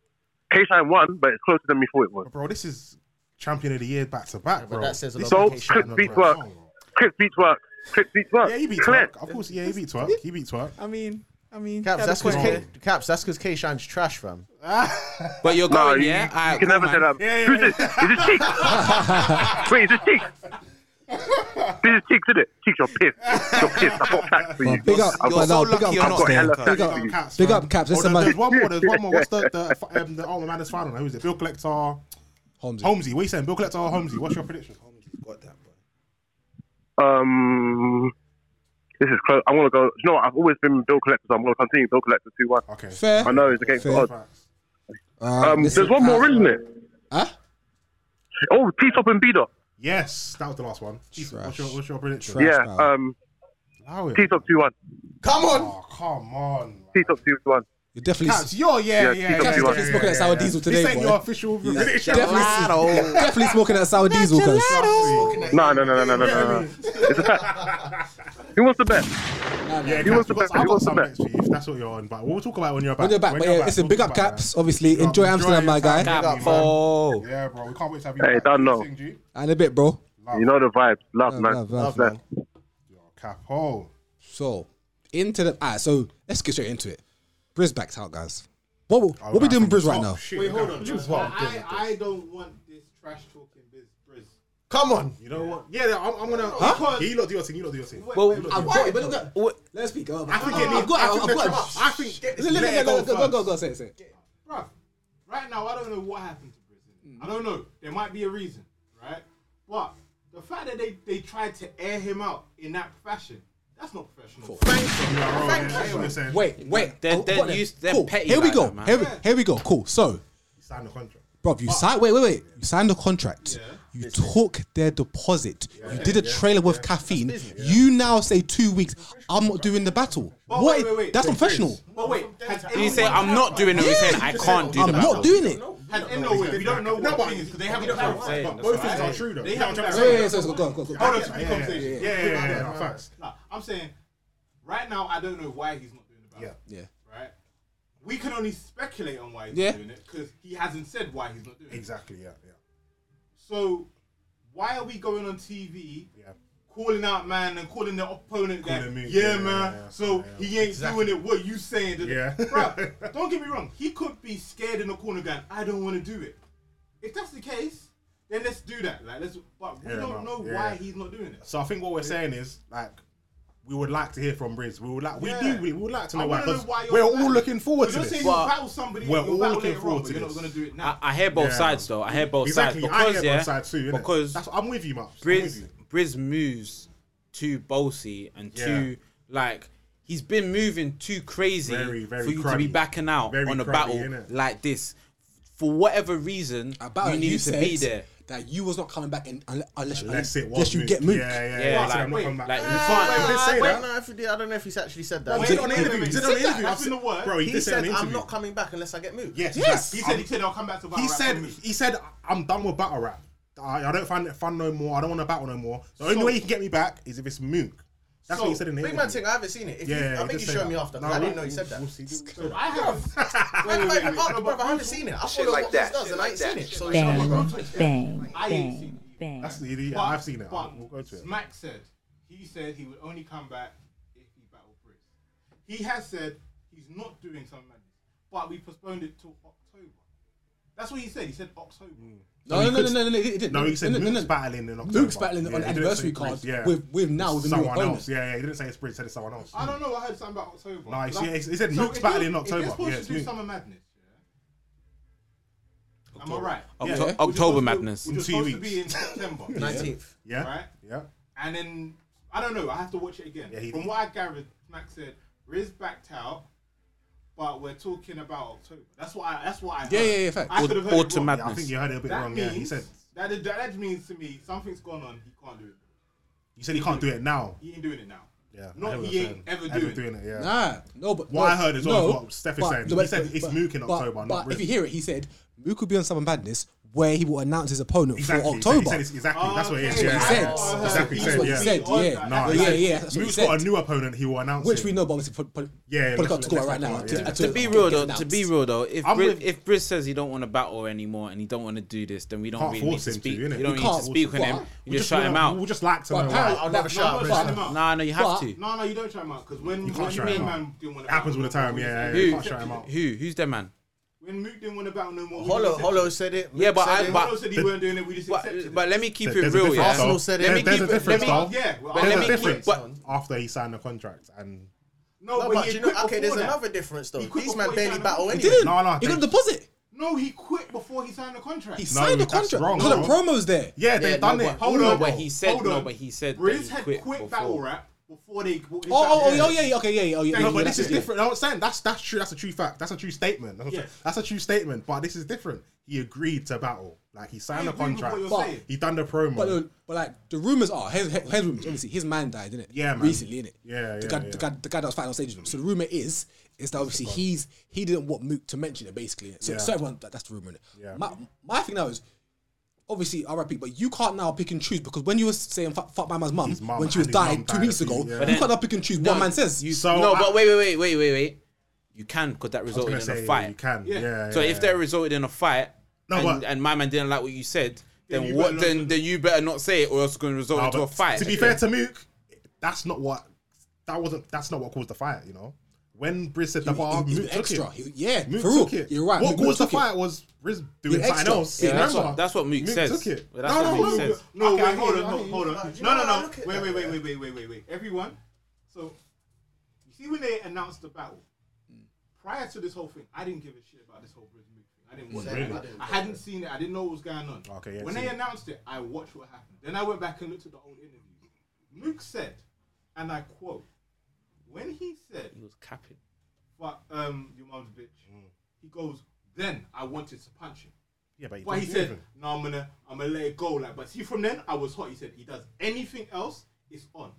D: K Shine won, but it's closer than we thought it was.
A: Bro, this is champion of the year back to back, bro.
I: that says a
A: This Oh.
I: lot
D: So,
I: K-Shine
D: clips
I: won,
D: beats
I: bro.
D: work. Clips beats work. Clips beats work.
A: Yeah, he beat
D: Clips.
A: Twerk. Of course, yeah, he beat Twerk. He beat Twerk.
E: I mean, I mean,
I: Caps, that's because
A: point.
I: K- Caps, that's because K Shine's trash, fam.
E: But you're
D: No,
E: going,
D: you,
E: yeah.
D: you
E: Alright,
D: can
E: cool,
D: never say
E: man.
D: that. Who's this? Is this Cheeks? Wait, is this Cheeks? This is Cheeks, isn't it? Cheeks, you're pissed. You're pissed. I've got facts for you.
C: Big up. but
D: I've got,
C: no,
E: so
C: big
E: lucky
C: up
E: you're
D: I've
C: Caps
D: got
E: there.
D: hella
E: Big
D: facts
A: Big
D: for
A: up
D: you.
A: Caps.
C: Big
A: man.
C: up, Caps. That's
A: Oh,
C: the man-
A: there's, there's one more. There's one more. What's the, the um, the Ultimate Madness final? Who's it? Bill Collector,
C: Holmes.
A: Holmesy. What are you saying? Bill Collector or Holmesy? What's your prediction?
E: Got that, bro.
D: Um, this is close. I'm going to go. You know what? I've always been Bill Collector, so I'm going to continue Bill Collector 2 1.
A: Okay.
C: Fair.
D: I know it's against the
C: Fair.
D: odds.
A: Facts.
C: Uh,
D: Um,
C: listen,
D: there's one more,
C: uh,
D: isn't it?
C: Huh?
D: Oh, T Top and B Dot.
A: Yes, that was the last one. Jesus, What's your, what's your prediction?
C: Trash.
D: Yeah,
C: battle.
D: um,
A: Allow it.
D: T Top 2 1.
B: Come on.
A: Oh, come on.
D: T Top 2 1.
C: You're definitely.
A: Caps, you're, yeah, yeah.
D: Yeah,
A: yeah,
D: T-Top,
A: yeah,
D: you are.
A: yeah,
C: Smoking
A: yeah,
C: that sour
A: yeah.
C: diesel
A: This
C: today,
A: ain't
C: boy.
A: your official prediction.
C: Definitely, definitely smoking that sour diesel, cuz.
D: No, no, no, no, no, no, no. no. It's a fact. Who wants to bet?
A: Yeah,
D: He
A: Caps,
D: wants to
A: we've got-
D: back- he
A: I've got
D: wants to
A: some
D: back.
A: bets for you if that's what you're on, but we'll talk about when you're back.
C: When you're back, but yeah, listen,
A: we'll
C: big
A: talk
C: up
A: about
C: Caps,
A: that.
C: obviously.
A: Big up,
C: Enjoy Amsterdam, my guy.
A: Amsterdam,
E: Cap,
A: man.
E: oh.
A: Yeah, bro, we can't wait to have you
D: Hey,
A: back.
D: don't know.
A: Sing, G.
C: And a bit, bro.
D: You know the vibes. Love, man.
C: Love, love,
D: Bless.
C: man.
A: Capo.
C: So, into the. Alright, so let's get straight into it. Briz backed out, guys. What, what we doing with Briz right now?
H: Wait, hold on.
B: This is what I'm doing
H: I, I, I don't want this trash talking biz, Briz.
B: Come on.
A: You know what? Yeah, I'm, I'm gonna. Yeah, you lot do your thing. You lot do your thing.
E: Well,
A: You lot do your thing.
C: but look at. Let's speak. I
A: I think it needs. I think. let's- I think. let it go first.
C: say it, say it.
H: Bruv, right now I don't know what happened to Briz. I don't know. There might be a reason, right? But the fact that they, they tried to air him out in that fashion, that's not professional.
A: You are wrong, yeah, you understand?
C: Wait, wait.
E: They're-
C: Oh,
E: they're
C: what then?
E: used- they're
C: Cool.
E: petty
C: Here we
E: like
C: go.
E: that, man.
C: Here we- here we go. Cool. So,
A: Sign the contract.
C: Bro, you signed. Wait, wait, wait. You signed a contract. You took their deposit. you did a trailer with caffeine. You now say two weeks. I'm not doing the battle. what?
H: But Oh, wait, wait, wait.
C: That's
H: Wait,
C: professional.
H: But wait, has
E: You say I'm not doing it. You say I can't do
C: I'm
E: the battle.
C: not doing it.
H: Had no way. We don't know what no, things because they haven't clarified.
A: But both things are true though.
H: They haven't
A: Yeah,
H: clarified.
C: Wait, wait, wait, so- so go, go, go.
H: Hold on to the
A: yeah,
H: conversation.
A: yeah, yeah, yeah, yeah, yeah, facts.
H: Nah, I'm saying right now I don't know why he's not doing the battle.
A: Yeah.
C: Yeah.
H: Right. We can only speculate on why he's
C: Yeah.
H: not doing it because he hasn't said why he's not doing it.
A: Exactly. Yeah. Yeah.
H: So why are we going on TV
A: Yeah.
H: calling out man and calling the opponent that
A: Calling me,
H: yeah,
A: yeah,
H: man
A: yeah, yeah,
H: so
A: yeah.
H: he ain't doing it what you saying that-
A: Yeah.
H: Bruh, don't get me wrong he could be scared in the corner going I don't want to do it if that's the case then let's do that like let's but we
A: Yeah,
H: don't
A: man.
H: know
A: Yeah.
H: why he's not doing it
A: So I think what we're saying is like. We would like to hear from Briz. We would like, we
H: Yeah.
A: do, we would like to know
H: I
A: why.
H: wanna know
A: 'cause
H: why you're
A: we're
H: not
A: all
H: back.
A: looking forward
H: But
A: to
H: you're
A: this.
H: saying
E: Well,
H: you'll battle somebody
A: we're
H: you'll
A: all
H: battle
A: looking
H: later
A: forward
H: on, but
A: to
H: you're not
A: this.
H: going to do it now
E: I, I hear both
A: Yeah.
E: sides though. I hear both
A: exactly.
E: sides
A: I
E: because
A: hear
E: yeah,
A: both sides too. innit?
E: because
A: That's, I'm with you, Maps. I'm with
E: Briz
A: you.
E: Briz moves too bolsy and
A: Yeah.
E: too like he's been moving too crazy
A: Very, very
E: for you to be
A: cruddy.
E: backing out
A: Very
E: on a
A: cruddy,
E: battle
A: innit?
E: like this. For whatever reason,
C: About
E: you
C: you,
E: need to
C: said
E: be there.
C: that you was not coming back in, unless, unless,
A: Unless it was
C: unless you
A: Mook.
C: get moved.
A: Yeah, yeah,
E: Yeah,
A: yeah.
E: like,
A: So I'm not
E: wait,
A: coming back.
E: like, you
A: Nah,
E: can't-
A: wait, he did say
I: Wait,
A: that.
I: no, if he did- I don't know if he's actually said that.
A: Wait,
I: He
A: on the
I: said-
A: interview. He did it on the
H: Said that.
A: interview.
H: That's
A: I've
H: in the word.
A: Bro, he,
I: He
A: did say it on
I: said,
A: the interview.
I: "I'm not coming back unless I get moved."
A: Yes,
H: he
A: exactly.
H: said he said I'll come back to battle
A: He
H: rap
A: said
H: with me."
A: he said I'm done with battle rap. I, I don't find it fun no more. I don't want to battle no more. The only
H: So-
A: way you can get me back is if it's Mook. That's
H: So,
A: what he said in the
I: Big
A: interview.
I: man, thing I haven't seen it. If
A: yeah,
I: you, I think
A: he
I: you
A: did say
I: showed me
A: that.
I: after.
A: No,
I: I didn't
A: we'll-
I: know you said that.
A: we'll see.
H: I have
I: Wait, wait, wait,
H: wait,
I: oh,
H: wait,
I: brother, I haven't
H: wait.
I: seen it. I follow like what that. does, and I ain't seen it. So it's not
G: Bang,
I: my-
G: bang,
H: I ain't
G: bang,
H: seen it.
G: bang.
A: That's the yeah,
H: But-
A: I've seen it.
H: But
A: we'll go to it.
H: Smack said he said he would only come back if he battled Briz. He has said he's not doing something like this, but we postponed it till October. That's what he said. He said October.
A: Mm.
C: No, no, no, no, no, no, no, it didn't.
A: No, he said
C: no, no,
A: Luke's
C: no.
A: battling in October.
C: Luke's battling
A: Yeah,
C: on
A: he didn't
C: anniversary
A: say Bridge,
C: card
A: yeah.
C: with with now with a new
A: someone
C: opponent.
A: else. Yeah, yeah, he didn't say it's Bridge, he said it's someone else.
H: I don't know. I heard something about October.
A: No, he
H: Like-
A: said- he said
H: So
A: Luke's
H: if
A: battling in
H: you're- If
A: October.
H: you're supposed
A: Yeah,
H: to
A: it's
H: do
A: Luke.
H: summer madness, yeah. Am I right?
E: Octo-
C: Yeah.
E: October Madness.
H: Which was
A: In two
H: supposed to be in September.
I: 19th.
A: Yeah,
H: Right?
A: yeah.
H: And then I don't know. I have to watch it again.
A: Yeah, he-
H: From what I gathered, Max said Riz backed out, but we're talking about October. That's what I. That's what I. Heard.
C: Yeah, yeah, yeah, fact.
H: I could have heard
E: Or
H: it
E: to
H: wrong.
A: Yeah, I think you heard it a bit
H: That
A: wrong.
H: means
A: Yeah, he said
H: that, that. That means to me something's gone on. He can't do it.
A: you said he can't do it now.
H: He ain't doing it now.
A: Yeah, I hear
H: Not
A: what
H: he
A: you're
H: ain't
A: saying.
H: ever doing, it.
A: it. Yeah.
C: Nah, no, but
A: What
C: no,
A: I heard is
C: no,
A: what Steph is saying. He said it's Mook in October,
C: But,
A: not
C: but if you
A: Bridge.
C: hear it, he said Mook will be on Summer Madness where he will announce his opponent
A: Exactly.
C: for
A: he said-
C: October.
A: He said it's exactly. That's what it is.
H: Okay.
A: Yeah.
C: He said.
H: Oh, I
A: Exactly.
C: That's what he
A: yeah.
C: said.
H: Yeah.
C: Yeah,
A: No, he said
C: yeah, yeah. That's what he
A: Mook's got a
C: said.
A: new opponent. He will announce.
C: Which
A: it.
C: we know, but obviously, put, put,
A: Yeah, yeah,
C: put
A: let's-
C: got to talk
A: let's
C: about right now.
A: not talk about it, yeah.
C: until-
E: To
C: until
E: be
C: it
E: real
C: gets
E: though, to
C: announced.
E: be real though, if
A: I'm
E: Briz,
A: with-
E: if Briz says he don't want to battle anymore and he don't want to do this, then we don't
A: Can't
E: really need
A: force
E: to
A: him to,
E: speak.
A: innit?
E: you
A: We
E: don't need to
C: can't.
E: speak on
C: What?
E: him. You
A: We
E: just shut him
A: we-
E: out.
A: We just like to
C: But
A: know
C: apparently-
A: why.
I: I'll never
C: but-
I: shout
C: but-
I: Briz out.
C: but-
E: Nah, no, you have
C: But-
E: to.
H: No, no, you don't try him out because when
A: You can't
H: when
A: try him out.
H: Man didn't want
A: It
H: to
A: happens all the
H: battle no
A: time.
H: more,
A: Yeah, yeah,
H: we
A: you
E: Who?
A: can't
H: accepted
A: try him
H: it.
A: out.
E: Who? Who's their man?
H: When Mook didn't want to battle no more, we
I: Hollow,
H: accepted
I: Hollow
H: it.
I: said it.
E: Yeah,
I: Mook
E: but
I: said
E: I-
I: it.
E: but-
H: Hollow said he weren't doing it. We just accepted
E: But,
H: it.
E: but let me keep
A: There's
E: it
A: a
E: real,
A: difference,
E: yeah.
A: though.
I: Arsenal said it.
E: Let me
A: There's- there's
E: keep
A: a
E: it. Let
A: difference,
E: me.
A: though.
H: yeah, well,
E: But let
A: There's
E: me-
A: a difference
E: but-
A: after he signed the contract and
H: no,
I: No,
H: but,
I: but
H: he
I: you know,
H: quit
I: okay, there's
H: before that.
I: another difference though.
H: He quit
I: These
H: before
I: man
H: he
I: barely
H: signed
I: battle
H: the
C: He
I: anyway.
C: didn't.
A: No, no,
C: he got a
A: they-
C: deposit.
H: No, he quit before he signed the contract.
C: He signed the
A: that's
C: contract.
A: wrong,
C: Cause the
A: bro.
C: promos there.
A: yeah, they've done
E: no,
A: it.
E: but-
A: Hold
E: no,
A: on,
E: but he said
H: Hold
E: no,
H: on.
E: but he said that
H: Briz
E: he
H: had
E: quit
H: quit, battle
E: before.
H: rap before they. Oh,
C: Oh, oh, oh, yeah, oh, yeah, yeah, okay, yeah, yeah, oh, yeah.
H: No,
C: yeah,
A: No, but
C: yeah,
A: this is
C: yeah.
A: different. No, I'm saying that's that's true. That's a true fact. That's a true statement. That's, what I'm
H: Yeah.
A: saying. that's a true statement. But this is different. He agreed to battle. Like he signed
H: I
A: a
H: agree with
A: contract.
H: what you're
C: But-
H: saying.
A: He done the promo.
C: But, uh, but like the rumors are his, his his rumors obviously his man died, didn't it?
A: Yeah, man.
C: Recently, innit?
A: Yeah,
C: the
A: yeah,
C: guy,
A: yeah.
C: The guy, the guy that was fighting on stage with him. So the rumor is is that obviously he's he didn't want Mook to mention it basically. So,
A: Yeah.
C: so everyone that, that's the rumor. Innit?
A: Yeah.
C: My my thing now is. Obviously, I repeat, but you can't now pick and choose because when you were saying fuck, fuck my man's mum
A: mum
C: when she was
A: and his mum
C: dying two
A: died
C: weeks
A: a few-
C: ago,
A: yeah.
C: you
A: But
E: then-
C: can't now pick and choose
E: No,
C: what man says.
E: You,
A: So,
E: no,
A: I-
E: but wait, wait, wait, wait, wait, wait. You can because that
A: I was
E: resulted
A: gonna
E: in
A: say
E: a fight.
A: you can. Yeah. yeah
E: So if
A: yeah.
E: that resulted in a fight,
A: No,
E: and,
A: but-
E: and my man didn't like what you said, then
H: you better
E: what?
H: not-
E: Then then you better not say it, or else it's going to result
A: No,
E: into
A: but
E: a fight.
A: To be fair to Mook, that's not what that wasn't. That's not what caused the fight. You know, when Briz said the bar,
C: he- he
A: Mook
C: was
A: took
C: extra.
A: it.
C: He- yeah,
A: Mook
C: for real.
A: took it.
C: You're right,
A: What
C: Mook- Mook
A: caused the
C: took it.
A: fight was Briz doing
C: He
A: something
C: extra.
A: else.
C: Yeah,
E: that's
A: Remember?
E: what- that's what Mook says.
A: took it.
E: Well, that's
A: no,
E: what
A: no,
E: Mook
A: no,
E: says.
H: No,
A: okay, I
H: wait,
A: hear
H: hold
A: you,
H: on,
A: I hear
H: hold,
A: you.
H: hold on.
I: you
H: No,
I: know
H: no,
I: what,
H: no.
I: look at
H: Wait,
I: that.
H: wait, wait, wait, wait, wait, wait, wait. Everyone. So, you see, when they announced the battle, prior to this whole thing, I didn't give a shit about this whole Bridge Mook thing. I didn't watch
A: Really?
H: it. I hadn't seen it. I didn't know what was going on.
A: Okay, yeah,
H: When
A: see.
H: they announced it, I watched what happened. Then I went back and looked at the old interviews. Mook said, and I quote, when he said,
E: he was capping.
H: "Fuck um, your mom's bitch,"
E: Mm.
H: he goes, "Then I wanted to punch him."
A: Yeah, but he,
H: But he
A: didn't
H: said,
A: even.
H: "No, I'm gonna, I'm gonna let it go." Like, but see, from then I was hot. He said he does anything else, it's on.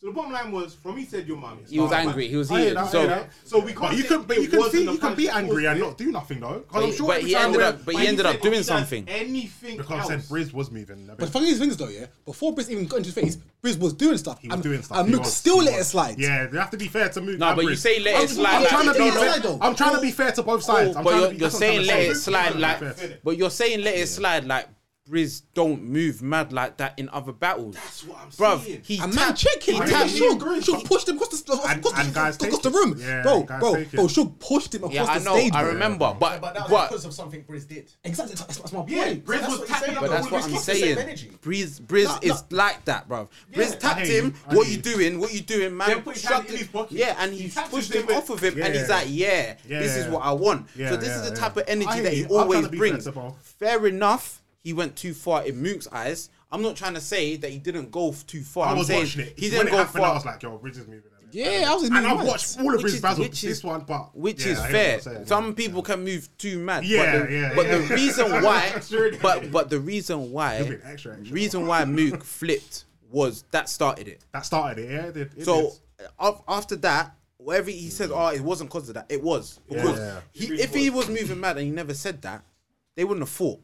H: So the bottom line was, from he said your mom.
E: He was angry. He was
A: I hear
E: heated.
A: that, I
E: So
A: hear that.
H: So we can't.
A: But you
H: say
A: can, but you
H: it
A: can,
H: wasn't
A: see,
H: the
A: you can be
H: punch that
A: angry
H: caused
A: and
H: it.
A: not do nothing though. Because
E: But
A: I'm
E: he-
A: sure
E: but
A: every
E: he
A: time
E: ended
A: when-
E: up- but he
H: When
E: ended up
H: said
E: doing
H: does
E: something.
H: Anything
A: because I
H: else.
A: said Briz was moving. a
C: But
A: bit.
C: the funny thing is, though, yeah, before Briz even got into his face, Briz was doing stuff.
A: He was
C: and,
A: doing stuff.
C: And
A: He
C: Mook
A: was-
C: still
A: he
C: let it
A: was.
C: slide.
A: Yeah, they have to be fair to Mook.
E: no,
A: and
E: but you
A: Briz.
E: say let it slide.
A: I'm
E: like-
A: trying to be
C: Let it
A: fair.
C: slide, though.
A: I'm trying to be fair to both sides. I'm
E: but
A: trying
E: you're,
A: to be-
E: you're
A: that's what I'm
E: saying let
A: trying
E: it
A: to say.
E: slide like,
A: Fair. Fair.
E: but you're saying let it slide like Briz don't move mad like that in other battles.
H: That's what I'm
E: Bruv,
H: saying.
E: he
C: A man
E: tapped-
C: chicken.
E: He
C: He
E: tapped-
C: should, should pushed him across the,
A: And-
C: across,
A: and
C: the,
A: guys
C: across
A: take
C: the
A: it.
C: room.
A: Yeah,
C: bro,
A: guys
C: bro,
A: take it.
C: bro, should pushed him across
E: Yeah,
C: the
E: I know.
C: stage.
E: I
C: bro.
E: remember, but
I: But that was
E: but
I: because of something Briz did.
C: Exactly, that's, that's my point.
H: Yeah, Briz
I: That's
H: was
I: what he's
H: tapping
I: saying,
H: up
E: But
H: the
E: that's
H: whole
E: what
H: of
E: I'm
H: his
I: keep the same
E: saying.
I: energy.
E: Briz, Briz
C: No,
E: is like that, bruv. Briz
H: Yeah.
A: I
E: tapped
A: hear
E: him.
A: you. I
E: What
A: hear
E: you
A: you.
E: doing? What you doing, man?
H: Then put his hand
E: Shrugged
H: in his
E: it.
H: pocket.
E: Yeah, and he,
H: He tapped
E: pushed
H: his
E: him
H: thing
E: off of him, and he's
A: Yeah.
E: like, "Yeah,
A: Yeah,
E: this is
A: yeah.
E: what I want."
A: Yeah,
E: so this
A: yeah,
E: is the
A: yeah.
E: type of
A: I
E: energy
A: hear
E: that
A: you.
E: he
A: I'm trying
E: always
A: to be
E: brings.
A: sensible.
E: Fair enough. He went too far in Mook's eyes. I'm not trying to say that he didn't go f- too far.
A: I
E: I'm
A: was
E: saying
A: watching it.
E: He
A: when
E: didn't
A: it
E: go
A: happened, I
E: far.
A: was like, yo, Briz is moving.
C: Yeah, I was in
A: And I've
C: my
A: watched all of
E: Which
A: Briz
E: is-
A: battles.
E: which is-
A: This one, but
E: Which
A: yeah,
E: is
A: I hear what
E: fair.
A: you're saying.
E: Some people can move too mad.
A: Yeah,
E: but the,
A: yeah,
E: But
A: yeah.
E: the reason why,
H: Absurdity.
E: but but the reason why,
A: You've been extra, extra.
E: reason why Mook flipped was that started it.
A: that started it. Yeah, it, did- it
E: So
A: did.
E: af- after that, whatever he said, oh, it wasn't because of that. It was because
A: Yeah.
E: he, if he was moving mad and he never said that, they wouldn't have fought.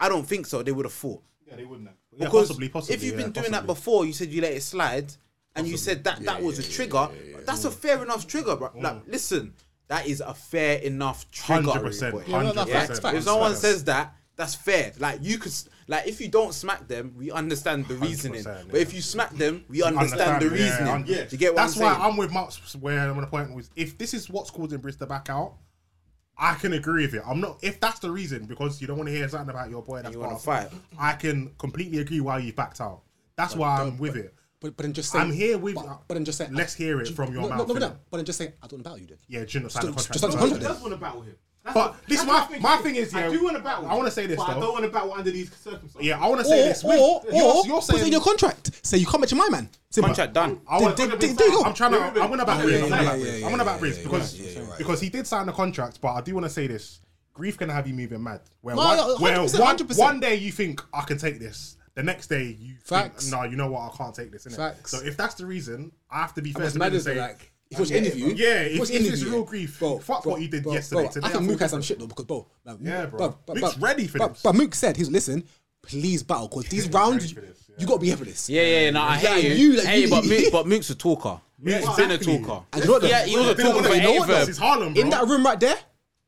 E: I don't think so. They would have fought
H: Yeah, they wouldn't have.
A: Yeah,
E: because
A: possibly, possibly,
E: if you've
A: yeah,
E: been doing that
A: possibly.
E: before, you said you let it slide, and you said that that was a trigger. That's a fair enough trigger, bro.
A: Mm.
E: Like, listen, that is a fair enough trigger.
A: 100%,
E: boy.
C: Yeah, no, no,
A: 100%.
E: Yeah,
C: Facts, facts,
E: if someone
A: facts.
E: says that, that's fair. Like you could, s- like if you don't smack them, we understand the reasoning. But if you smack them, we understand, the
A: yeah,
E: reasoning.
A: un- yeah.
E: Do you get what
A: That's
E: I'm saying?
A: why I'm with Marks where my point was if this is what's causing Briz to back out, I can agree with you. I'm not if that's the reason because you don't want to hear something about your boy. That's
E: You wanna
A: part of it, I can completely agree why you backed out. That's why I'm with it.
C: But, but then just say
A: I'm here with-
C: But, but then just say
A: Let's hear it
C: Do-
A: from your
C: no,
A: mouth,
C: No, no,
A: innit?
C: no. But then just say I don't battle you then.
A: Yeah, do you not sign the
C: Just-
A: contract?
C: just like the
H: Who
C: contract.
H: does want to battle him? That's
A: But
H: what-
A: this
H: that's
A: my-
H: what I think.
A: my thing is, yeah,
H: I do want to battle.
A: I wanna say this,
H: but I
A: though.
H: don't want to battle under these circumstances.
A: Yeah, I want to say
C: Or
A: this.
C: or, or,
A: you're, you're
C: put it in
A: saying
C: your contract. Say you can't match my man. Simple.
E: Contract done.
A: I want-
C: There- there-
A: I'm
C: there you go.
A: trying to. I'm gonna back
C: yeah,
A: Riz. I'm
C: yeah,
A: gonna back
C: yeah,
A: Riz.
C: yeah,
A: I'm gonna
C: yeah,
A: back Riz
C: yeah,
A: because
C: yeah, yeah, you're right.
A: because he did sign the contract. But I do want to say this: grief can have you moving mad. Where
C: No,
A: one,
C: no,
A: where
C: 100%,
A: one,
C: 100%.
A: one day you think I can take this, the next day you
C: Facts.
A: think, no, you know what, I can't take this. Innit?
C: Facs.
A: So if that's the reason, I have to be fair
C: What's
A: to Riz
C: mad
A: and
C: is that,
A: say,
C: like, if it was
A: yeah,
C: interview,
A: yeah,
C: if it
A: if,
C: was
A: if it's
C: interview,
A: real grief,
C: bro,
A: fuck
C: bro,
A: what you did
C: bro,
A: yesterday.
C: bro,
A: Today,
C: I think
A: thought
C: Mook had
A: you-
C: some shit though because bro, like,
A: Yeah, bro.
C: but-
A: Mook's
C: but-
A: ready for
C: but,
A: this.
C: But Mook said, "He's listen, please battle because these rounds,
A: ready for this, yeah.
C: you got to be here for this."
E: Yeah, yeah, yeah. No, I
C: Yeah,
E: hear
C: you,
E: you.
C: like,
E: Hey,
C: you-
E: but Mook, but Mook's a talker.
A: Yeah,
E: He's
A: exactly.
E: been a talker.
C: And you know what though?
E: Yeah, he was a
A: Didn't
E: talker
A: wanna-
E: for
A: you know what though? This
E: Averb.
A: is Harlem, bro.
C: In that room right there,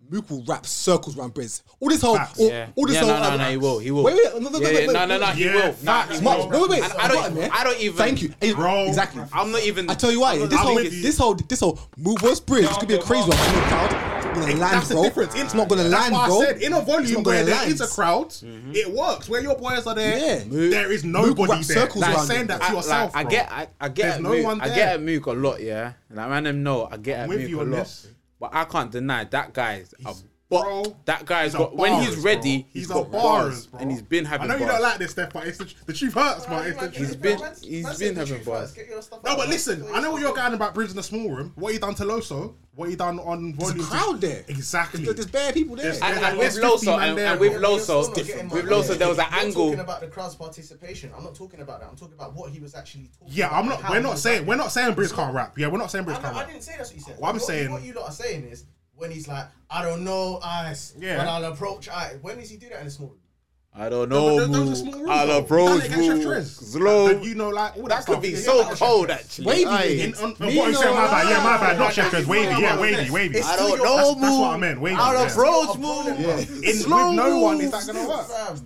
C: Mook will wrap circles around Briz. All this whole,
A: Facts.
C: all,
E: Yeah.
C: all this
E: yeah,
C: whole.
E: no, no, no, he will, he will.
C: Wait, wait, no, no, no,
E: Yeah, yeah,
C: wait,
E: no, no, no,
C: wait.
E: he
A: Yeah,
E: will. Nah,
A: facts,
E: he
C: Mark,
E: will.
A: bro.
C: no, wait, wait.
E: And I don't,
C: man.
E: I don't even.
C: Thank you. And-
A: Bro.
C: Exactly.
E: I'm not even.
C: I tell you why.
E: I'm
C: This
E: not
C: whole,
A: with you.
C: this whole, this whole move was Briz. It's gonna be a crazy one. It's not crowd. It's not gonna land,
A: That's
C: bro.
A: the difference. In-
C: It's not gonna
A: that's
C: land,
A: why
C: bro.
A: I said in a
C: It's not
A: volume
C: gonna
A: where there
C: land.
A: is a crowd, it works. Where your boys are there,
C: Yeah. Mook-
A: there is
C: Mook
A: nobody
C: wraps
A: there.
C: circles
A: Like,
C: around
A: saying
C: him.
A: that
E: I-
A: to yourself,
E: like, I
A: bro.
E: get, I, I get,
A: There's
E: at
A: no
E: Mook,
A: one
E: I
A: there.
E: get at Mook a lot, yeah. Like man, them know I get at
A: with
E: Mook
A: you
E: a
A: on
E: lot,
A: this.
E: but I can't deny that guy's a
A: bro,
E: bot. That guy's
A: he's a
E: got when he's
A: bars,
E: ready,
A: bro. he's a
E: got
A: bars, bro.
E: and he's been
A: I
E: having.
A: know you
E: bars.
A: don't like this, Steph, but it's the, tr- the truth hurts, man. It's the truth.
E: He's been, he's been having bars.
A: No, but listen, I know what you're going about Bridge in the small room. What you done to Loso? What you done on volume? two-
C: crowd there.
A: Exactly.
C: There's bare people there.
A: There's-
E: And, and
A: There's
E: with
A: like
E: Loso,
A: 50 man
E: and,
A: there,
E: and with
A: bro.
E: Loso, with Loso, there was an
B: I'm
E: angle.
B: talking about the crowd's participation. I'm not talking about that. I'm talking about what he was actually talking
A: Yeah,
B: about
A: I'm
B: and
A: not.
B: how
A: We're
B: he
A: not
B: was
A: saying
B: acting.
A: we're not saying Bridge can't rap. Yeah, we're not saying Bridge
B: I,
A: can't
B: know- I
A: rap.
B: didn't say that's what you said.
A: What I'm
B: what,
A: saying-
B: what you lot are saying is when he's like, I don't know, ice,
A: Yeah.
B: but I'll approach ice. When does he do that in a small room?
E: I don't
A: No,
E: know,
A: but there- there was a
E: Mook.
A: small room,
E: I
A: though.
E: love bros,
A: Done it against
E: Mook.
A: Chef Trez.
E: Slow.
A: And you know, like all that,
E: That could
A: stuff.
E: be
A: Yeah,
E: so
A: like-
E: cold, actually.
C: Wavy.
A: In,
C: then.
A: on, on
C: Me
A: what you said,
C: no,
A: my bad. Yeah,
C: no.
A: my bad. Not
H: Like,
A: Sheffield.
H: it's
A: Wavy.
H: not
A: Yeah,
H: about
A: wavy,
H: this.
A: wavy.
E: I don't know,
A: That's,
E: Mook.
A: that's what I meant. Wavy.
E: Out
A: yeah.
E: of bros,
B: problem,
E: Mook.
B: bro.
A: In, with no one is that gonna work.
B: Fam, um,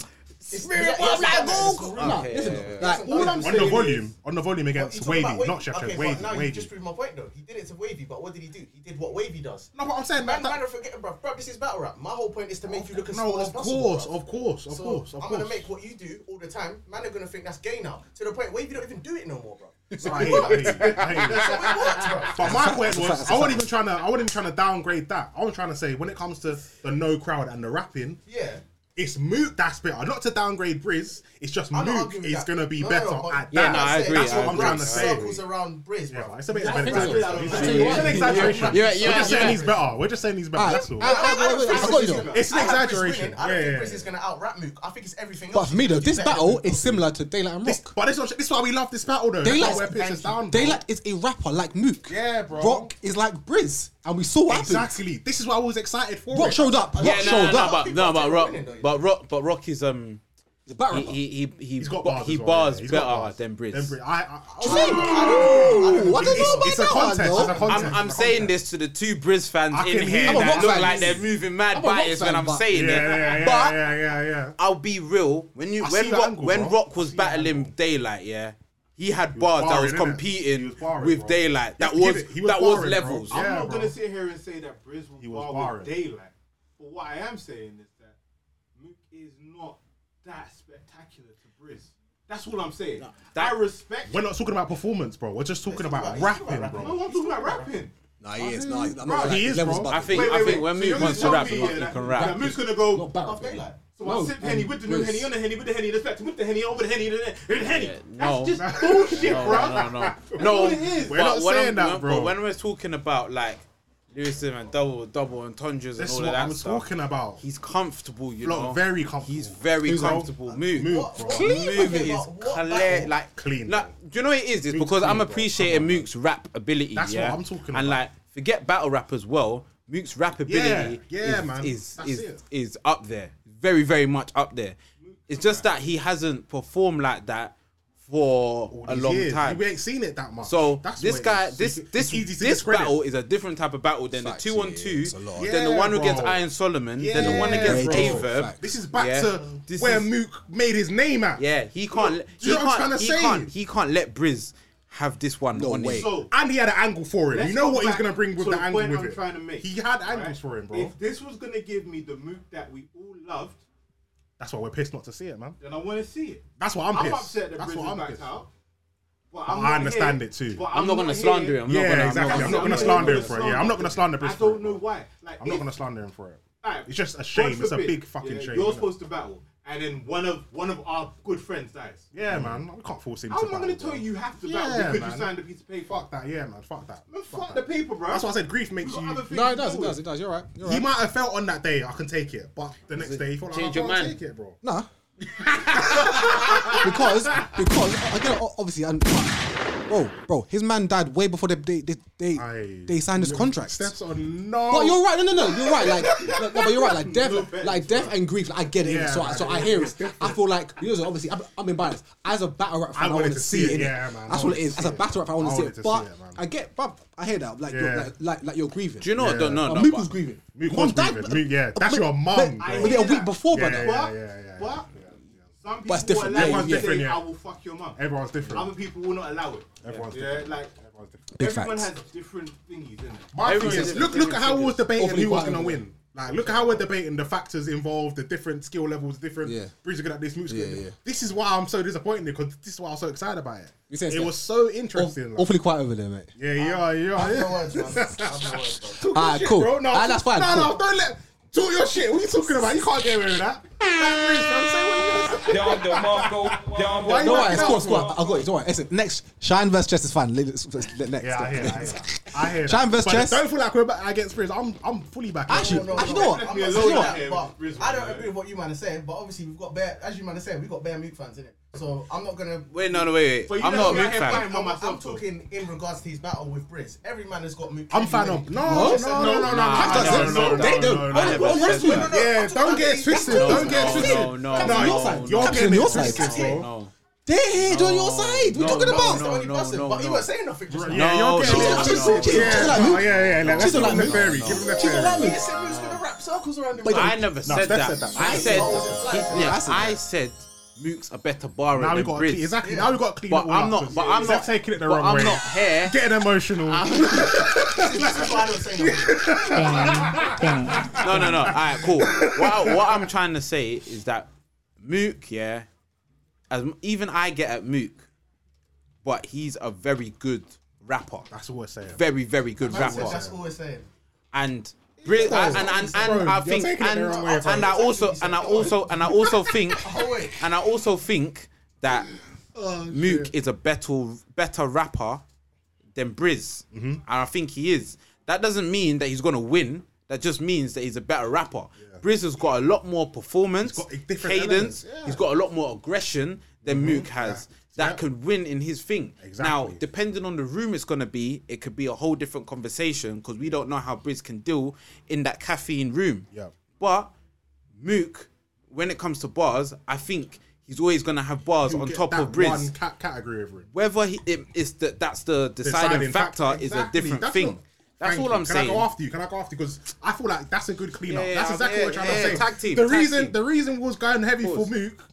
B: It's
E: Spirit bomb like Google.
B: Google.
E: Okay,
C: Listen,
E: yeah, yeah,
C: like, all I'm
A: On
C: saying
A: the
C: is-
A: volume, on the volume
B: You
A: against
B: talking
A: Wavy,
B: about Wavy?
A: not Sheffield.
B: Okay,
A: Wavy,
B: but now you
A: wavy.
B: just proved my point though. He did it to Wavy, but what did he do? He did what Wavy does.
A: No, but I'm saying
B: Man,
A: that.
B: man,
A: that
B: don't forget, bro. Bro, this is battle rap. My whole point is to make you look as
A: no,
B: small as
A: of
B: possible.
A: course,
B: bruv.
A: of course, of
B: So,
A: course, of
B: I'm
A: course.
B: gonna make what you do all the time. Man are gonna think that's gay now, to the point where if you don't even do it no more, bro. So
A: No,
B: it
A: I hate
B: worked.
A: it, I hate it, I hate it.
B: So it worked, bro.
A: But my point was, I wasn't even trying to, I wasn't even trying to downgrade that. I was trying to say, when it comes to the no crowd and the rapping,
B: Yeah.
A: it's Mook that's better. Not to downgrade Briz, it's just
B: I'm not
A: Mook
B: arguing
A: is
B: that.
A: gonna be
B: No, no,
A: better
B: no, but
A: at
E: Yeah,
A: that.
E: no, I
B: that's it.
E: agree,
B: That's
E: I
B: what I'm
A: agree.
B: trying to
A: Yeah.
B: say. Circles around Briz,
A: Yeah, but
B: bro.
A: it's a bit
B: Yeah,
A: of an
B: that's
A: exaggeration.
B: it.
A: It's
B: That's
A: an
B: it.
A: exaggeration.
E: You're
A: We're
E: right, you're right,
A: just
E: you're
A: saying
E: right.
A: he's better. We're just saying he's better. That's all.
C: I- I- I- I- I got you, though.
A: It's an
B: I don't think Briz
A: exaggeration.
B: winning. I don't
A: Yeah,
B: think
A: yeah.
B: Briz is gonna out rap Mook. I think it's everything
C: But
B: else.
C: for me though,
B: He's
C: this
B: better than
C: battle
B: Mook.
C: is similar to Daylight and
A: This,
C: Rock.
A: but this, is- this is why we love this battle, though. That's
C: Daylight's-
A: not where Pitts is down. bro.
C: Daylight is a rapper like Mook.
A: Yeah, bro.
C: Rock is like Briz, and we saw what happened.
A: Exactly. This is why I was excited for.
C: Rock
A: it.
C: showed up. Rock
E: Yeah, no,
C: showed
E: no, no,
C: up.
E: but no, but Rock,
B: Winning, though, you
E: but Rock, but Rock is um,
C: The battle
E: he
C: rapper.
E: he he he,
A: He's got
E: bo-
A: bars.
E: he
A: as well,
E: bars
A: yeah. He's
E: better
A: got bars.
E: than Briz.
A: Than Briz. I, I,
C: Ooh, I don't know about
A: it's, it's a
C: that one,
A: contest.
C: though.
A: It's a
E: I'm,
A: contest.
E: I'm saying this to the two Briz fans
A: I can
E: in
A: hear
E: here
A: I'm a
E: that
A: Rock
E: look
C: fan,
E: like
C: this
E: they're
C: is-
E: moving
C: I'm
E: mad
C: a Rock
E: bias when
C: fan,
E: I'm
C: but-
E: saying
A: Yeah,
E: it.
A: yeah, yeah,
E: but
A: yeah, yeah, yeah.
E: I'll be real. When you
A: I see
E: when
A: the
E: Rock,
A: angle,
E: when
A: bro.
E: Rock was
A: I see the
E: battling
A: angle.
E: Daylight, yeah, he had bars that
A: barring,
E: was
A: innit? He
E: competing
A: was barring,
E: with
A: bro.
E: Daylight. That
A: Give
E: was,
A: it. He was
E: that was
A: barring, bro.
E: levels.
A: Yeah,
H: I'm not
A: bro.
H: gonna sit here and say that Briz will
A: He was
H: bar
A: barring.
H: with daylight. But what I am saying is that Mook is not that spectacular to Briz. That's all I'm saying.
E: that-
H: I respect.
A: We're not talking about performance, bro. We're just talking about rapping,
H: no
A: bro.
H: one talking about rapping.
C: Nah, he is. Nah, I'm
A: Bro,
C: not gonna lie.
A: he is,
C: Levels
A: bro.
C: above
E: I
C: him.
E: think
H: Wait,
E: I
H: wait,
E: think
H: wait.
E: when
H: So
E: Mook
H: you're gonna
E: wants to
H: tell
E: rap,
H: me
E: he
H: here
E: can- he
H: that-
E: can
H: that
E: rap.
H: Mook's gonna go
C: Not battle,
H: off
C: yeah.
H: daylight. So
C: No,
H: I sip henny
C: um,
H: with the new
C: Wiz.
H: henny on the henny with the henny the spectrum with the henny over the henny the henny. the henny.
E: no.
H: That's just bullshit,
E: No,
H: bro.
E: no, no, no.
H: That's all
E: no
H: it is.
A: We're not
E: but when
A: saying
E: I'm-
A: that,
E: when-
A: bro.
E: But when we're talking about like lyricism and double double entendres and
A: This
E: all
A: is
E: of
A: what
E: that
A: I'm
E: stuff,
A: talking about.
E: he's comfortable. You
A: Look,
E: know,
A: very comfortable.
E: He's very
A: He's
E: comfortable.
A: like-
E: Move,
A: Mook,
E: move,
A: bro.
E: move
B: Okay,
E: is
B: but what
E: clear,
B: battle?
E: like
A: Clean.
E: Like, do you know what it is? It's
A: Mook's
E: because I'm
A: clean, bro.
E: appreciating
A: Come on,
E: Mook's rap ability.
A: That's what
E: yeah?
A: I'm talking
E: And
A: about.
E: like, forget battle rap as well. Mook's rap ability
A: yeah,
E: is,
A: man.
E: is
A: That's
E: is
A: it.
E: is up there, very very much up there. It's just that he hasn't performed like that for a
A: These
E: long
A: years,
E: time.
A: We ain't seen it that much.
E: So
A: That's
E: this
A: what it
E: guy,
A: is.
E: this
A: It's
E: this
A: easy to
E: this
A: discredit.
E: battle is a different type of battle than
C: Facts,
E: the two on
C: yeah,
E: two,
C: it's a lot.
E: then the one
A: Yeah,
E: against
A: bro.
E: Iron Solomon, then the one
A: Yeah,
E: against
A: bro.
E: Averb.
C: Facts.
A: This is back
E: Yeah.
A: to
E: This
A: where
E: is-
A: Mook made his name at.
E: Yeah, he can't.
A: Do you
E: he
A: know what I'm
E: can't.
A: trying to
E: he
A: say?
E: can't. He can't let Briz have this one
C: No
E: on
C: way.
E: it.
H: So
A: And he had an angle for him.
H: let's
A: You know
H: go
A: what he's
H: back
A: gonna bring with
H: to
A: the, angle
H: point
A: with
H: I'm
A: it.
H: trying to make.
A: He had angles
H: right?
A: for him, bro.
H: If this was gonna give me the move that we all loved,
A: That's why we're pissed not to see it, man.
H: then I want to see it.
A: That's why I'm
H: I'm
A: pissed.
H: upset that
A: That's
H: Brizzy
A: why I'm
H: backed
A: pissed.
H: out. But
A: I
H: not
A: understand it too.
H: but
E: I'm, not gonna
H: here-
E: slander him. I'm
A: Yeah,
E: not gonna,
A: exactly.
E: I'm
A: I'm
E: not
A: not
E: gonna,
A: gonna slander him for it. Yeah, I'm not gonna slander
H: I
A: Brizzy.
H: don't know why. Like,
A: I'm not
H: if-
A: gonna slander him for it.
H: Alright,
A: It's just a
H: God
A: shame. It's a
H: forbid,
A: big fucking
H: yeah,
A: shame.
H: You're
A: innit?
H: supposed to battle, and then one of one of our good friends dies.
A: Yeah, man. I can't force him.
H: I'm
A: to
H: not
A: battle,
H: gonna
A: bro.
H: tell you you have to
A: Yeah,
H: battle because
A: man.
H: you signed a piece of paper.
A: Fuck that. Yeah, man. Fuck that.
H: Man, fuck the paper, bro.
A: That's why I said grief
H: We've
A: makes
H: got
A: you.
H: other things
C: No,
H: to
C: it does,
H: deal
C: it does,
H: with.
C: it does. You're right. You're
A: He
C: right.
A: might have felt on that day, I can take it, but the next day he thought, like,
E: Change
A: I
E: your
A: can't
E: mind.
A: take it, bro.
C: Nah. because because again, o- obviously, and bro, bro, his man died way before they they they they,
A: Aye.
C: they signed his
A: Look,
C: contract.
A: Steps on no.
C: But you're right. No, no, no. You're right. Like, no, no, but you're right. Like death, like death and grief. Like, I get it.
A: Yeah,
C: so, I,
A: man,
C: so I
A: it-
C: hear
A: it's
C: it. I feel like you know, obviously, I'm, I'm embarrassed. As a battle rap fan, I,
A: wanted
C: want
A: to
C: to see it. innit?
A: yeah, man, I
C: That's what
A: wanted
C: it
A: to
C: is. As
A: see
C: a
A: it.
C: battle rap, I
A: I
C: want to see
A: wanted
C: it.
A: to see
C: But
A: it, man.
C: I get, but I hear that. Like, you're,
A: Yeah.
C: like, like, like you're grieving.
E: Do you know? what? No, no,
C: Uh,
E: no.
C: Mook
E: but-
C: was grieving.
A: Mook
C: Mum
A: Oh, was grieving. Mook, yeah. That's your mum,
C: But,
A: bro.
C: but yeah, a week before,
A: Yeah,
C: brother.
A: yeah,
H: But,
A: yeah, yeah,
H: but
A: yeah,
H: some people
C: But it's
H: will
C: different, yeah,
H: allow you
C: yeah.
H: to say,
A: Different, yeah.
H: I will fuck your mum.
A: Everyone's different.
H: Other people will not allow it.
A: Everyone's
H: yeah,
A: different.
H: like
A: Everyone's different.
C: Big
H: everyone
C: facts.
H: has different thingies in it.
A: My thing
E: Everyone's
A: is, look, look at how we was debating
C: Overly
A: who was
C: quite
A: going to
C: over.
A: win. Like, look at how we're debating the factors involved, the different skill levels, different.
C: Yeah.
A: Yeah. Breeze good at this, Mook's good.
C: Yeah,
A: at
C: yeah.
A: this. This is why I'm so disappointed because this is why I was so excited about it.
C: You said
A: it
C: that.
A: was so interesting. like-
C: Awfully quiet over there, mate.
A: yeah, yeah, yeah, yeah.
B: No words, man. I have no words, bro.
A: Talk
C: All
A: your
C: right,
A: shit,
C: cool.
A: bro. No,
C: All right, that's fine,
A: No,
C: cool.
A: no, don't let talk your shit. What are you talking about? You can't get away with that. That Breeze, man, say what you
G: Down the Marco, down
A: Why you
G: the
C: No, all right,
A: backing
C: it's
A: out,
C: cool, it's cool. I I got it. All right, listen. Next, Shine versus Chess is fine. Let- let's- let's- let- Next.
A: Yeah, I hear that. I hear that. I hear that.
C: Shine versus
A: But
C: Chess.
A: Don't feel like we're back against Breeze. I'm, I'm fully back.
C: Actually,
B: No, no,
C: actually,
B: no.
C: you know what?
B: I'm
H: me
B: not
H: alone
B: saying
H: out
B: that,
H: here
B: but
H: with Griswold,
B: I don't
H: man.
B: agree with what you man are saying, but obviously we've got bare, as you man are saying, we've got bare Mook fans in it. So I'm not gonna.
E: Wait, no, no, wait,
H: But
E: wait.
H: you
E: I'm not
H: know
E: a
H: me, I
E: Mook
H: hear
E: fan.
H: fine.
B: I'm,
H: I'm
B: I'm
H: myself,
B: talking in regards to his battle with Briz. Every man has got Mook.
A: I'm fan of no, no, no, no, no.
C: Cavs doesn't.
A: no, no,
C: They
A: no,
C: don't.
A: no,
C: All-
A: no.
E: never
C: all
E: said
C: wrestling-
E: that.
A: Yeah, don't get it twisted.
C: That's
A: Don't
C: cool.
A: get it
C: That's
A: twisted.
C: cool.
E: No, no,
C: Cavs on your side.
E: no,
A: You're
C: Cavs
A: getting
C: on your
A: it
C: side.
A: twisted, bro.
E: No.
C: They're here on your side. What are you talking
E: no,
C: about?
E: no, no, no,
B: But you
E: no.
B: weren't saying nothing just now.
A: Yeah, you're getting
E: no,
A: it
E: no,
A: twisted.
C: no.
A: Yeah, no, yeah, yeah. like, Let's
C: Chisel
A: give
C: like
A: him the
C: me.
A: fairy. Give him the
C: Chisel like me.
A: fairy.
B: He said we was gonna wrap circles around him.
E: I never said
A: Steph
E: that.
A: said that.
E: I said,
B: Oh,
E: yeah,
C: I said
E: I said Mook's a better barrer
A: Now we
E: than
A: got to
E: Briz.
A: clean, exactly. Now we got to clean
E: But
A: it all
E: I'm
A: up,
E: not.
A: 'cause
E: But I'm
A: Steph
E: not
A: taking it the
E: but
A: wrong
E: I'm
A: way.
E: not here.
A: Getting emotional.
B: That's why I don't say nothing.
E: No, no, no. All right, cool. What, I, what I'm trying to say is that Mook, yeah, as m- even I get at Mook, but he's a very good rapper.
A: That's all we're saying.
E: Very, very good
B: Man said
E: rapper.
B: That's all we're saying.
E: And Bri- and, and, and, and I
A: Bro, you're
E: think
A: taking it
E: and,
A: the wrong way,
E: and,
A: bro.
E: I also and I also and I also think
B: Oh, wait.
E: and I also think that
A: Oh,
E: Mook is a better better rapper than Briz,
A: Mm-hmm.
E: and I think he is. That doesn't mean that he's gonna win. That just means that he's a better rapper. Briz has got a lot more performance,
A: He's got a different
E: cadence.
A: elements, yeah. Mm-hmm.
E: He's got a lot more aggression than Mook has. That could win in his thing. Now,
A: Exactly.
E: depending on the room it's gonna be, it could be a whole different conversation because we don't know how Briz can deal in that caffeine room.
A: Yeah.
E: But Mook, when it comes to bars, I think he's always gonna have bars
A: You'll
E: on
A: get
E: top
A: that
E: of Briz
A: One ca- category over him.
E: whether he, it, it's that that's the deciding,
A: fact-
E: factor is a
A: exactly.
E: different
A: That's
E: thing.
A: not-
E: that's
A: Thank
E: all
A: you.
E: I'm saying.
A: Can I go after you? Can I go after you? Because I feel like that's a good cleanup.
E: Yeah, yeah,
A: that's
E: yeah,
A: exactly
E: yeah,
A: what I'm trying
E: yeah,
A: to
E: yeah.
A: say.
E: Tag team,
A: the
E: tag
A: reason
E: team.
A: the reason was going heavy for
E: course.
A: Mook.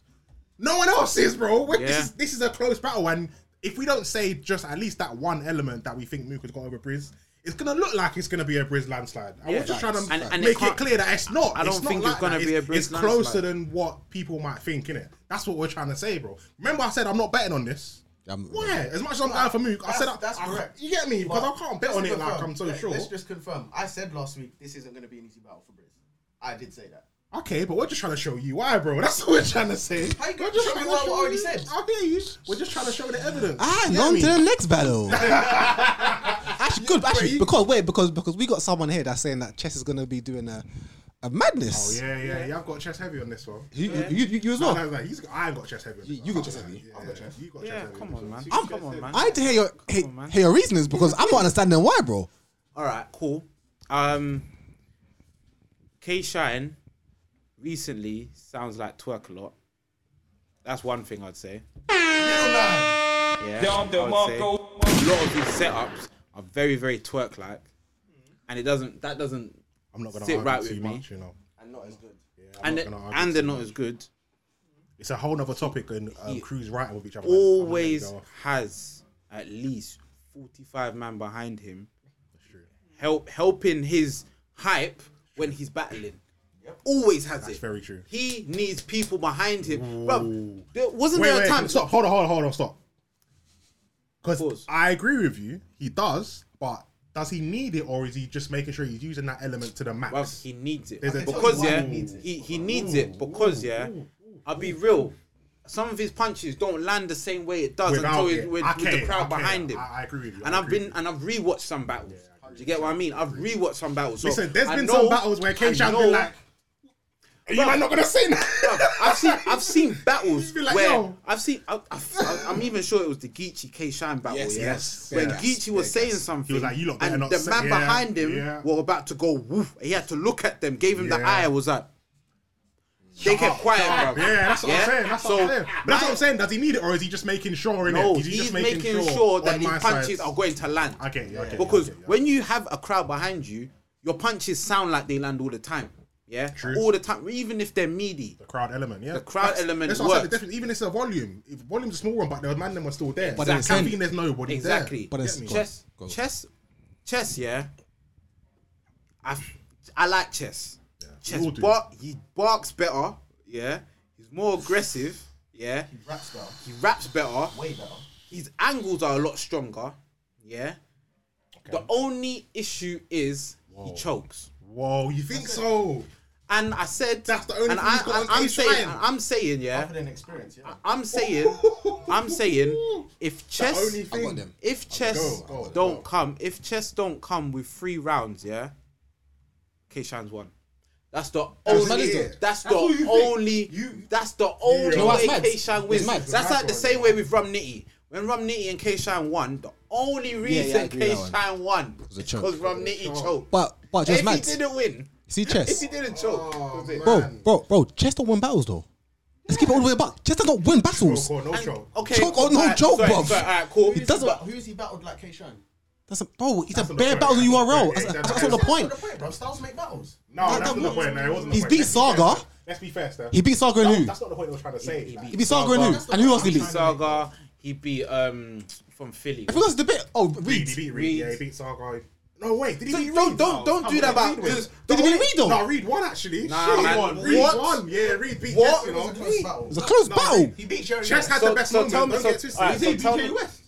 A: No one else is, bro. We're-
E: Yeah.
A: This, is, this is a close battle, and if we don't say just at least that one element that we think Mook has got over Briz, it's gonna look like it's gonna be a Briz landslide. I was just trying to
E: And- and it
A: make it,
E: can't-
A: clear that it's not.
E: I don't
A: not
E: think it's
A: like
E: gonna
A: that.
E: be a Briz
A: It's closer
E: landslide.
A: than what people might think, innit? That's what we're trying to say, bro. Remember, I said I'm not betting on this.
C: I'm-
A: Why? As much as I'm down for Mook, I
B: That's-
A: said I-
B: that's
A: I-
B: correct.
A: You get me? Because
B: But
A: I can't bet
B: let's
A: on it like
B: confirm.
A: I'm so
B: Let-
A: sure.
B: Let's just confirm. I said last week this isn't gonna be an easy battle for Briz. I did say that.
A: Okay, but we're just trying to show you why, bro. That's what we're trying to say.
B: How you
A: We're
B: gonna
A: just
B: show me
A: trying
B: what I
A: to
B: already
A: you-
B: said?
A: I hear you. We're just trying to show the evidence.
C: Ah,
A: You
C: and
A: get
C: on
A: me?
C: to the next battle. actually, good. Actually,
A: you-
C: because wait, because because we got someone here that's saying that Chess is gonna be doing a, a madness.
A: Oh, Yeah, yeah, yeah. I've got chest heavy on this one.
C: You, you, you, you as
A: No,
C: well.
A: no, no, he's, I ain't got chest heavy. On this
C: You- you
A: one.
C: got chest heavy?
A: Yeah, I've got chest. You got chest
E: yeah,
A: heavy.
E: come on, man.
H: I'm-
E: come on, man.
C: I need to hear your hear,
E: on, man.
C: hear your reasonings because I'm not understanding why, bro.
E: all right, cool. Um, K Shine recently sounds like twerk a lot. That's one thing I'd say. Yeah,
G: Down the
E: I would say.
G: Marco.
E: A lot of these setups are very, very twerk like, and it doesn't. That doesn't.
A: I'm not gonna
E: Sit
A: argue
E: right
A: too
E: with me.
A: much, you know.
B: And not as good.
E: and
A: not
E: it-
A: gonna argue
E: and they're
A: too
E: not
A: much.
E: as good.
A: uh, It's a whole nother topic, and um, crews writing with each other. I'm not gonna
E: Always
A: go off.
E: has at least 45 man behind him help helping his hype when he's battling. Always has it.
A: very true.
E: He needs people behind him. Bro, there wasn't
A: Wait,
E: there a
A: wait,
E: time
A: stop. Hold on, hold on, hold on, stop.
E: Pause.
A: Because I agree with you. He does, but does he need it, or is he just making sure he's using that element to the max?
E: Well, he needs it
A: There's a-
E: because
A: Ooh.
E: yeah, he he needs it because yeah. I'll be real. Some of his punches don't land the same way it does
A: Without
E: until
A: it.
E: it, with,
A: I
E: with the
A: can't, I
E: crowd
A: can't.
E: behind him.
A: I- I agree with you,
E: And
A: I
E: I've
A: agree
E: been
A: with
E: and I've rewatched some battles. Do you get what I mean? I've rewatched some battles. So
A: Listen, there's
E: I
A: been
E: know-
A: some battles where K
E: I
A: Shan's
E: know-
A: been like, "Are you man not gonna sing?"
E: I've seen I've seen battles
A: Be like,
E: where
A: yo.
E: I've seen I, I, am even sure it was the Geechee K Shine battle.
C: Yes,
E: yeah?
C: yes,
E: when
C: yes,
E: Geechee was
C: yes.
E: saying something,
A: He was like, "You lot better
E: and
A: not
E: the
A: say-"
E: man
A: Yeah,
E: behind him
A: yeah.
E: were about to go woof. He had to look at them, gave him the
A: Yeah.
E: eye. Was like, they kept quiet, bro.
A: Yeah, that's what I'm saying. That's
E: So
A: what I'm saying. But that's
E: my-
A: what I'm saying. Does he need it, or is he just making sure? In
E: No,
A: it? Is
E: he's,
A: he just
E: making, sure,
A: on
E: that his
A: my
E: punches
A: side?
E: are going to land.
A: Okay, yeah, okay,
E: Because
A: okay, yeah.
E: when you have a crowd behind you, your punches sound like they land all the time. Yeah,
A: True.
E: all the time, even if they're meaty.
A: The crowd element, yeah.
E: The crowd element
A: That's what I said. The
E: worked.
A: difference, even if it's a volume, if volume's a small one, but the man them are still there. But
C: But
A: so
C: it's
A: that
C: in-
A: mean there's nobody
E: Exactly.
A: there.
C: But it's-
A: Get me?
C: go on.
E: chess, chess, chess. Yeah, I, f- I like chess. Chess,
A: all do.
E: bark, he barks better. Yeah, he's more aggressive. Yeah,
B: Raps though,
E: he raps better.
B: way better.
E: His angles are a lot stronger. Yeah. The only issue is he chokes.
A: Whoa, you think so?
E: And I said
A: That's the only
E: and
A: thing he's got on
E: I'm
A: his
E: saying,
A: hand.
E: I'm saying, yeah,
B: Other than experience, yeah.
E: I'm saying, I'm saying, if chess,
A: Only
C: I
A: thing.
C: got them.
E: if chess
A: go,
E: don't come, if chess don't come with three rounds, yeah, K-Shan's won. That's the
C: mad,
E: only.
C: isn't it?
E: That's the only. That's the only
A: know
C: what's
E: way
C: mad?
E: K-Shan
C: It's
E: wins.
C: mad.
E: That's like the
A: That's
E: same way with Rumnitty. When Rumnitty and K-Shan won, the only
C: yeah, I
E: reason
C: agree with that
E: K-Shan won was
C: a choke.
E: because Rumnitty choked.
C: But but
E: if
C: just mad.
E: he didn't win,
C: See
E: if
C: chess.
E: he didn't choke, that's it.
C: Bro, bro, bro, chess don't win battles though. Let's keep it all the way back. Chess don't win battles.
A: Go on, no show.
E: okay,
C: Choke or no
E: alright,
C: choke,
E: sorry,
C: bruv.
E: sorry, alright, cool.
C: It doesn't.
B: Who is he battled like K-Shan?
C: That's a, bro, it's
A: That's
C: a
A: not
C: bare
A: the
C: battle on
A: point.
C: URL.
A: That's
C: That's,
A: not the
C: that's,
A: point.
C: not the point.
B: That's not the point, bro. Styles make battles.
A: No,
C: That-
A: that's
C: that
A: not the
C: was-
A: point. No, it wasn't.
C: He's
A: the point.
C: beat
A: Let's be
C: Saga.
A: fair. Let's be fair, Steph.
C: He beat Saga and who?
A: That's not the point I was trying to say.
C: He beat Saga and who? And who else he
E: He
C: beat?
E: beat Saga. He beat um from Philly.
C: If it was the bit, oh
A: Reed,
C: Reed.
A: he beat Reed. Yeah, he beat Saga. No, wait, did he beat
E: Don't
A: Reed?
E: don't don't do that about because
C: Did he beat Reed though?
A: No, Reed won actually.
E: Nah,
A: Shit,
E: man.
A: won. Reed
E: What?
A: won. Yeah, Reed beat
E: What?
A: Chess, you know.
B: It was a close battle.
C: It's a close battle.
B: He beat Jerry.
A: Chess had
E: So-
A: the best
E: so
A: moment.
E: tell me-
A: Don't
E: so-
A: get twisted.
E: alright, so tell me-
A: West?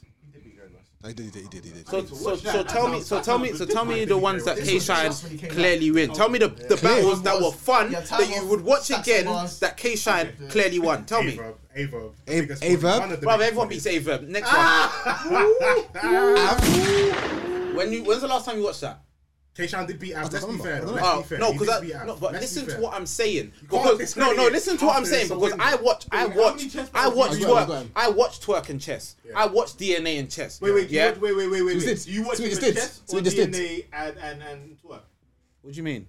C: He did, he did, he did, he did.
E: So, so, so tell me, so tell me, so tell me the ones that
B: This
E: K
B: was
E: Shine
B: just when he came
E: clearly win. Tell me the, the battles that were fun
B: Yeah,
E: that you would watch
B: Saxon
E: again
B: was-
E: that K Shine clearly won. Tell me,
A: Averb, Averb,
C: A-
A: biggest one.
C: Averb?
A: One of the
E: bro.
A: biggest
E: Everyone
A: ones.
E: beats Averb. Next one. When you, when's the last time you watched that?
A: Keishan did beat Av. Let's be
C: remember.
A: fair.
C: I
A: though.
C: don't
A: Let's
E: Oh
A: be fair.
E: no,
A: He
E: because
A: did
E: I
A: beat Av.
E: no, but
A: Let's be
E: listen to
A: fair.
E: what I'm saying.
A: can't
E: Because no,
A: discredit
E: no,
A: it.
E: listen to what I'm
A: After
E: saying
A: it's a
E: because
A: win.
E: I watch, I
H: Wait, how
E: watch,
H: many chess
E: I
H: battles
E: watch
C: did you watch?
E: twerk, I watch twerk and chess. I watch DNA and chess.
H: Wait, wait,
E: yeah.
H: yeah. wait, wait, wait, wait,
C: So we
H: wait.
C: just
H: You
C: did.
H: watch
C: So we
H: the
C: just did.
H: chess
C: So we
H: or
C: just did.
H: DNA and and and twerk?
E: What do you mean?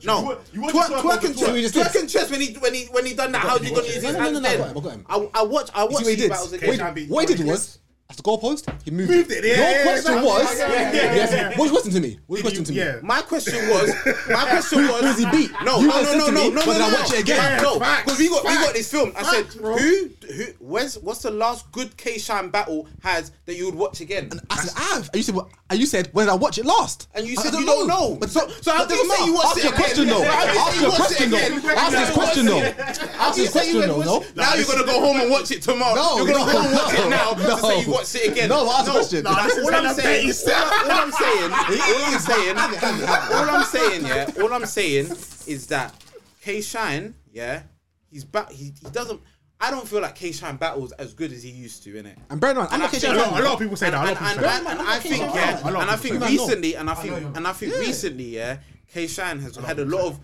H: You
E: No,
H: want- you
E: twerk,
H: want to twerk
E: twerk
H: over
E: and
H: twerk.
C: So we
E: chest.
C: just
E: Twerk
C: did.
E: and chest when he when he when he done that. How did you gonna use his
C: No, no, no, no,
E: hands
C: I
E: then?
C: got him, I got him.
E: I I watch I watch
C: See what he
E: these
C: did?
E: battles
C: What he
E: again.
A: Keishan beat
C: did- What he did
A: Jordan.
C: was, at the goalpost, he moved,
A: Moved it, yeah,
C: Your
A: yeah,
C: question
A: yeah,
C: was,
A: yeah, yeah, yeah,
C: yes,
A: yeah.
C: what was your question to me? What was
A: Did
C: your question to me?
A: you- Yeah.
E: My question was, my question was,
C: who's he beat?
E: No,
C: You
E: no,
C: guys
E: no,
C: said
E: no,
C: to
E: no,
C: me,
E: no,
C: but
E: no,
C: then I
E: no,
C: watch it again.
E: No,
A: Facts,
E: because we got we got
A: facts,
E: this film. I
A: facts,
E: said,
A: bro.
E: who, who, where's what's the last good K Shine battle has that you would watch again?
C: I said, Av. And you said, well, and you said, when did I watch it last?
E: And you
C: I
E: said
C: don't
E: you don't know.
C: But
E: so, so how
C: but
E: do you
C: doesn't
E: say
C: matter.
E: you watched
C: Ask
E: it
C: your
E: again?
C: question though.
E: How do you
C: Ask
E: say you
C: your
E: watched
C: question
E: it
C: though.
E: again?
C: Ask
E: How
C: this
E: do you
C: question though.
E: watch it?
C: Ask
E: How do you
C: this
E: say you
C: question though.
E: watched
C: No.
E: it? Now you're gonna go home and watch it tomorrow.
C: No,
E: you're gonna go
C: no,
E: home and watch it now
C: no.
E: to say you watched it again.
C: No, ask the question.
E: All
C: That's
A: what
E: I'm
A: I'm
E: saying.
A: saying.
E: All I'm saying. All I'm saying. All I'm saying. Yeah. All I'm saying is that K Shine. Yeah. He's back. He, he doesn't. I don't feel like K Shine battles as good as he used to in it.
C: And bear in mind, I'm
E: And
C: not
E: I
C: KJ
E: think-
A: A lot, a
C: fan.
A: lot of people say that. A lot of
E: And,
A: people say
E: and,
A: that.
E: and, and I think
C: K-Shine.
E: yeah,
A: A lot of
E: and I
A: people
E: think
C: say that.
E: recently, and I think and I think recently, yeah, K Shine has had a lot of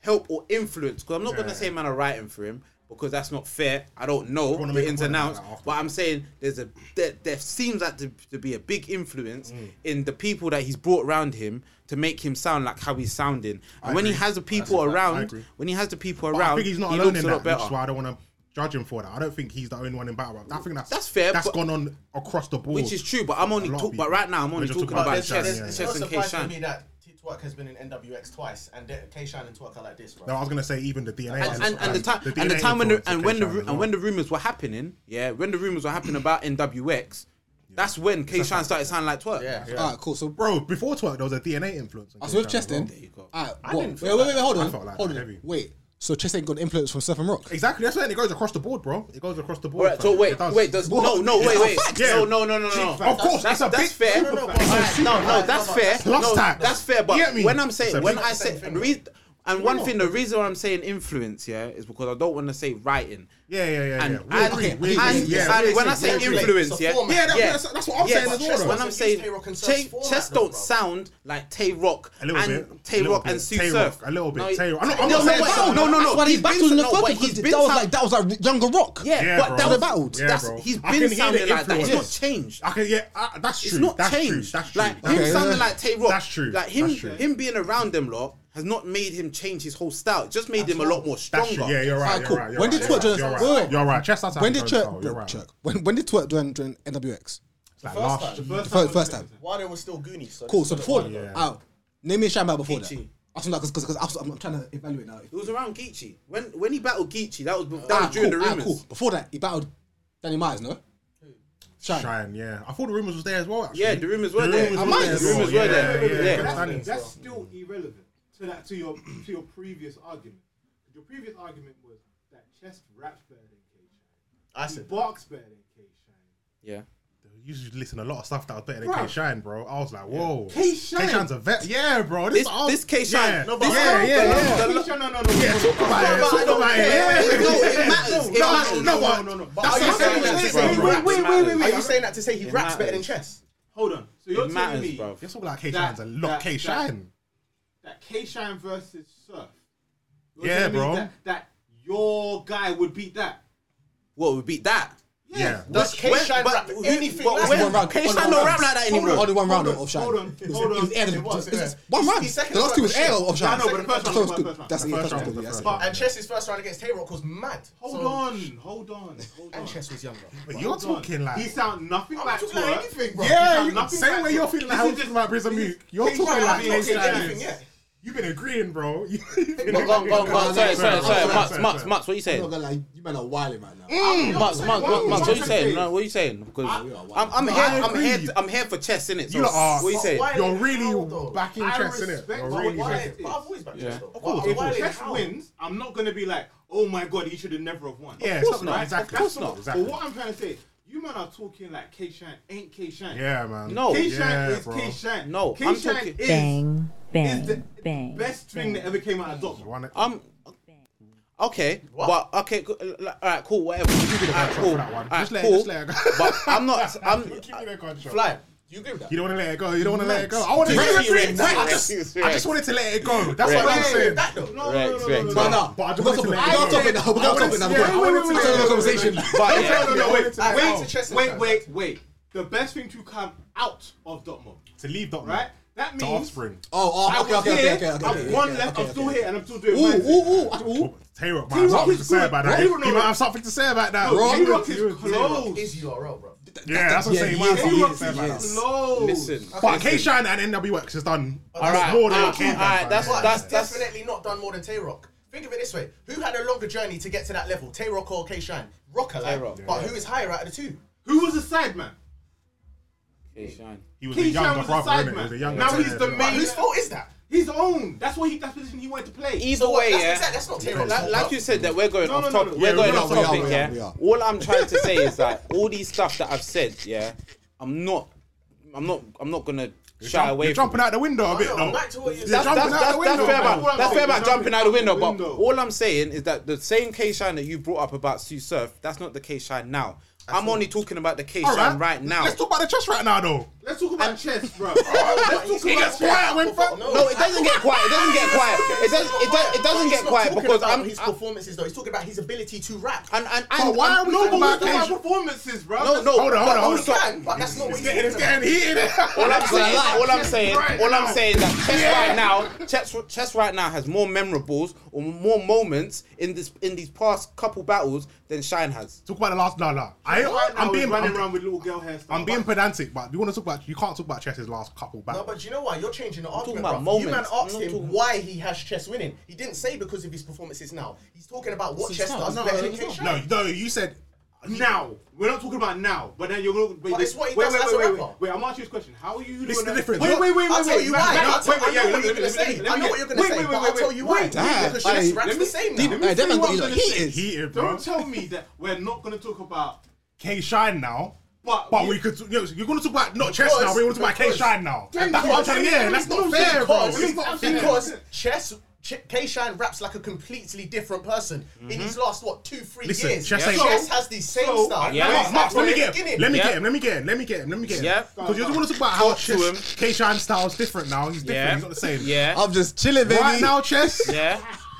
E: help or influence. Because I'm not gonna say man are writing for him because that's not fair. I don't know
A: wanna
E: the
A: make a
E: ins
A: point
E: and
A: about
E: outs,
A: that after.
E: but I'm saying there's a there, there seems like to, to be a big influence
A: Mm.
E: in the people that he's brought around him to make him sound like how he's sounding. And when he has the people around,
A: agree.
E: when he has the people
A: But I
E: around,
A: think he's not
E: he
A: alone
E: looks
A: in
E: a lot
A: that, which is
E: better.
A: why I don't want to judge him for that. I don't think he's the only one in battle rap. I think that's
E: That's fair,
A: That's
E: but-
A: gone on across the board.
E: Which is true, but I'm only
A: A lot of
E: talking.
A: people.
E: But right now, I'm
A: We're
E: only
A: just
E: talking
A: talking
E: about
A: about
E: Chess
A: Chess,
E: Chess
A: yeah,
E: and
A: yeah.
B: It's
E: Chess
B: not
E: and
B: surprising
E: K-Shine.
B: to me that Twerk has been in NWX twice, and De- K-Shine and Twerk are like this, bro.
A: No, I was gonna say even the DNA
E: and, and, and the time
A: DNA
E: and the time when the,
A: influence
E: and
A: of
E: when the
A: Keisha
E: ru-
A: as
E: and when
A: well.
E: the rumors were happening, yeah, when the rumors were happening about NWX, That's when K Shine started sounding like twerk.
I: Yeah, yeah.
C: All right, cool. So, bro,
A: Bro, before twerk, there was a DNA influence. on
C: so with
A: K-Shine as
C: Cheston,
A: well.
C: all right,
I: I
C: what-
I: didn't
C: wait,
I: feel
C: wait, wait, hold
A: I
C: on,
A: felt like
C: hold
A: that
C: on,
A: heavy.
C: wait. So Cheston got influence from Surf and Rock.
A: Exactly, that's what it goes across the board, bro. It goes across the board.
E: Alright, so
A: fam.
E: wait,
A: It does.
E: wait, does no, no, wait, wait, no, no, no, no, no.
A: Of course, it's
E: that's,
A: a
E: that's
A: big
E: fair.
A: super
E: No,
A: fact. It's a super
E: no, no,
A: fact.
E: that's fair.
A: Plus
E: no,
A: that.
E: that's fair.
A: You get
E: But
A: me?
E: when I'm
A: It's a
E: saying, when
A: big
E: I say,
A: thing.
E: and, re- and one thing, the reason why I'm saying influence, yeah, is because I don't want to say writing.
A: Yeah, yeah, yeah,
E: And,
A: yeah.
E: and,
A: We're agreeing,
E: and,
A: we're agreeing, yeah.
E: and when I say
B: It's a
E: influence, yeah,
B: format.
A: Yeah, that- that's- that's what I'm saying as well, though.
E: When I'm
B: It's a UK
E: saying
B: rock and surf
E: Tay-
B: format,
E: Chess
B: though,
E: don't
B: bro.
E: sound like Tay Rock
A: A little
E: and
A: bit.
E: Tay
A: A little
E: Rock
A: bit.
E: and Sue
A: Tay
E: Surf.
A: Rock, a little bit.
E: No,
A: Tay Rock. I'm not- I'm
E: no,
A: not
E: no,
A: saying
E: wait,
A: sound-
E: no, no, no.
C: That's why they
E: he's been
C: battled in the
E: sound-
C: first
E: but
C: one because
E: he's
C: that
E: been
C: was
E: sound-
C: like that was like younger rock.
E: Yeah,
A: Yeah,
E: but
A: bro.
E: that
C: They
E: was
C: battled.
A: Yeah,
E: that's
A: bro.
E: he's
A: I
E: been
A: can hear the
E: sounding like that. It's not
A: influence.
E: changed.
A: I can, yeah, uh, that's true.
E: It's not
A: that's
E: changed.
A: True. That's true.
E: Like
A: That's
E: him
A: true.
E: sounding like Tay Rock.
A: That's true.
E: Like him,
A: That's true.
E: him being around them lot has not made him change his whole style. It just made him a lot more
A: That's
E: stronger.
A: true. Yeah, you're right.
C: Alright,
A: You're
C: cool.
A: right. You're
C: When
A: right,
C: did
A: you're
C: Twerk
A: right,
C: join-
A: You're
C: wait, wait.
A: right. You're right. Chest out.
C: When did
A: You're
C: Chirk,
A: right.
C: Chirk, when, when did Twerk join, join NWX?
A: It's Like last
B: time.
A: year.
C: The first, first time.
B: Why they were still Goonies? So
C: Cool. So before,
A: Yeah.
C: oh, name me a shout out before that.
E: Peachy.
C: I was like, because I'm, I'm trying to evaluate now.
E: It was around Geechee. When when he battled Geechee, that was that
C: Ah,
E: was during
C: cool,
E: the
C: ah,
E: rumors.
C: cool. Before that, he battled Danny Myers, no? Shine.
A: Shine, yeah. I thought the rumors was there as well. Actually.
E: Yeah, the rumors were
A: The
E: there.
A: rumours
E: The
A: were there as well.
E: rumors were
A: Yeah,
E: there.
A: yeah,
E: Yeah.
A: yeah.
H: That's-
A: Standing.
H: That's, still irrelevant to that to your to your previous argument. Your previous argument was that Chest raps better than K Shine.
I: I
H: He
I: said
H: barks better than K Shine.
E: Yeah.
A: You used to listen to a lot of stuff that was better than
H: Bruh.
A: K Shine, bro. I was like, whoa.
H: K-Shine.
A: K-Shine's a vet. Yeah, bro. This
E: This this K Shine.
A: Yeah,
E: No,
A: yeah, yeah, yeah.
H: K Shine, no, no, no.
A: Yeah, talk about it. Talk about it. Yeah.
E: it matters. It
A: No,
E: matters.
H: no,
A: but-
H: no, no.
A: That's
B: Are you
A: what
B: saying
A: I'm
B: that to
A: saying.
B: say he
A: bro.
B: raps
E: wait, wait, wait,
B: Are you saying that to say he raps better than
E: matters.
B: chess?
H: Hold on. So you're
E: It
H: telling
E: matters,
H: me
E: bro.
A: You're talking like K-Shine's a lot.
H: That-
A: K-Shine.
H: that K Shine versus Surf. You're
A: Yeah,
H: telling me
A: bro.
H: That, that your guy would beat that.
E: What would beat that?
A: Yeah.
B: Does K-Shine
E: but
B: rap
E: who-
B: anything
E: but
B: like
E: when-
C: One round.
E: K-Shine
C: One
E: don't
C: round.
E: rap like that anymore.
C: Only one round
H: Hold on,
C: of Shine.
H: hold on,
C: It was,
H: hold
C: it
H: on.
C: was air.
H: It was,
C: it was-
B: yeah.
C: One round.
B: His second
C: The last two
B: round
C: was
B: was
C: air
B: shit.
C: of Shine.
H: Yeah, I know, but the first
C: That's
H: round was
C: what
H: the
C: it was
H: first round.
C: That's
A: The
C: the
A: first round
C: first round.
A: was the
C: yes.
A: first
C: But-
A: round.
B: And Chess' first round against Tay Rock was mad.
H: Hold
B: So-
H: on, hold on, hold on.
B: And Chess was younger.
A: But you're
H: Hold on.
A: talking like.
H: he sound nothing
B: I'm
H: like
B: not talking about
H: twerk.
B: anything, bro.
A: Yeah,
H: He's
A: you,
H: done nothing
A: same
H: like
A: way
H: this.
A: you're feeling like
H: This
A: how
H: is
A: you feeling about Prison
H: this-
A: Mute. You're
H: he's
A: talking
H: trying to
A: like
H: be okay,
A: K-Shine
H: yeah.
A: is.
B: Anything, yeah.
A: You've been agreeing, bro. You've been
E: Go on, go on, go on. Sorry, sorry,
A: Sorry,
E: sorry. Mux,
A: sorry,
E: Mux,
A: sorry.
E: Mux, what you
C: I'm not
E: saying?
C: gonna lie, you man are wilding right now.
E: Mux, Mux, Mux, Mux, what you saying? No, what you saying? Because I'm, I'm here, I'm
A: agree.
E: here, I'm here for chess, innit? So
A: You lot are-
E: what you saying?
B: Why-
A: You're
B: How, though?
A: really back in
H: I
A: chess, innit?
H: respect
A: You're
H: what
A: really
H: you
A: back-
H: said.
B: But I've always backed Chess, though.
E: Of
A: course,
B: But
A: of
B: why
A: course.
B: they
H: Chess
B: how?
H: wins, I'm not gonna be like, oh my god, he should have never have won.
A: Yeah,
H: Of
A: it's
H: course
A: not, exactly.
H: Of course
A: That's
H: not.
A: not, exactly.
H: But what I'm trying to say, you man are talking like K Shine ain't K Shine.
A: Yeah, man.
E: No.
H: K Shine
A: Yeah,
H: is
A: bro.
H: K Shine.
E: No, I'm
H: K Shine
E: talking-
H: is,
G: Bang,
H: is the
G: bang, bang.
H: best thing that ever came out of Dot.
A: One-
E: I'm Um, okay, but okay, go- l- l- all right, cool, whatever. All right,
A: contract
E: cool,
A: for that one.
E: all right,
A: Just let it-
E: cool.
A: just let it go.
E: But I'm not. I'm.
A: Give me the contract.
B: Fly. Do you agree with that?
A: You don't want to let it go. You don't want to let it go. I want to
E: Rex,
A: let it
E: Rex,
A: go. I
E: Rex,
A: just,
E: Rex,
A: I just wanted to let it go. That's
E: Rex.
A: what I'm
E: Rex,
A: saying.
B: That though.
H: No,
E: Rex,
H: no, no,
E: Rex.
H: no, no,
C: But
H: no.
C: no,
A: But I
C: we're
A: just
C: going
A: wanted to let it
C: to we're going to
A: go.
C: topic now. We're going to topic now.
A: Yeah, I wanted
C: We're
A: to
C: going
A: let it
C: to
A: go.
C: conversation.
E: But
H: No, no,
E: yeah,
H: no, no, wait,
A: Wait,
H: wait,
B: to Chester
H: wait,
B: Town.
H: wait, wait. The best thing to come out of Dotmo,
A: To leave Dot,
H: right? That
A: To
H: means
A: offspring.
C: Oh,
H: I
C: oh, okay,
H: was
C: okay, okay,
H: here,
C: okay, okay.
H: I've
C: okay,
H: one
C: okay,
H: left,
C: okay,
H: I'm still
C: okay.
H: here, and I'm still doing
C: Ooh,
H: my thing.
C: ooh, ooh, ooh.
A: Taylor might have
H: T-Rock
A: something
H: is
A: to say
H: good.
A: about
H: Bro,
A: that.
H: you don't know
A: He might
H: that.
A: have something to say about that.
H: No,
A: Bro,
H: T-Rock
A: you-
H: is
B: Rock
H: close.
B: is URL, bro.
A: Yeah, that's what I'm saying. He might have something to say
H: T-Rock
A: about that.
H: is close.
E: listen.
A: But K Shine and NWX has done
E: All right,
A: more than
E: all
A: what
E: right,
A: K-Shine
E: all right,
A: has
E: that's-
A: done.
E: that's-
B: That's definitely not done more than Tay Rock. Think of it this way: Who had a longer journey to get to that level, Tay Rock or K Shine? Rocker, like,
E: Tay-Rock.
B: but who is higher out of the two?
H: Who was the side man?
E: Shine.
A: He was a
H: K-Shine
A: younger
H: was the
A: brother,
H: side
A: innit? He was a
H: man.
A: younger
H: Now
A: brother.
H: he's the
B: But
H: main.
B: whose fault is that?
H: His own. That's what he. That's the position he wanted to play.
E: Either way,
B: That's
E: yeah.
B: exact- that's not Tay Rock's
E: Like,
B: fault,
E: like
B: bro.
E: you said, that we're going
H: No,
E: off
H: no, no,
E: topic.
H: no.
E: We're
H: Yeah,
E: going
H: we
E: off
H: are, we are,
E: topic,
C: we are,
E: yeah.
C: we are.
E: All I'm trying to say is that all these stuff that I've said, yeah, I'm not, I'm not, I'm not gonna shy away.
A: You're
E: from
A: jumping out the window a bit,
B: no,
A: though.
B: back to what you
A: You're
B: said.
E: that's, that's,
A: jumping out
E: that's,
A: the
E: that's
A: window.
E: fair
A: bro.
E: about that's fair about jumping out the window. But
H: Window.
E: all I'm saying is that the same K Shine that you brought up about Sue Surf, that's not the K Shine now. I'm only talking about the K
A: All
E: Shine right now.
A: Let's talk about the chest right now, though.
H: Let's talk about chess, bro.
B: Oh,
H: Let's
A: He
H: talk about
A: gets quiet when.
I: No, it doesn't get quiet. It doesn't get quiet. It does. It does. It doesn't
B: He's
I: get
B: not
I: quiet
B: talking
I: because
B: about
I: I'm.
B: his performances though. He's talking about his ability to rap.
E: and and,
A: But
E: and
A: why
E: and-
A: are we talking about
H: Let's talk about
A: K-Shine?
H: performances, bro.
E: no no
A: Hold on, hold on, hold
B: He
A: on.
B: can, but that's not
A: It's
B: what he's
A: getting, it's
B: talking about.
A: getting heated.
E: All I'm saying,
C: like-
E: all I'm saying,
A: Right
E: all I'm
A: now.
E: saying that chess right now, chess, chess right now has more memorables or more moments in this in these past couple battles than Shine has.
A: Talk about the last. No, no. I,
H: Right now
A: I'm
H: he's
A: being.
H: running
A: I'm,
H: around with little girl hairstyle.
A: I'm being pedantic, but you want to talk about? You can't talk about Chess's last couple
B: No,
A: battles.
B: but you know what? You're changing the argument.
E: talking about
B: bruv. You man
E: moments. I'm
B: asked
E: not
B: him
E: talking-
B: why he has chess winning. He didn't say because of his performances now. He's talking about what chess does better than K
A: no, no. You said
H: Now, we're not talking about now, but then you're going. But
B: it's what he
H: wait,
B: does
H: wait,
B: as
H: wait,
B: a
H: wait,
B: rapper.
H: Wait, wait, I'm asking you this question. How are you?
A: This is
H: gonna-
A: the difference.
H: Wait, wait, wait,
B: I'll
H: wait,
B: tell
H: wait.
B: you
H: no,
B: why.
H: no,
B: I'll tell-
H: wait, wait,
B: I know
H: yeah,
B: what
H: let me-
B: you're gonna
H: let me-
B: say.
H: let me
B: I know
H: get-
B: what you're gonna
H: wait,
B: say,
H: wait,
B: but
H: wait,
B: I'll
H: wait,
B: tell you
H: wait,
B: why.
H: wait,
C: Damn.
H: wait,
B: Because
H: wait,
B: she raps
H: let
B: the
H: me-
B: same
H: let
B: now.
H: me
C: Hey, that
H: finish
C: man's
H: what I'm
C: got-
H: gonna
C: he
H: say.
C: is-
A: Heated, bro.
H: Don't tell me that we're not going to talk about.
A: K Shine now.
H: But
A: But we could, you know, you're going to talk about not chess now,
B: Because-
A: we're going to talk about K
B: because-
A: Shine now.
H: Then
A: That's what I'm trying to yeah,
H: because-
A: That's not fair, bro.
H: because-
A: It's not fair.
B: Because Chess, Ch- K Shine raps like a completely different person in his last, what, two, three
A: Mm-hmm. Listen,
B: years.
A: Chess ain't-
B: Chess has the same
H: So-
B: style.
H: Yeah.
A: Mark, Mark, let me get him. Let me
E: Yeah.
A: get him. Let me get him. Let me get him. Let me get him.
E: Yeah.
A: Because you just want to talk about how
E: Talk to him.
A: chess, K Shine style's different now. He's different.
E: Yeah.
A: He's not the same.
E: Yeah.
C: I'm just chilling, baby.
A: Right now, chess.
E: yeah.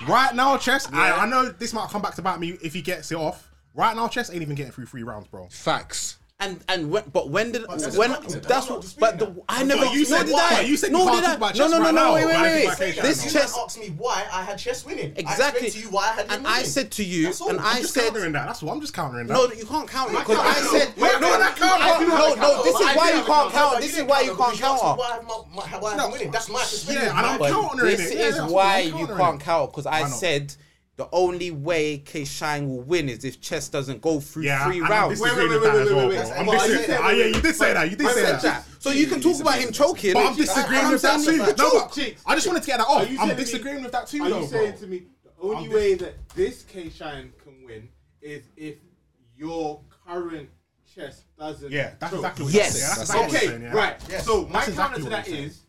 A: Right now, chess. I, I know this might come back to bite me if he gets it off. Right now, chess ain't even getting through three rounds, bro.
C: facts.
E: And and when, but when did
B: that's
E: when
B: a document.
E: that's
B: That's not
E: what
B: disputing
E: but
B: that.
E: the, I never
A: you said-
E: nor did
A: what?
E: I
A: You said you
E: nor
A: can't
E: did
A: talk
E: I
A: about
E: no
A: chess
E: no no
A: right
E: no
A: now.
E: wait
A: Why
E: wait
A: did
E: wait
A: I say that?
E: this
B: You
E: chess
B: asked me why I had Chess winning. I
E: exactly
B: explained to you why I had him
E: and I
B: winning.
E: said to you
B: That's all.
E: and
B: I'm
E: I
A: Just
E: said
A: countering that. That's what I'm just countering that.
E: No, you can't count it because I
B: count it.
E: said
B: Wait,
E: no,
B: no,
E: no,
B: that count. I do have
E: no,
B: a
E: no.
B: count.
E: This is
B: I
E: why
B: do
E: you
B: have a
E: can't
B: count.
E: count.
B: But
E: This
B: you
E: is
B: didn't
E: why
B: count
E: you
B: it because
E: can't
B: asked me
E: count.
B: Why I have my, my, why I have him winning? That's my perspective.
A: yeah, and I'm
B: My-
A: countering
E: This
A: it.
E: is
A: yeah,
E: why
A: I'm
E: you
A: countering
E: can't
A: it.
E: count because
A: Why
E: I
A: not?
E: said the only way K Shine will win is if Chess doesn't go through
A: Yeah,
E: three
A: I'm
E: rounds.
A: disagreeing
H: Wait,
A: with that
H: wait, wait,
A: as
H: wait,
A: well,
H: wait,
A: bro.
H: wait.
A: I'm
B: Well, I
A: disagreeing-
B: said-
A: Ah, yeah, you did say that. You did
E: I
A: say
E: said
A: that.
E: that. So you can talk about him choking.
A: But I'm
E: That's
A: disagreeing
E: what
A: with
E: I'm
A: that too.
E: saying.
A: No,
E: Joke.
A: but I just want to get that
H: Are
A: off.
H: you
A: I'm
H: telling me-
A: disagreeing with that too,
H: Are
A: though,
H: you saying
A: bro.
H: to me the only
A: dis-
H: way that this K Shine can win is if your current chess doesn't?
A: Yeah, that's
H: choke?
A: exactly what
E: Yes.
A: you're saying. That's
C: That's
A: exactly what
H: okay,
A: you're saying, yeah.
H: right. So my
A: That's exactly
H: counter to
A: what
H: that
A: you're saying.
H: is,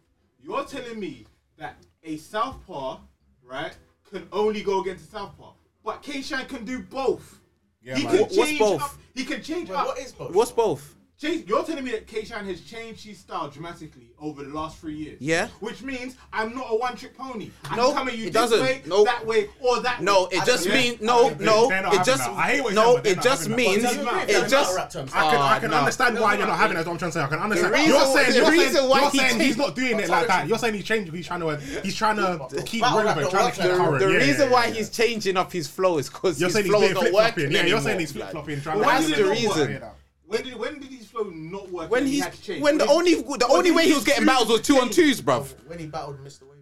H: you're telling me that a southpaw, right, can only go against a southpaw, but K-Shine can do both.
A: Yeah,
H: he
A: man.
H: can
A: What's
H: change
E: both?
H: up. He can change
B: Wait,
H: up.
B: What is both?
E: What's both?
H: Change, you're telling me that K-Shine has changed his style dramatically over the last three years.
E: Yeah.
H: Which means I'm not a one-trick pony. I'm
E: Nope,
H: coming you
E: it
H: this
E: doesn't.
H: way,
E: Nope.
H: that way, or that
E: No,
H: way.
E: it just
H: Yeah.
E: means no,
A: They're
E: no.
A: not
E: It
A: having
E: just
A: that. I hate what
E: no.
A: you're saying,
E: It
A: but
E: just
A: they're not having
E: means
A: that.
E: it
B: Doesn't matter,
E: just
B: terms.
A: I can, I
E: Ah,
A: can
E: no.
A: understand why you're not having it. That's what I'm trying to say. I can understand. you're
E: reason-
A: saying,
E: the
A: you're
E: reason
A: saying,
E: why
A: you're
E: he
A: saying
E: changed-
A: he's not doing it like that. You're saying he's changing. He's trying to he's trying to keep relevant, trying to keep
B: The-
A: current.
E: the
A: Yeah, yeah,
E: reason why
A: yeah.
E: he's changing up his flow is because
A: you're
E: his
A: saying he's
E: flow
A: being
E: is not
A: flip
E: working.
A: flopping. Yeah, you're saying
E: anymore,
A: he's flip
E: blood.
A: flopping.
H: But
A: Trying
H: when
A: to
E: That's
H: did
A: Yeah,
H: it
E: the
H: not
E: reason.
H: work? When did when did his flow not work?
E: When
H: and he
E: he's
H: had to change?
E: when the
H: did he-
E: only the
H: when
E: only
H: did
E: way he was getting
H: choose
E: battles was
H: to
E: two on
H: change?
E: twos, bruv.
B: When he battled Mr. Wavy.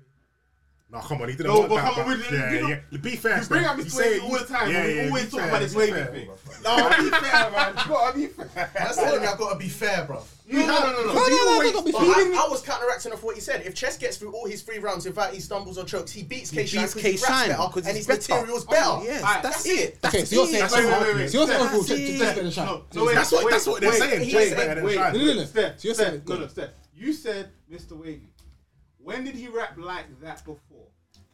A: No, come on, he didn't
H: No,
A: want
H: but
A: that.
H: come on,
A: but-
H: we-
A: yeah,
H: you know-
A: yeah. Be fair.
H: You bring up
A: Stan.
H: Mr.
A: You say-
H: Wavy all the time.
A: Yeah,
H: we
A: yeah,
H: always
A: be
H: talk
A: fair,
H: about
A: be
H: this Wavy
A: fair,
H: thing.
A: bro.
H: No, be fair, man. You gotta be
B: That's
H: fair.
B: telling me I've got to be fair, bro.
H: No, no, no, no.
C: No, no, no,
H: Wait,
C: no, don't be
B: Well,
C: feeding me.
B: I, I was counteracting off what he said. If Chess gets through all his three rounds without he stumbles or chokes, he beats K Shine
E: beats
B: because he raps
E: K-Shine
B: better
E: because
B: and
E: he's
B: his
E: better.
B: material's better.
E: Oh, yes,
B: Alright,
E: that's
B: that's
E: it.
B: it.
C: Okay, so you're saying
A: That's what I'm
C: so you're saying
H: That's
C: overall check check- check better than
H: No,
C: Shine.
H: no, wait,
A: That's what-
H: wait,
A: that's what they're
H: wait,
A: saying.
H: Wait,
A: Check
H: wait,
A: better than
H: wait,
A: Shine.
H: wait,
C: No, no, no.
H: Steph,
C: So you're
H: Steph,
C: saying-
H: no,
C: go.
H: no, Steph. You said Mr. Wavy. When did he rap like that before?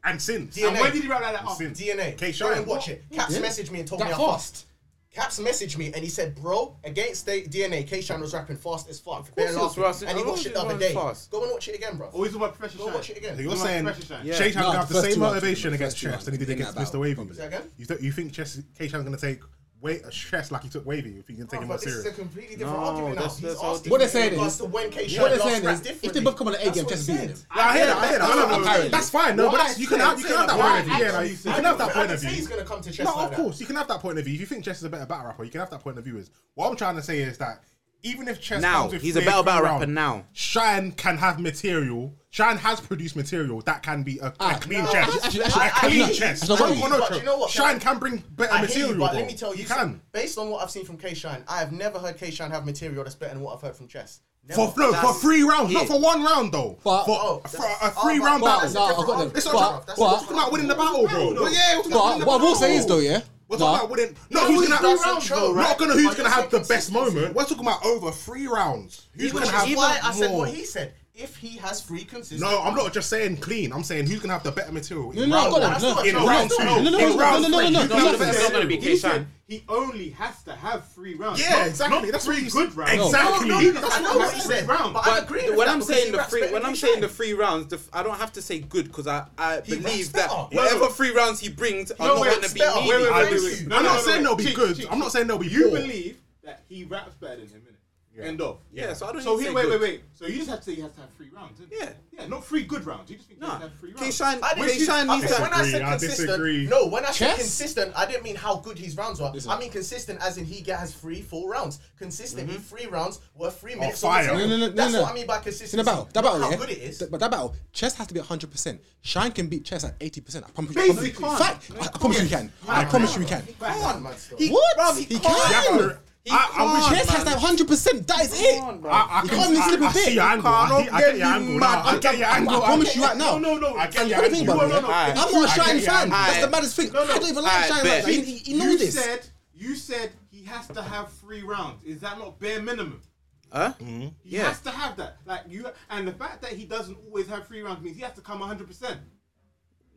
A: And since.
H: And
B: DNA.
H: when did he rap like that
B: Oh,
H: after?
A: Since.
B: DNA.
A: K-Shine.
B: Go and watch it. Caps messaged me and told me
C: That
B: how fast. Caps messaged me and he said, "Bro, against the DNA, K Shine was rapping fast as fuck." They're
E: he was
B: laughing.
E: rapping-
B: and he
E: of course
B: watched
E: he
B: it the other
E: was
B: day.
E: fast.
B: Go and watch it again, bro.
H: Always Oh, about pressure.
B: Go
H: shine.
B: watch it again.
A: You're
H: Always about
A: saying
H: pressure shine.
A: Chase has
C: No,
A: going to have the
C: first
A: same
C: two rounds,
A: motivation
C: first
A: against
C: two rounds.
A: Chess than he did
C: Win
A: against
C: that
A: Mr.
C: battle.
A: Wavy.
C: Say
B: again?
A: You, th- you think Chess, K-Chan's going to take wait, Chess like he took Wavy? You think he's
B: Bro,
A: taking more
B: Oh, but this is
A: serious?
B: a completely different argument now.
E: that's-
B: He's
E: that's all
B: asking
C: What they're
B: me
C: saying
B: in
C: is-
B: regards to when K Shine
C: What they're
B: last
C: saying
B: rapped
C: is, if they
B: differently.
C: both come on the A
B: That's
C: game,
B: what
C: Chess
B: he
C: beat
B: said.
C: him.
A: I hear that. I hear that. No, no, no.
C: Apparently.
A: That's fine. No,
H: What
A: but
H: I
A: that's, you can
H: said,
A: have you can
H: I
A: have that
H: said
A: point of view.
H: that.
A: Yeah, like,
H: I
A: you
H: said
A: can
H: that.
A: have that
B: I
A: point of
B: didn't say
A: view.
B: he's gonna come to chess
A: No,
B: like
A: of
B: that.
A: course you can have that point of view. If you think Chess is a better battle rapper, you can have that point of view. Is what I'm trying to say is that even if Chess
E: Now,
A: comes with
E: he's a
A: clear
E: better
A: cut
E: battle
A: round,
E: rapper now.
A: Shine can have material. Shine has produced material that can be a,
B: Ah,
A: a clean
C: no,
A: chess,
C: actually- actually-
A: a
C: actually-
A: clean
C: actually-
A: chess.
C: actually-
A: I don't
C: actually-
A: want no
B: but
A: tro-
B: you know what, can
A: Shine
B: I-
A: can bring better
B: I hear
A: material.
B: you, but
A: bro.
B: let me tell you,
A: he
B: something.
A: can.
B: based on what I've seen from K Shine, I have never heard K Shine have material that's better than what I've heard from Chess. Never.
A: For no, for
E: That's
A: three rounds, not
E: it.
A: for one round though.
C: But-
A: for,
B: Oh,
A: for
B: that's-
A: a three
B: oh,
A: round
B: but-
A: battle.
B: no, I've
C: got them.
A: It's
C: But-
A: not
B: but-
A: we're talking about winning the battle, bro.
H: But-
A: yeah, we're talking about
C: But
A: winning the
C: what I will say
A: battle.
C: is though, yeah.
A: We're
C: nah,
A: talking about winning. No,
B: No,
A: who's
B: he's
A: gonna
B: done
A: have,
B: some show, right?
A: not gonna who's
B: But
A: gonna
B: you're
A: have the
B: saying
A: best
B: consistency.
A: moment. We're talking about over three rounds. Who's
B: Which
A: gonna
B: is
A: have
B: why I said
A: more?
B: what he said. If he has three consistent,
A: No, I'm not just saying clean. I'm saying who's gonna have the better material.
C: No,
A: in
C: no,
A: round
C: I've got
A: one.
C: them. No,
A: in
C: no,
A: round
C: no,
A: two,
C: no, no, no,
A: in
C: no,
A: round
C: no, no,
A: three,
C: no,
A: who's gonna have
C: no, no,
A: the
C: no,
A: best
E: It's not gonna be
A: material?
H: He
E: K
H: said
E: Shine.
H: He only has to have three rounds.
A: Yeah,
H: Not-
A: exactly.
H: not
A: That's
H: three
A: what he's-
H: good rounds.
A: Exactly.
H: No, no, no,
A: That's
H: I
A: what
H: know
A: I'm
H: what he
A: saying.
H: said. Round.
B: But I
E: But
B: agree with
E: when
B: that
E: I'm
B: because he
E: saying the
B: raps
E: free,
B: better
E: when
B: than
E: I'm
B: K
E: saying
B: Shine.
E: the free rounds, the, f- I don't have to say good because I, I
B: He raps
E: believe that
B: better.
E: whatever
H: No.
E: free rounds he brings are
H: No,
E: not
H: wait,
E: going to be
B: better. Wait,
E: needed.
B: wait, wait,
E: I
B: wait,
E: believe-
B: wait.
A: I'm not saying they'll be
H: Cheek,
A: good.
H: cheek,
A: I'm not
H: cheek.
A: saying they'll be
H: You
A: poor.
H: believe that he raps better than him, innit? End of.
E: Yeah, so I don't
H: So
E: need
H: he
E: to say
H: wait,
E: good.
H: wait, wait. So you just have to say he has to have three rounds, didn't
E: Yeah.
H: you? Yeah, not three good rounds. You just think he
E: Nah.
H: has to have three rounds.
E: Keyshawn,
B: I didn't
E: Keyshawn
B: I
E: needs
B: think when
E: to.
B: I said
A: Disagree, I
B: consistent,
A: disagree.
B: no, when I said
C: Chess?
B: consistent, I didn't mean how good his rounds were.
C: Listen.
B: I mean consistent as in he get- has three full rounds. Consistent, he three rounds were three minutes.
A: Oh, fire.
B: of
C: Mm-hmm.
B: material.
C: No, no, no,
B: That's
C: no, no.
B: what I mean by
C: In
B: consistency.
C: the battle, that
B: Not
C: battle,
B: how
C: yeah.
B: good it is.
C: Th- But that battle, Chess has to be 100%. Shine can beat Chess at 80%. I promise you. I
H: Basically
C: promise-
H: can't.
C: Fact. I, I promise you he can. I promise you he can.
B: Come on, man. still.
C: What?
E: Bruv,
C: he,
E: he
C: can.
E: can't.
A: I, I wish
C: Chess has to have 100%. That is it.
A: I, I
C: You
A: can, I,
C: can't mislead a
A: I see
C: bit.
A: your angle. I,
E: can't
A: hear- I get your
E: get
A: angle.
E: me
A: Now.
E: mad.
A: I get your angle.
C: I promise you right now.
H: No, no, no.
A: I get
C: And
A: your
C: the thing
A: angle.
C: about
A: No,
C: it,
A: no, no.
E: yeah,
A: If
C: I'm
A: you-
C: not a
A: I
C: Shine
A: get your
C: fan.
A: angle.
C: That's the
E: Aight.
C: maddest thing. I don't even like
E: Aight,
C: Shine.
E: bet.
C: Like, he, he, he
H: you
C: knows this.
H: said you said he has to have three rounds. Is that not bare minimum?
E: Huh?
H: He
E: Yeah.
H: has to have that. Like you, and the fact that he doesn't always have three rounds means he has to come 100. percent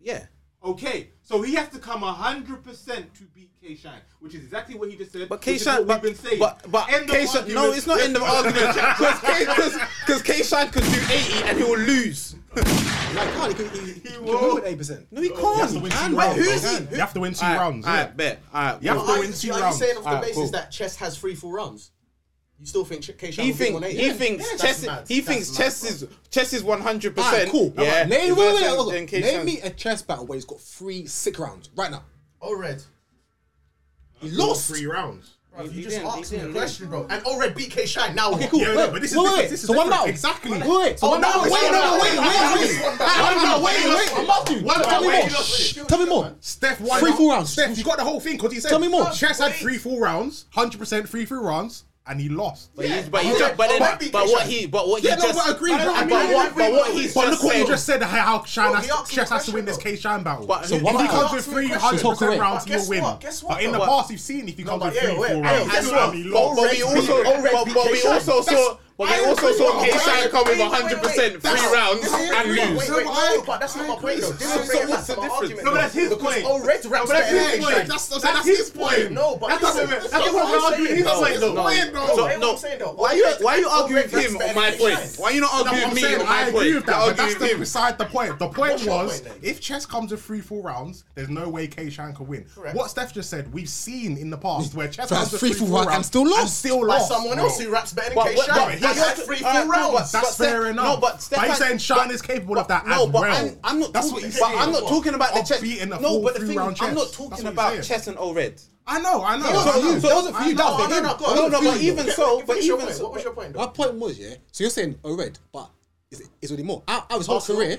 E: Yeah.
H: Okay, so he has to come 100% to beat K Shine, which is exactly what he just said.
E: But
H: which is
E: Keyshawn,
H: what
E: but,
H: we've been saying.
E: but but
H: End of
E: Keyshawn, no,
H: argument.
E: it's not end of argument because because Keyshawn could do eighty and he will lose.
C: Like, can't. He, he, he, he can
H: will.
C: win with 80%.
E: No, he can't.
A: to win
E: He
A: two
E: can.
A: rounds, bro.
E: Wait, who's he?
A: You have to win two
E: All right,
A: rounds.
E: all
A: innit?
E: right, bet. All right,
A: You have
E: cool.
A: to
B: Are
A: win
B: you,
A: two
B: are you
A: rounds.
B: saying off the
E: Alright,
B: basis
E: cool.
B: that Chess has three full rounds? You still think Ch- Keisha
E: He
B: will beat
E: think
B: 180?
E: he thinks
B: That's
E: chess
B: mad.
E: he
B: That's
E: thinks
B: mad,
E: chess
B: bro.
E: is chess is one hundred
C: All right,
E: percent.
C: cool. All
E: Yeah.
C: right. Name, wait, wait, wait, hold on.
E: Keyshawn-
C: Name me a chess battle where he's got three sick rounds right now.
B: Oh, red.
C: He lost.
A: Three rounds.
B: Bro,
E: He
B: you just
E: didn't, he
B: asked me a
E: didn't.
B: question, bro. And oh, red beat K Shine. Now
C: Okay,
B: what?
C: cool.
A: Yeah,
C: wait,
A: no, but this is
C: wait,
A: different.
C: wait.
A: This is
C: so one
A: different.
C: battle.
A: Exactly.
C: Wait, wait. So
B: Oh,
C: one
B: no,
C: battle.
B: it's
C: Wait,
B: one
C: no,
B: battle.
C: wait, wait,
B: It's
C: wait.
B: one battle.
C: One battle.
B: One
C: Wait,
B: battle.
C: wait.
B: One battle.
C: Dude,
B: One
C: Tell me
B: battle.
C: more.
B: Wait,
C: Shh.
B: look,
C: Tell me
B: look,
C: more.
B: man.
A: Steph, why
C: Three
A: not?
C: full rounds.
A: Steph, you got the whole thing because he said.
C: Tell me more.
A: Chess had three full rounds, hundred percent three full rounds, and he lost.
E: But he's- but he
B: Yeah,
E: just- but then-
B: but beat
E: but what
B: Keyshawn.
E: he but what he
A: Yeah, no,
E: just
A: but I agree.
E: but
A: bro. I mean, I
E: what
A: agree,
E: but what
A: bro.
E: he's
A: But
E: just
A: look what you
E: saying.
A: just said. How how Shine
B: Bro,
A: has
B: he asked
A: to,
B: me
A: Chess
B: a
A: has to win this
B: question,
A: K Shine battle.
E: But
A: so
E: who-
A: if he
C: who
A: comes
C: asked
A: with
B: me a
A: three
B: question?
A: hundred
C: Talk away.
A: percent rounds,
B: But
A: he'll
B: guess
A: win.
B: what? Guess what,
A: But in the
B: bro?
A: past, you've seen if he comes
B: but
A: with
B: yeah,
A: three
B: wait,
A: full
B: hey,
A: rounds.
B: guess
A: you know what I
B: what?
A: mean?
E: But,
A: Lost.
E: but we also,
B: All red
E: but,
B: beat
E: but we
B: Keyshawn.
E: also saw,
B: That's-
E: but
B: I
E: we also
B: agree,
E: saw
B: bro.
E: K-Shine come with
B: Wait, wait,
E: 100 percent
B: wait,
E: three
B: wait.
E: rounds
B: That's-
E: and
B: wait, Wait,
E: lose.
B: wait, no, but that's not my point though. This is
E: So what's the difference?
H: No, but that's his point.
B: Oh, red rounds
H: But that's
B: better
H: his
B: than
H: point.
B: Keyshawn.
H: That's, that's, his point.
B: No, but
H: that
B: listen,
H: doesn't. That
B: listen,
H: doesn't
B: what I'm
H: argue
B: saying.
H: his
B: No,
H: point though.
B: no,
H: Wait,
B: no,
H: bro.
B: wait, what I'm saying though,
E: Why you why you
B: all red
E: arguing with
B: refs
E: him
B: better
E: on my
B: than
E: point?
B: Keyshawn.
E: Why you not
A: No,
E: arguing
A: I'm
E: with me
A: saying
E: on
A: I
E: my
A: agree
E: point?
A: with that, but
E: Arguing
A: that's the,
E: with him.
A: beside the point. The point
B: What's your
A: was,
B: point then?
A: if chess comes with three full rounds, there's no way K-Shan can win.
B: Correct.
A: What Steph just said, we've seen in the past where chess
C: So
A: comes with
C: that's
A: three full rounds
C: and still lost.
A: still
B: By
A: lost.
B: someone
A: bro.
B: else who raps better than
E: But- but- but
B: K-Shine.
A: he
B: That's
A: has- uh,
B: three full
E: Alright, cool,
B: rounds.
A: That's
E: Steph-
A: fair enough.
E: no, but
A: but
E: Stefan-
A: he's saying Shine
E: but-
A: is capable of that
E: No,
A: as
E: but
A: well.
E: I'm, I'm not
A: That's
E: talking.
A: what he's
E: But
A: saying.
E: I'm not talking about the
A: Of
E: chess.
A: beating a
E: No,
A: full
E: but the thing
A: three-round
E: is, I'm not
A: chess.
E: talking
A: That's what
E: about
A: he's saying.
E: chess and all red.
A: I know, I know.
C: That wasn't
A: I know.
C: you. That wasn't for you. That was
B: No,
C: for
B: no,
C: him.
B: no, go
C: That
B: on.
E: No,
C: wasn't
E: no,
C: for
E: but
C: you.
E: even so, but
B: Finish your
E: even
B: point. What was your
E: so,
B: point though?
C: My point was, yeah. So you're saying oh red, but is it is already more? I, I was whole
B: Arsenal.
C: career,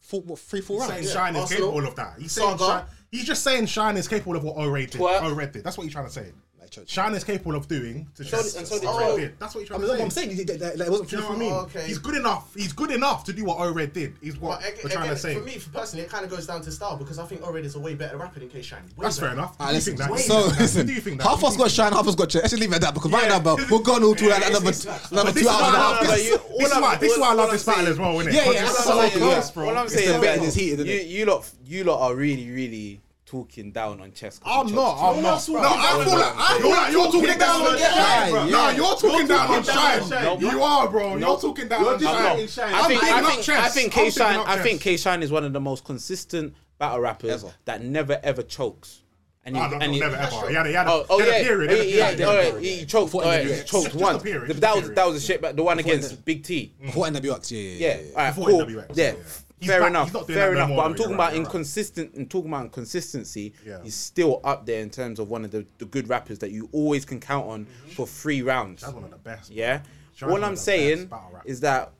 C: four, what, three, four
A: He's
C: rounds.
A: saying Shine is
B: Arsenal.
A: capable of that. He's saying
B: Saga.
A: Shine, he's just saying Shine is capable of what O-Red did.
E: Twerk.
A: O-Red did. That's what you're trying to say.
C: Like Churchill.
A: Shine is capable of doing to chess.
E: and so did
A: O-Red
E: Twerk.
A: did. That's what you're
C: I
A: trying
C: mean, what
A: to
C: I'm
A: say.
C: saying is that, that, that it wasn't
A: Do
C: free
A: you know
C: for
A: what I
C: me.
A: mean?
B: Okay.
A: He's good enough. He's good enough to do what O-Red did. Is what
B: But
A: we're
B: ag-
A: trying
B: again,
A: to say.
B: For me, for personally, it kind of goes down to style because I think Ored is a way better rapper than K Shine. Way
A: That's
B: better.
A: fair enough.
C: Ah,
A: You
C: listen,
A: think that- you
C: so
A: think that-
C: listen,
A: you think that-
C: half
A: you
C: us
A: think
C: got
A: that-
C: shine, half us got church. Let's just leave it at that because right
A: Yeah.
C: now, bro, we're going all through like
A: But
C: another, another
A: this
C: two
A: is why
C: hours and a
A: I
C: half.
A: love
E: But
A: this-
E: you-
A: this
E: all
A: is why
E: I'm-
A: this is why I
E: all
A: love
E: I'm
A: this battle
E: saying-
A: as well, innit?
C: Yeah,
A: Because
C: yeah,
A: this
C: that's
A: is
C: what I'm
A: so
C: saying,
A: close,
C: yeah.
A: bro.
E: All I'm
C: It's
E: saying,
C: the
E: bet
C: battle.
E: is you, you lot, you lot are really, really talking down on chess.
A: I'm not. I'm not. No, I feel like I feel like you're talking down on
C: Shine,
A: Shine.
C: bro.
A: No, you're talking down on
H: talking down on
A: Shine.
H: Shine.
A: You are, bro. You're
H: Nope.
A: talking down
H: You're
A: on
H: just-
E: I'm not.
A: Shine.
H: in Shine.
E: I think
A: I'm
E: I
A: bigging
E: think
A: up chess.
E: I think
A: I'm
E: K Shine
A: bigging up
E: I think K
A: chess.
E: Shine is one of the most consistent battle rappers
C: Ever.
E: that never ever chokes. And
A: No, no, no,
E: he-
A: never ever. He had a- he had a-
E: Oh, oh
A: he had a
E: yeah,
A: period,
E: yeah,
A: he
E: yeah,
A: had a
E: all
A: period.
E: right, he choked,
C: Before
E: all right,
C: NWX.
E: he choked
A: Just a
E: once.
A: period,
E: The-
A: just a
E: that was
A: period.
E: that was a shit, but the one
C: NWX.
E: against Big T.
C: What NWX? Yeah, yeah,
E: Yeah,
C: yeah.
E: all right,
A: Before
E: cool.
A: NWX,
E: Yeah,
A: yeah. He's
E: fair
A: back-
E: enough,
A: he's not doing
E: fair
A: that no
E: enough.
A: more,
E: but
A: though,
E: I'm talking
A: you're right,
E: about
A: you're right.
E: inconsistent. And talking about inconsistency,
A: Yeah.
E: he's still up there in terms of one of the, the good rappers that you always can count on for three rounds.
A: Mm-hmm. That's one of the best. bro.
E: Yeah.
A: Sure,
E: All
A: he's
E: I'm
A: the
E: saying
A: best battle rapper.
E: is that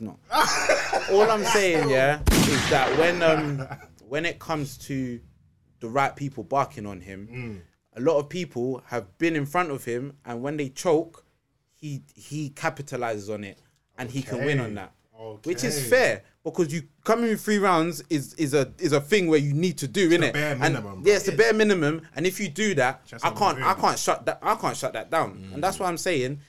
E: not. All I'm saying, yeah, is that when um when it comes to the right people barking on him,
A: Mm.
E: a lot of people have been in front of him, and when they choke, he he capitalizes on it, and he can win on that, which is
A: Okay.
E: fair because you coming in three rounds is is a is a thing where you need to do, innit?
A: bare minimum,
E: And,
A: bro.
E: yeah, it's the bare minimum, and if you do that,
A: Chess
E: I
A: on
E: can't
A: the
E: I
A: win.
E: can't shut that I can't shut that down, and
A: Mm.
E: that's why I'm saying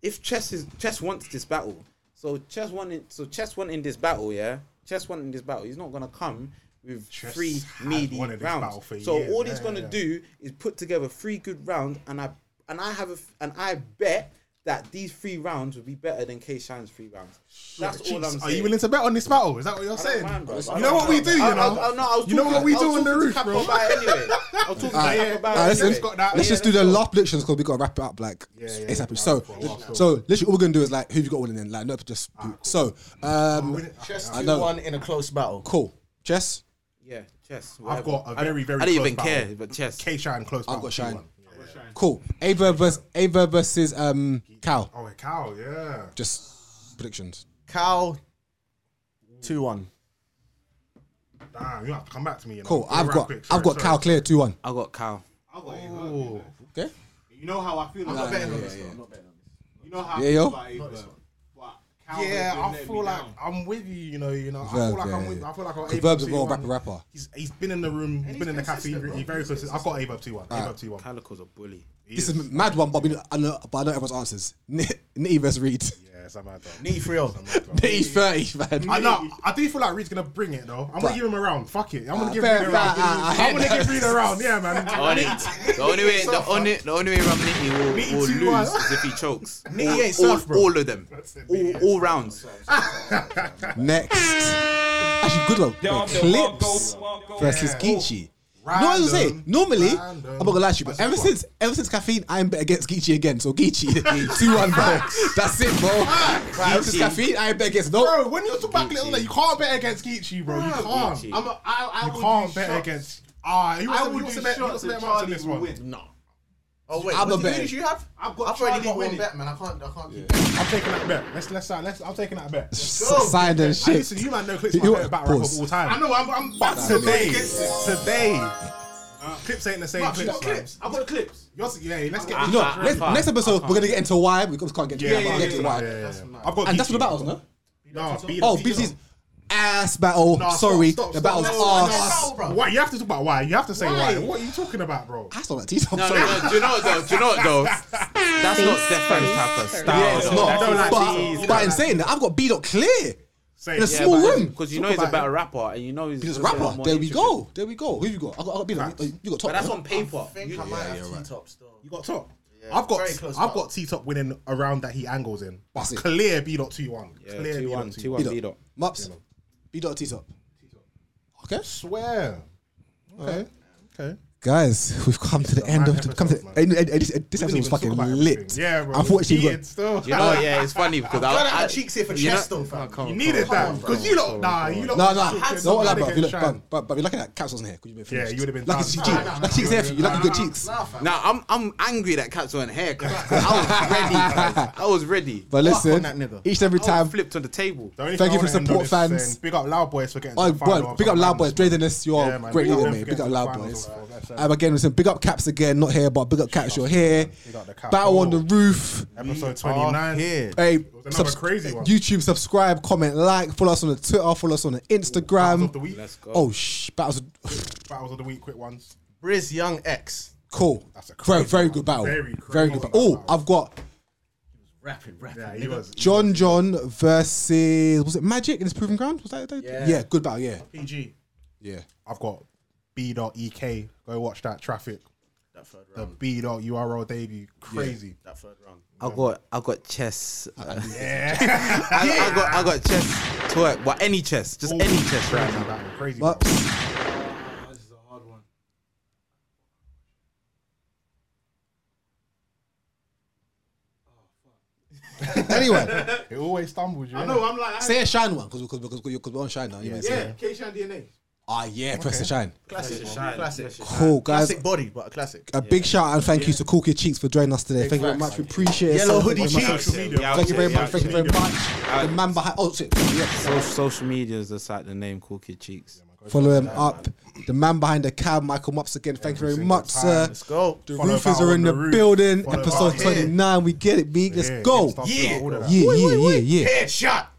E: if chess is chess wants this battle, so chess wanting so chess wanting this battle, yeah, chess wanting this battle, he's not gonna come with
A: Chess
E: three
A: had
E: meaty
A: wanted this battle
E: rounds.
A: for
E: So
A: years,
E: all he's
A: yeah,
E: gonna
A: yeah.
E: do is put together three good rounds, and I and I have a f and I bet that these three rounds would be better than K Shine's three rounds. That's all I'm saying.
A: Are you willing to bet on this battle? Is that what you're
E: I don't
A: saying?
E: mind, bro. I
A: You
E: don't
A: know what we
E: mind,
A: do,
E: bro.
A: you
E: I- I-
A: know.
E: I- no, I was
A: You know
E: talking-
A: what we
E: I was
A: do in the
E: talking to
A: roof,
E: Capo
A: bro.
E: about it anyway. I was talking to
C: Alright,
E: Capo about
C: alright,
E: it
C: listen.
E: anyway.
A: Got that.
C: Let's
E: Yeah,
C: just do the
E: let's go.
C: last predictions because we got to wrap it up like
A: Yeah, yeah,
C: ASAP.
A: yeah.
C: so,
A: Cool, cool, cool.
C: so literally, all we're gonna do is like who have you got winning? Then like no, just so. Um,
I: Just
C: I
I: two
C: know.
I: one in a close battle.
C: cool. Jess,
E: Yeah, chess.
A: I've
E: whatever.
A: got a very, very.
E: I don't even
A: close
E: care,
A: battle.
E: but chess.
A: K Shine close.
C: I've
A: battle,
C: got Shine.
A: 2-1.
C: cool. Averb versus Averb versus um Cal.
A: Oh, a cow. Yeah.
C: Just predictions.
I: Cal, two one.
A: Damn, you have to come back to me. You know?
C: Cool.
A: Go
C: I've
A: round
C: got
A: quick, sorry,
C: I've got
A: sorry.
C: Cal clear two one.
E: I got Cal.
H: I got it. Hurt,
C: Okay.
H: you know how I feel about
C: yeah,
H: it.
C: yeah,
H: though.
C: yeah.
H: I'm not betting on this. You know how
C: Yeah,
H: I feel
C: yo.
H: about it, but- but Cal has
A: Yeah,
H: been
A: I
H: letting
A: feel
H: me
A: like
H: down.
A: I'm with you. You know, you know. I
C: Verb,
A: feel like
C: yeah,
A: I'm with.
C: yeah.
A: I feel like I got
C: 'Cause
A: Abub
C: Verb's a well
A: 2-1.
C: rapped rapper.
A: He's he's been in the room. He's been in the cafe. He's very close. I've got Abub two one. Abub two one.
E: Calico's a bully.
C: This is a mad one, but I, mean, I know but I know everyone's answers. Nitty versus Reed.
A: Yeah, it's a mad dog.
I: Knee for real.
A: It's a mad dog.
C: Nitty thirty man.
A: I know. I do feel like Reed's gonna bring it though. I'm gonna give him a round. Fuck it. I'm gonna
C: Ah,
A: give
C: fair,
A: Reed a
C: fair,
A: round.
C: ah, ah,
A: I'm gonna
C: I
A: give
C: know.
A: Reed a round. Yeah,
E: The
A: man.
E: only, the only way, the only, the only way around Nitty will,
A: Nitty
E: will
A: too
E: lose
A: much.
E: is if he chokes.
I: Nitty
E: all,
I: ain't
E: all,
I: soft, bro.
E: all of them,
A: it, Nitty
E: all, all rounds.
C: Next. Actually, good one. Wait, Clips versus Geechee. No, I was gonna say
A: Random,
C: normally
A: random.
C: I'm not gonna lie to you, but
A: That's a
C: ever
A: good one.
C: since ever since caffeine, I'm bet against Geechee again. So Geechee, two one bro. That's it, bro. Ever since
E: Geechee.
C: caffeeen, I ain't bet against no.
A: Bro, when you talk back little, like, you can't bet against Geechee, bro. You can't.
E: Geechee.
A: I'm
H: I'm a, I, I
A: You
H: would
A: can't
H: do
A: bet
H: shots.
A: against. Ah, he
H: I
A: was
H: would
A: he was
H: do
A: to bet he was
H: shots
A: to bet
H: and
A: him out to
H: Charlie
A: this
H: will
A: one.
H: win.
I: Oh wait,
C: I'm
I: what did
C: a bet.
I: did you have?
H: I've got
B: I've already
H: Charlie
B: got one
H: winning.
B: bet, man. I can't. I can't keep.
A: I'm taking that bet. Let's let's uh, let's. I'm taking that bet.
C: S- Signed and
A: I
C: shit.
A: listen, you might know clips
C: You
A: my
C: know
A: better
C: what?
A: battle rap
C: Pause.
A: of all time.
H: I know. I'm. I'm
A: But
H: I'm
A: today,
H: against it.
A: today, clips ain't the same
H: I've
A: clips.
H: got
A: man.
H: clips. I've got clips.
A: You're s- yeah, let's get.
E: I-
C: You know,
E: I-
C: next,
E: I-
C: next episode we're gonna get into why we can't get into
A: Yeah,
C: why,
A: yeah,
C: but
A: yeah,
C: get
A: yeah,
C: to why.
A: yeah, yeah. I've got
C: And that's what the
A: Geechee.
C: battles, no?
A: No, beat
C: Oh,
A: up.
C: BT's ass battle.
A: Nah, stop,
C: Sorry,
A: stop,
C: the
A: stop.
C: battle's
A: No, no,
C: ass.
A: no, bro. Why you have to talk about why? You have to say why. What are you talking about, bro?
C: I saw that T.
E: No, no, no, do you know what though? Do you know what though? That's not Stefan's type of style.
C: Yeah, it's
E: though.
C: not.
E: That's
A: not
E: his-
A: like
E: his-
A: cheese,
C: But, but in saying that, I've got B dot clear.
A: Say
C: In a
A: it.
C: small room.
E: because you know
A: Talk
E: he's a
A: about
E: better
A: it.
E: rapper, and you know he's,
C: He's a
E: a lot
C: rapper.
E: more
C: There we
E: intricate.
C: go. There we go. Who you got? I got, I got B dot. You got top.
E: But that's on paper.
B: I think
E: You-
B: I might have T-top still.
A: You got top. I've got
B: very close
A: I've
B: battle.
A: got T top winning a round that he angles in. But
C: That's it.
A: clear B dot two one.
E: Yeah,
A: Clear B dot
E: 2-1,
A: two
E: 2-1.
A: one.
C: B
E: B
C: dot.
E: dot.
C: Mops. B dot T top. Okay.
A: Swear. Okay. Okay.
C: Guys, we've come to the end of the, come to,
A: episode,
C: and- and- and this- and this
A: We didn't
C: episode was
A: even
C: fucking
A: talk about
C: lit.
A: everything. Yeah, bro.
C: Unfortunately, we
A: Heated still.
E: Do you know? Yeah, it's funny because I,
B: Glad I
E: I,
B: had cheeks here for
E: you know-
B: chest though, fam.
A: You needed that because you lot. Nah, you lot.
C: No, no,
A: Had
C: no,
A: some
C: like,
A: money
C: bro, if you look,
A: against Shine.
C: but, but, but you're lucky that Caps wasn't here. Could you be
A: Yeah,
C: finished?
A: you would've been
C: lucky.
A: done.
C: she-
A: Nah,
C: she-
A: nah, nah,
C: Lucky cheeks here for you. Lucky good
A: nah,
C: cheeks.
B: Nah, fam.
E: Now I'm I'm angry that cats weren't here. 'cause I was ready. guys. I was ready.
C: But listen,
I: on that nigga.
C: each and
A: Oh,
C: every
E: I
C: time.
E: was flipped on the table.
A: The only
C: Thank
A: thing
C: you
A: I
C: for
A: wanna
C: support,
A: end on is
C: fans.
A: saying Big up Loud Boys for getting
C: Oh,
A: to the final.
C: boy,
A: of
C: big up
A: the
C: Loud Boys,
A: finals.
C: Dreadiness, you're
A: Yeah, man,
C: great
A: big up
C: little
A: them
C: mate.
A: for
C: Big
A: getting
C: up
A: to
C: Loud
A: the
C: Boys.
A: finals as well, that's it.
C: Um, again, listen, big up Caps again, not here, but big up Caps, you're here.
A: Big up the Caps.
C: Battle on the
A: Oh.
C: roof.
A: Episode twenty nine.
I: Here.
C: Hey,
A: another
C: subs-
A: crazy one.
C: YouTube, subscribe, comment, like, follow us on the Twitter, follow us on the
A: Battles
C: Instagram.
A: of the week.
E: Let's go.
C: Oh, shh, battles.
A: Battles of the week. Quick ones.
I: Briz Young X.
C: Cool.
A: That's a
C: very,
A: crazy
C: very
A: one.
C: good battle. Very,
A: Very
C: good
A: crazy
C: battle. Oh,
A: battle.
C: I've got
I: Rapping, rapping.
A: Yeah, he was.
C: John John versus, was it Magic in his Proven Ground? Was that, that-
B: Yeah.
C: yeah, good battle, yeah.
A: PG.
C: Yeah.
A: I've got B.EK. Go watch that traffic.
I: That third
A: The
I: round.
A: B.URL debut. Crazy.
I: That third round.
E: I got I got chess. Yeah. I, I got I got chess twerk, but any chess, just any chess right
A: Crazy
E: now.
A: battle. Crazy.
C: But,
A: battle.
H: Oh, this is a hard one.
C: anyway,
A: It always stumbles you.
H: I
A: innit?
H: know. I'm like. I-
C: say a shine one, because because because we're on shine now. you mean, so-
H: Yeah. K Shine DNA.
C: Ah, yeah, press the shine.
I: Classic. Classic.
C: Cool, guys.
I: Classic body, but a classic.
C: A big shout out and thank you to Cool Kid Cheeks for joining us today. Thank you very much. We appreciate it.
I: Yellow
C: Thank you
I: hoodie
C: very much.
I: cheeks.
C: Thank you very much. Thank you very much. The man behind. Oh, shit. Yeah.
E: So, social media is just like the name Cool Kid Cheeks.
C: Follow him up. The man behind the cab, Michael Mops again. Thank you very much, sir.
I: Let's go.
C: The
A: Follow
C: roofers
A: Val
C: are
A: on
C: in the
A: the roof.
C: building.
A: Follow
C: Episode
A: Val, yeah.
C: 29. We get it, big. Let's
A: Yeah,
C: go.
A: stop
I: Yeah.
A: doing all of that.
C: Yeah, yeah, yeah, yeah.
I: Headshot.